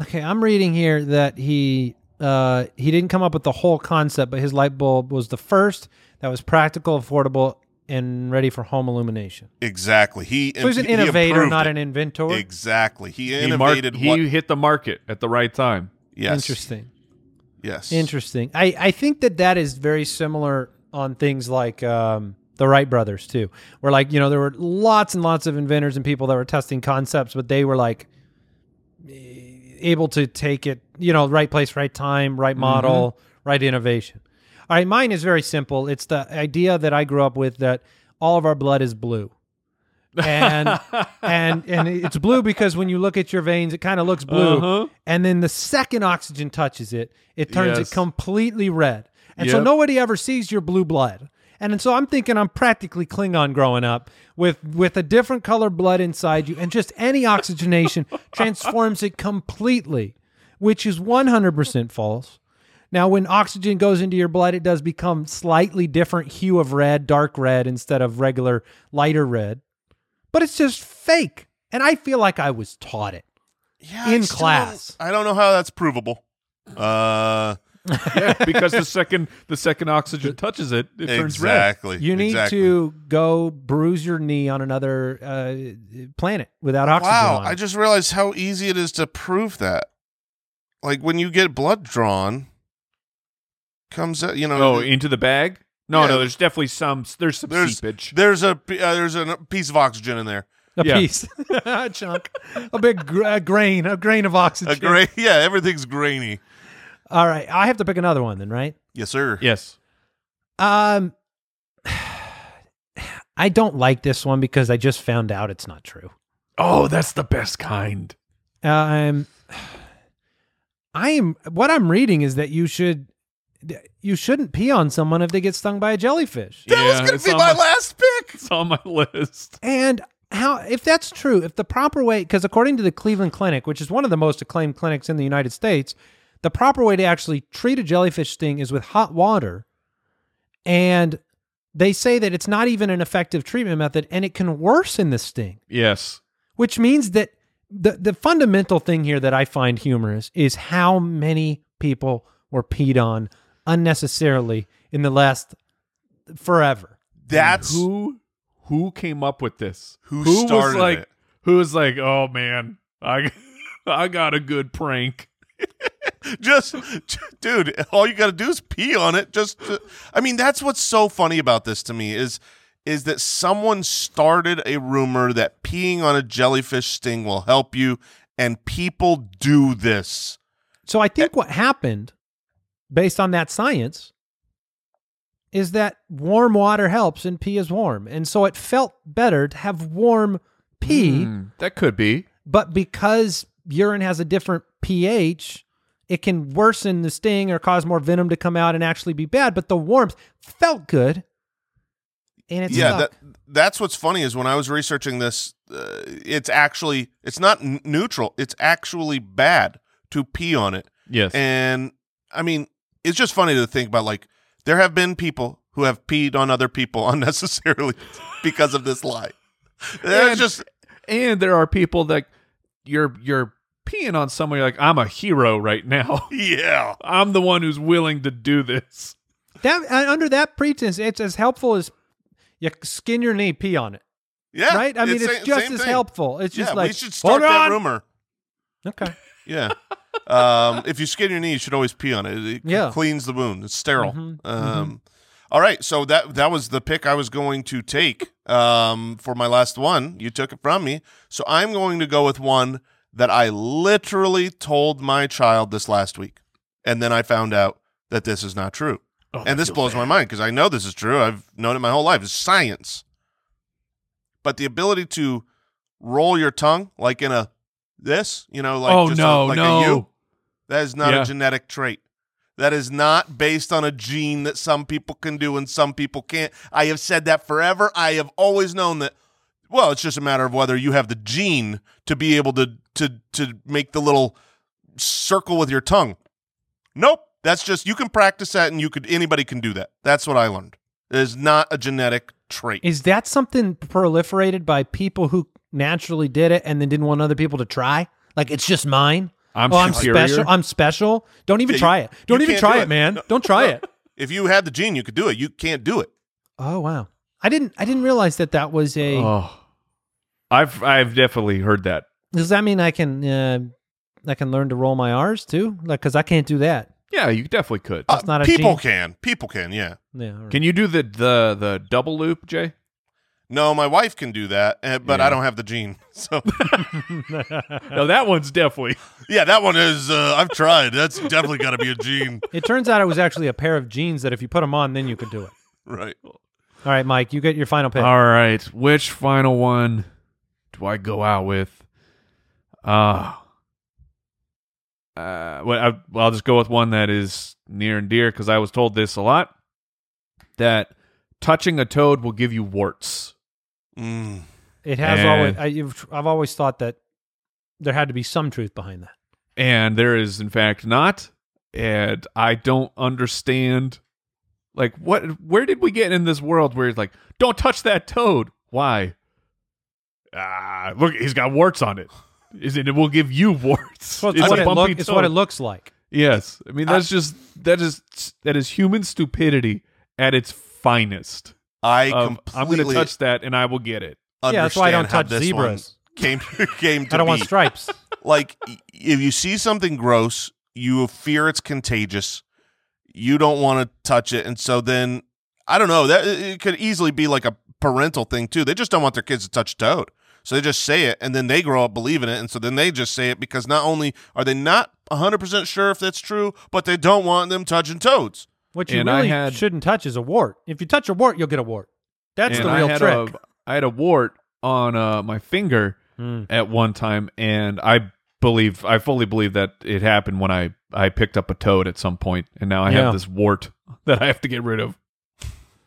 [SPEAKER 3] Okay, I'm reading here that he uh, he didn't come up with the whole concept, but his light bulb was the first that was practical, affordable, and ready for home illumination.
[SPEAKER 4] Exactly. He
[SPEAKER 3] So he's an
[SPEAKER 4] he- he
[SPEAKER 3] innovator,
[SPEAKER 4] improved
[SPEAKER 3] not
[SPEAKER 4] it.
[SPEAKER 3] an inventor.
[SPEAKER 4] Exactly. He
[SPEAKER 2] He, mar-
[SPEAKER 4] innovated
[SPEAKER 2] he
[SPEAKER 4] what?
[SPEAKER 2] hit the market at the right time.
[SPEAKER 4] yes.
[SPEAKER 3] Interesting.
[SPEAKER 4] Yes.
[SPEAKER 3] Interesting. I, I think that that is very similar on things like um, the Wright brothers too, where like you know there were lots and lots of inventors and people that were testing concepts, but they were like eh, able to take it, you know, right place, right time,
[SPEAKER 2] Mm-hmm.
[SPEAKER 3] right model, right innovation. All right, mine is very simple. It's the idea that I grew up with that all of our blood is blue. and and and it's blue because when you look at your veins, it kind of looks blue,
[SPEAKER 2] Uh-huh.
[SPEAKER 3] and then the second oxygen touches it, it turns
[SPEAKER 2] Yes.
[SPEAKER 3] it completely red, and so
[SPEAKER 2] Yep.
[SPEAKER 3] nobody ever sees your blue blood. And so I'm thinking I'm practically Klingon growing up with with a different color blood inside you, and just any oxygenation transforms it completely, which is 100% false. Now, when oxygen goes into your blood, it does become slightly different hue of red, dark red instead of regular lighter red but it's just fake. And I feel like I was taught it.
[SPEAKER 4] Yeah, I
[SPEAKER 3] In
[SPEAKER 4] still
[SPEAKER 3] class.
[SPEAKER 4] don't- I don't know how that's provable. Uh,
[SPEAKER 2] Yeah, because the second the second oxygen touches it, it turns red.
[SPEAKER 4] exactly.
[SPEAKER 3] You need
[SPEAKER 4] exactly.
[SPEAKER 3] to go bruise your knee on another uh, planet without oxygen.
[SPEAKER 4] Wow,
[SPEAKER 3] on
[SPEAKER 4] I
[SPEAKER 3] it.
[SPEAKER 4] just realized how easy it is to prove that. Like when you get blood drawn, comes out. You know,
[SPEAKER 2] Oh,
[SPEAKER 4] th-
[SPEAKER 2] into the bag? No,
[SPEAKER 4] Yeah.
[SPEAKER 2] no. There's definitely some. There's some
[SPEAKER 4] There's-
[SPEAKER 2] seepage.
[SPEAKER 4] there's a p- uh, there's a piece of oxygen in there.
[SPEAKER 3] a
[SPEAKER 2] yeah.
[SPEAKER 3] piece, a chunk, a big gr- a grain, a grain of oxygen.
[SPEAKER 4] A gra- yeah, everything's grainy.
[SPEAKER 3] All right, I have to pick another one then, right?
[SPEAKER 4] Yes, sir.
[SPEAKER 2] Yes.
[SPEAKER 3] Um, I don't like this one because I just found out it's not true.
[SPEAKER 2] Oh, that's the best kind.
[SPEAKER 3] Um, I am. What I'm reading is that you should, you shouldn't pee on someone if they get stung by a jellyfish.
[SPEAKER 4] That was
[SPEAKER 2] Yeah,
[SPEAKER 4] gonna
[SPEAKER 2] it's
[SPEAKER 4] be
[SPEAKER 2] on
[SPEAKER 4] my
[SPEAKER 2] my-
[SPEAKER 4] last pick.
[SPEAKER 2] It's on my list.
[SPEAKER 3] And how, if that's true, if the proper way, because according to the Cleveland Clinic, which is one of the most acclaimed clinics in the United States, the proper way to actually treat a jellyfish sting is with hot water. And they say that it's not even an effective treatment method and it can worsen the sting,
[SPEAKER 2] Yes.
[SPEAKER 3] which means that the, the fundamental thing here that I find humorous is how many people were peed on unnecessarily in the last forever.
[SPEAKER 4] That's
[SPEAKER 2] who who came up with this?
[SPEAKER 4] Who started
[SPEAKER 2] was like
[SPEAKER 4] it?
[SPEAKER 2] who was like, "Oh man, I I got a good prank."
[SPEAKER 4] just dude all you gotta do is pee on it just i mean that's what's so funny about this to me is is that someone started a rumor that peeing on a jellyfish sting will help you and people do this
[SPEAKER 3] So I
[SPEAKER 4] Eh
[SPEAKER 3] think what happened, based on that science, is that warm water helps and pee is warm. And so it felt better to have warm pee,
[SPEAKER 4] Mm.
[SPEAKER 2] Hmm, that could be.
[SPEAKER 3] but because urine has a different pH, it can worsen the sting or cause more venom to come out and actually be bad. But the warmth felt good. And it's
[SPEAKER 4] yeah
[SPEAKER 3] yeah,
[SPEAKER 4] that, that's what's funny is when i was researching this uh, it's actually it's not n- neutral it's actually bad to pee on it
[SPEAKER 2] Yes.
[SPEAKER 4] And I mean, it's just funny to think about like there have been people who have peed on other people unnecessarily because of this lie. There's
[SPEAKER 2] And-
[SPEAKER 4] just
[SPEAKER 2] and there are people that you're you're peeing on someone you're like, "I'm a hero right now.
[SPEAKER 4] yeah.
[SPEAKER 2] I'm the one who's willing to do this."
[SPEAKER 3] that uh, under that pretense, it's as helpful as you skin your knee, pee on it,
[SPEAKER 4] Yeah.
[SPEAKER 3] right? I mean, it's,
[SPEAKER 4] Eh, sa-
[SPEAKER 3] just
[SPEAKER 4] same
[SPEAKER 3] as
[SPEAKER 4] thing.
[SPEAKER 3] helpful. It's just
[SPEAKER 4] yeah,
[SPEAKER 3] like
[SPEAKER 4] we should
[SPEAKER 3] "Hold
[SPEAKER 4] start that
[SPEAKER 3] on!"
[SPEAKER 4] rumor.
[SPEAKER 3] Okay.
[SPEAKER 4] Yeah. um, if you skin your knee, you should always pee on it. It
[SPEAKER 3] Yeah.
[SPEAKER 4] cleans the wound. It's sterile.
[SPEAKER 3] Mhm,
[SPEAKER 4] Um, all right. So that that was the pick I was going to take um, for my last one. You took it from me. So I'm going to go with one that I literally told my child this last week, and then I found out that this is not true.
[SPEAKER 2] Oh,
[SPEAKER 4] and this blows my mind because I know this is true. I've known it my whole life. It's science. But the ability to roll your tongue like in a this, you know, like
[SPEAKER 2] oh
[SPEAKER 4] just
[SPEAKER 2] no,
[SPEAKER 4] a, like
[SPEAKER 2] no.
[SPEAKER 4] a U, that is not
[SPEAKER 2] Yeah.
[SPEAKER 4] a genetic trait. That is not based on a gene that some people can do and some people can't. I have said that forever. I have always known that. Well, it's just a matter of whether you have the gene to be able to to to make the little circle with your tongue. Nope, that's just you can practice that, and you could anybody can do that. That's what I learned. It is not a genetic trait.
[SPEAKER 3] Is that something proliferated by people who naturally did it and then didn't want other people to try? Like it's just mine.
[SPEAKER 2] I'm
[SPEAKER 3] oh, I'm
[SPEAKER 2] superior.
[SPEAKER 3] special. I'm special. Don't even
[SPEAKER 4] Yeah, you-
[SPEAKER 3] try it. Don't
[SPEAKER 4] you
[SPEAKER 3] even
[SPEAKER 4] can't
[SPEAKER 3] try
[SPEAKER 4] do
[SPEAKER 3] it,
[SPEAKER 4] it.
[SPEAKER 3] man.
[SPEAKER 4] No,
[SPEAKER 3] Don't try
[SPEAKER 4] no.
[SPEAKER 3] it.
[SPEAKER 4] If you had the gene, you could do it. You can't do it.
[SPEAKER 3] Oh wow. I didn't. I didn't realize that that was a.
[SPEAKER 2] Oh, I've I've definitely heard that.
[SPEAKER 3] Does that mean I can? Uh, I can learn to roll my R's too, like because I can't do that.
[SPEAKER 2] Yeah, you definitely could.
[SPEAKER 3] That's not a
[SPEAKER 4] people
[SPEAKER 3] gene.
[SPEAKER 4] can. People can, yeah.
[SPEAKER 3] Yeah. all right.
[SPEAKER 2] Can you do the the the double loop, Jay?
[SPEAKER 4] No, my wife can do that, eh, but
[SPEAKER 2] Yeah.
[SPEAKER 4] I don't have the gene. So,
[SPEAKER 2] No, that one's definitely.
[SPEAKER 4] yeah, that one is, uh, I've tried. That's definitely got to be a gene.
[SPEAKER 3] It turns out it was actually a pair of jeans that if you put them on, then you could do it.
[SPEAKER 4] Right.
[SPEAKER 3] All right, Mike, you get your final pick.
[SPEAKER 2] All right, which final one do I go out with? Uh, uh well, I, well, I'll just go with one that is near and dear because I was told this a lot that touching a toad will give you warts.
[SPEAKER 4] Mm.
[SPEAKER 3] It has
[SPEAKER 2] And-
[SPEAKER 3] always. I, you've, I've always thought that there had to be some truth behind that.
[SPEAKER 2] and there is in fact not and i don't understand like what where did we get in this world where he's like don't touch that toad why ah look he's got warts on it is it it will give you warts
[SPEAKER 3] Well, it's,
[SPEAKER 2] It's
[SPEAKER 3] what
[SPEAKER 2] a
[SPEAKER 3] it look,
[SPEAKER 2] bumpy
[SPEAKER 3] it's what it
[SPEAKER 2] toad.
[SPEAKER 3] looks like.
[SPEAKER 2] yes i mean that's just that is that is human stupidity at its finest
[SPEAKER 4] I
[SPEAKER 2] Of, i'm
[SPEAKER 4] completely
[SPEAKER 2] going to touch that and i will get it
[SPEAKER 4] understand
[SPEAKER 3] Yeah, that's why I don't
[SPEAKER 4] how
[SPEAKER 3] touch
[SPEAKER 4] this one
[SPEAKER 3] zebras.
[SPEAKER 4] Came, came to
[SPEAKER 3] I don't
[SPEAKER 4] be.
[SPEAKER 3] want stripes.
[SPEAKER 4] like y- if you see something gross, you fear it's contagious. You don't want to touch it, and so then I don't know. That it could easily be like a parental thing too. They just don't want their kids to touch toad, so they just say it, and then they grow up believing it, and so then they just say it because not only are they not hundred percent sure if that's true, but they don't want them touching toads.
[SPEAKER 3] What you
[SPEAKER 2] And I
[SPEAKER 3] really
[SPEAKER 2] had-
[SPEAKER 3] shouldn't touch is a wart. If you touch a wart, you'll get a wart. That's
[SPEAKER 2] And
[SPEAKER 3] the
[SPEAKER 2] I
[SPEAKER 3] real
[SPEAKER 2] had
[SPEAKER 3] trick.
[SPEAKER 2] a, i had a wart on uh, my finger
[SPEAKER 3] Mm.
[SPEAKER 2] at one time and i believe i fully believe that it happened when i i picked up a toad at some point and now i
[SPEAKER 3] Yeah.
[SPEAKER 2] have this wart that i have to get rid of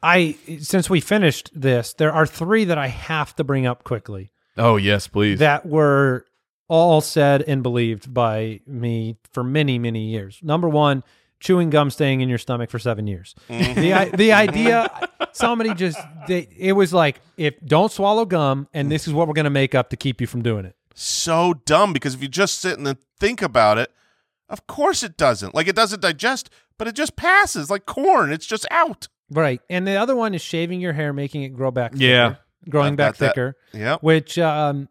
[SPEAKER 3] I since we finished this, there are three that I have to bring up quickly
[SPEAKER 2] oh yes please
[SPEAKER 3] that were all said and believed by me for many many years. Number one, chewing gum staying in your stomach for seven years.
[SPEAKER 2] Mm-hmm.
[SPEAKER 3] the i- the idea somebody just they, it was like if don't swallow gum and this is what we're going to make up to keep you from doing it.
[SPEAKER 4] so dumb because if you just sit and then think about it, of course it doesn't. Like it doesn't digest, but it just passes like corn. It's just out.
[SPEAKER 3] Right. And the other one is shaving your hair, making it grow back. Thicker,
[SPEAKER 2] Yeah.
[SPEAKER 3] Growing
[SPEAKER 4] I've
[SPEAKER 3] back
[SPEAKER 4] got that.
[SPEAKER 3] thicker,
[SPEAKER 4] Yep.
[SPEAKER 3] which um,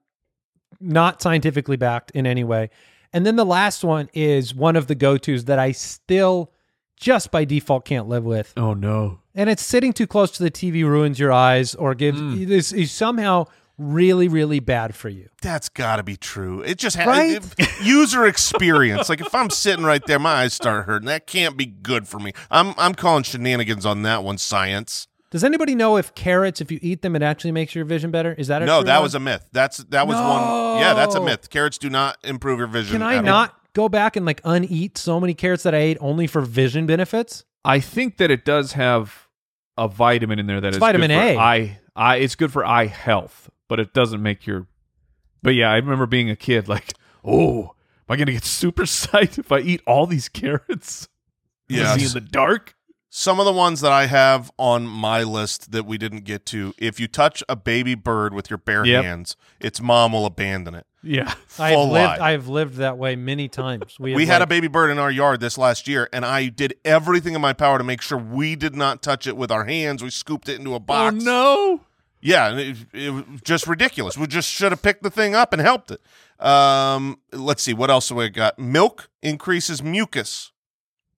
[SPEAKER 3] not scientifically backed in any way. And then the last one is one of the go tos that I still just by default can't live with.
[SPEAKER 2] oh no
[SPEAKER 3] And it's sitting too close to the TV ruins your eyes or gives
[SPEAKER 4] Mm.
[SPEAKER 3] this is somehow really, really bad for you.
[SPEAKER 4] That's got to be true. It just has
[SPEAKER 3] Right?
[SPEAKER 4] user experience. like if I'm sitting right there, my eyes start hurting. That can't be good for me. I'm I'm calling shenanigans on that one. Science.
[SPEAKER 3] Does anybody know if carrots, if you eat them, it actually makes your vision better? Is that a
[SPEAKER 4] No,
[SPEAKER 3] true
[SPEAKER 4] that
[SPEAKER 3] one?
[SPEAKER 4] was a myth. That's that was one. Yeah, that's a
[SPEAKER 3] No.
[SPEAKER 4] myth. Carrots do not improve your vision.
[SPEAKER 3] Can I
[SPEAKER 4] at all.
[SPEAKER 3] not go back and like uneat so many carrots that I ate only for vision benefits?
[SPEAKER 2] i think that it does have a vitamin in there that
[SPEAKER 3] It's
[SPEAKER 2] is
[SPEAKER 3] vitamin
[SPEAKER 2] good
[SPEAKER 3] A.
[SPEAKER 2] for eye eye it's good for eye health but it doesn't make your but yeah i remember being a kid like oh am i gonna get super psyched if i eat all these carrots I'm gonna see
[SPEAKER 4] Yes.
[SPEAKER 2] in the dark
[SPEAKER 4] Some of the ones that I have on my list that we didn't get to. If you touch a baby bird with your bare
[SPEAKER 2] Yep.
[SPEAKER 4] hands, its mom will abandon it.
[SPEAKER 2] yeah
[SPEAKER 3] I've
[SPEAKER 4] Full
[SPEAKER 3] lived,
[SPEAKER 4] lie.
[SPEAKER 3] I've lived that way many times. We,
[SPEAKER 4] we had a
[SPEAKER 3] like-
[SPEAKER 4] baby bird in our yard this last year, and I did everything in my power to make sure we did not touch it with our hands. We scooped it into a box.
[SPEAKER 2] oh no
[SPEAKER 4] Yeah, and it, it was just ridiculous. We just should have picked the thing up and helped it. Um, let's see what else we got. Milk increases mucus.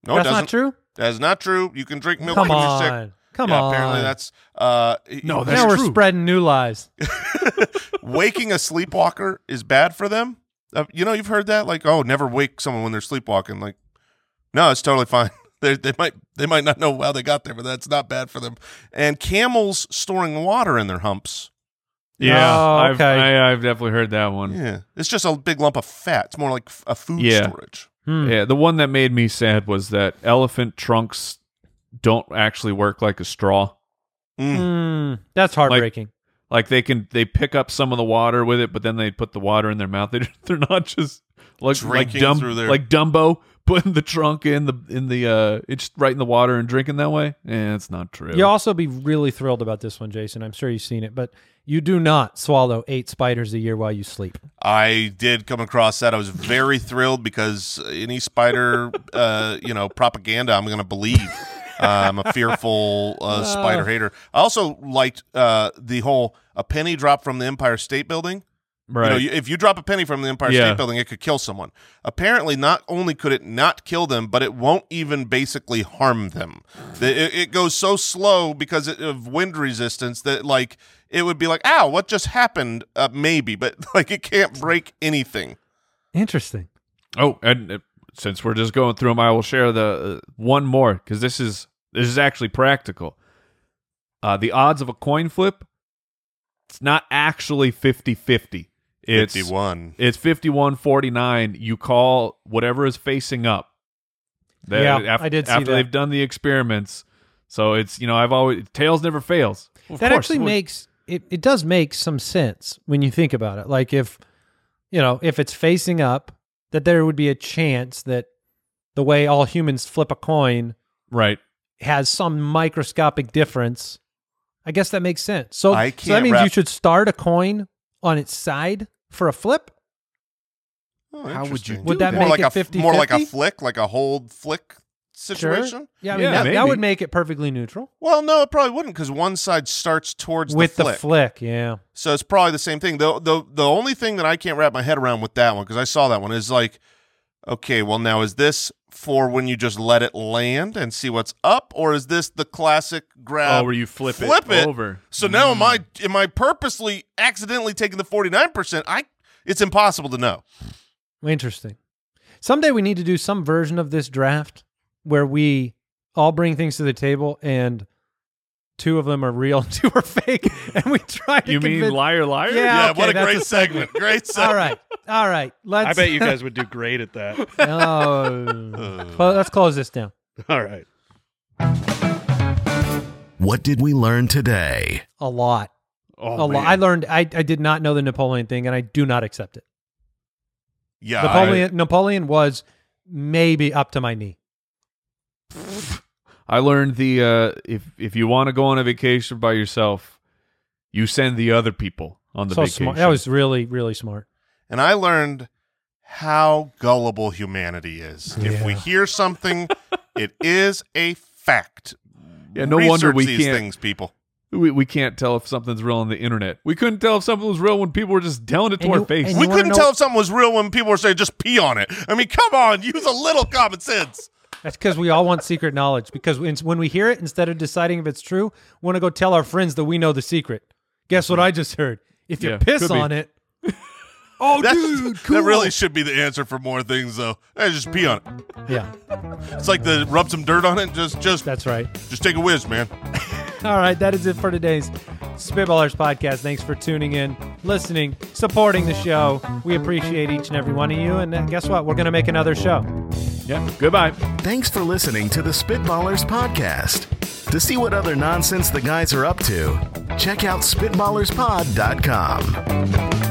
[SPEAKER 4] No, it
[SPEAKER 3] That's
[SPEAKER 4] doesn't.
[SPEAKER 3] not true.
[SPEAKER 4] That's not true. You can drink milk
[SPEAKER 3] Come
[SPEAKER 4] when
[SPEAKER 3] on,
[SPEAKER 4] you're sick.
[SPEAKER 3] come
[SPEAKER 4] Yeah,
[SPEAKER 3] on.
[SPEAKER 4] Apparently, that's uh,
[SPEAKER 2] No,
[SPEAKER 3] now
[SPEAKER 2] that's
[SPEAKER 3] we're
[SPEAKER 2] true.
[SPEAKER 3] spreading new lies.
[SPEAKER 4] waking a sleepwalker is bad for them. Uh, you know, you've heard that, like, oh, never wake someone when they're sleepwalking. Like, no, it's totally fine. They they might they might not know how they got there, but that's not bad for them. And camels storing water in their humps.
[SPEAKER 2] Yeah,
[SPEAKER 3] Oh,
[SPEAKER 2] I've,
[SPEAKER 3] okay.
[SPEAKER 2] I, I've definitely heard that one. Yeah.
[SPEAKER 4] Yeah, it's just a big lump of fat. It's more like f- a food
[SPEAKER 2] Mm. Yeah.
[SPEAKER 4] storage.
[SPEAKER 3] Hmm.
[SPEAKER 2] the one that made me sad was that elephant trunks don't actually work like a straw.
[SPEAKER 4] Mm.
[SPEAKER 3] Mm, that's heartbreaking.
[SPEAKER 2] Like they can, they pick up some of the water with it, but then they put the water in their mouth. They, they're not just like like,
[SPEAKER 4] Drinking
[SPEAKER 2] Dum-
[SPEAKER 4] through their-
[SPEAKER 2] like Dumbo putting the trunk in the in the uh, it's right in the water and drinking that way. Eh, it's not true.
[SPEAKER 3] You'll also be really thrilled about this one, Jason. I'm sure you've seen it, but you do not swallow eight spiders a year while you sleep.
[SPEAKER 4] I did come across that. I was very thrilled because any spider, uh, you know, propaganda, I'm going to believe. Uh, I'm a fearful uh, spider hater. I also liked uh, the whole a penny dropped from the Empire State Building.
[SPEAKER 2] Right.
[SPEAKER 4] You know, you- if you drop a penny from the Empire
[SPEAKER 2] Yeah.
[SPEAKER 4] State Building, it could kill someone. Apparently, not only could it not kill them, but it won't even basically harm them. The- It, it goes so slow because it- of wind resistance that, like, it would be like, ow, what just happened? Uh, maybe, but, like, it can't break anything.
[SPEAKER 3] Interesting.
[SPEAKER 2] Oh, and uh, since we're just going through them, I will share the uh, one more because this is this is actually practical. Uh, the odds of a coin flip, it's not actually 50-50. It's
[SPEAKER 4] 51.
[SPEAKER 2] it's 51-49. You call whatever is facing up. That-
[SPEAKER 3] Yeah,
[SPEAKER 2] af-
[SPEAKER 3] I did see
[SPEAKER 2] after
[SPEAKER 3] that.
[SPEAKER 2] they've done the experiments. So it's you know I've always tails never fails. Of
[SPEAKER 3] that
[SPEAKER 2] course,
[SPEAKER 3] actually
[SPEAKER 2] it would-
[SPEAKER 3] makes it, it does make some sense when you think about it. Like if you know, if it's facing up, that there would be a chance that the way all humans flip a coin
[SPEAKER 2] right.
[SPEAKER 3] has some microscopic difference. I guess that makes sense. So,
[SPEAKER 4] I
[SPEAKER 3] so that
[SPEAKER 4] can't
[SPEAKER 3] means you
[SPEAKER 4] wrap-
[SPEAKER 3] should start a coin on its side for a flip.
[SPEAKER 4] Oh,
[SPEAKER 2] How would you
[SPEAKER 4] interesting.
[SPEAKER 2] do Would
[SPEAKER 3] that
[SPEAKER 4] more
[SPEAKER 3] make
[SPEAKER 4] like
[SPEAKER 3] it
[SPEAKER 4] a f- more like a
[SPEAKER 3] 50-50?
[SPEAKER 4] flick, like a hold flick situation?
[SPEAKER 3] Sure. Yeah, I mean
[SPEAKER 2] Yeah,
[SPEAKER 3] that, that would
[SPEAKER 2] maybe.
[SPEAKER 3] make it perfectly neutral
[SPEAKER 4] Well, no, it probably wouldn't because one side starts towards
[SPEAKER 3] with
[SPEAKER 4] the flick.
[SPEAKER 3] Yeah,
[SPEAKER 4] So it's probably the same thing. The, the the only thing that I can't wrap my head around with that one because I saw that one is like, okay, well now is this for when you just let it land and see what's up, or is this the classic grab?
[SPEAKER 2] oh, where you flip,
[SPEAKER 4] Uh, flip it.
[SPEAKER 2] over. Mm.
[SPEAKER 4] so now am I am I purposely accidentally taking the forty nine percent? I it's impossible to know.
[SPEAKER 3] interesting. Someday we need to do some version of this draft where we all bring things to the table and two of them are real, and two are fake, and we try to
[SPEAKER 2] You mean
[SPEAKER 3] convince-
[SPEAKER 2] liar liar?
[SPEAKER 3] Yeah.
[SPEAKER 4] yeah,
[SPEAKER 3] Ah, okay,
[SPEAKER 4] what a
[SPEAKER 3] that's
[SPEAKER 4] great
[SPEAKER 3] a Ah.
[SPEAKER 4] segment. Great segment.
[SPEAKER 3] All right, all right. Let's.
[SPEAKER 5] I bet you guys would do great at that.
[SPEAKER 3] No. Clo- let's close this down.
[SPEAKER 5] All right.
[SPEAKER 1] What did we learn today?
[SPEAKER 3] A lot.
[SPEAKER 2] Oh,
[SPEAKER 3] a lot.
[SPEAKER 2] man.
[SPEAKER 3] I learned. I, I did not know the Napoleon thing, and I do not accept it.
[SPEAKER 4] Yeah,
[SPEAKER 3] Napoleon Napoleon was maybe up to my knee.
[SPEAKER 2] I learned the uh, if if you want to go on a vacation by yourself, you send the other people on the
[SPEAKER 3] So
[SPEAKER 2] vacation.
[SPEAKER 3] smart. That was really really smart.
[SPEAKER 4] and I learned how gullible humanity is. If we
[SPEAKER 3] Yeah.
[SPEAKER 4] hear something, it is a fact.
[SPEAKER 2] Yeah, no wonder
[SPEAKER 4] Research
[SPEAKER 2] we
[SPEAKER 4] these
[SPEAKER 2] can't-
[SPEAKER 4] things, people.
[SPEAKER 2] we, we can't tell if something's real on the internet. We couldn't tell if something was real when people were just telling it to
[SPEAKER 3] And
[SPEAKER 2] our
[SPEAKER 3] you-
[SPEAKER 2] face.
[SPEAKER 3] and
[SPEAKER 4] We
[SPEAKER 3] you wanna
[SPEAKER 4] couldn't
[SPEAKER 3] know-
[SPEAKER 4] tell if something was real when people were saying just pee on it. I mean, come on, use a little common sense.
[SPEAKER 3] That's because we all want secret knowledge. Because when when we hear it, instead of deciding if it's true, we want to go tell our friends that we know the secret. Guess what I just heard? If you
[SPEAKER 2] Yeah, could
[SPEAKER 3] piss
[SPEAKER 2] be.
[SPEAKER 3] on it, oh
[SPEAKER 4] That's,
[SPEAKER 3] dude, cool.
[SPEAKER 4] That really should be the answer for more things, though. Eh, just pee on it.
[SPEAKER 3] yeah,
[SPEAKER 4] It's like the rub some dirt on it. Just, just,
[SPEAKER 3] that's right.
[SPEAKER 4] just take a whiz, man.
[SPEAKER 3] All right, that is it for today's Spitballers podcast. Thanks for tuning in, listening, supporting the show. We appreciate each and every one of you. And uh, guess what? We're going to make another show.
[SPEAKER 2] yeah. Goodbye.
[SPEAKER 1] Thanks for listening to the Spitballers Podcast. To see what other nonsense the guys are up to, check out SpitballersPod.com.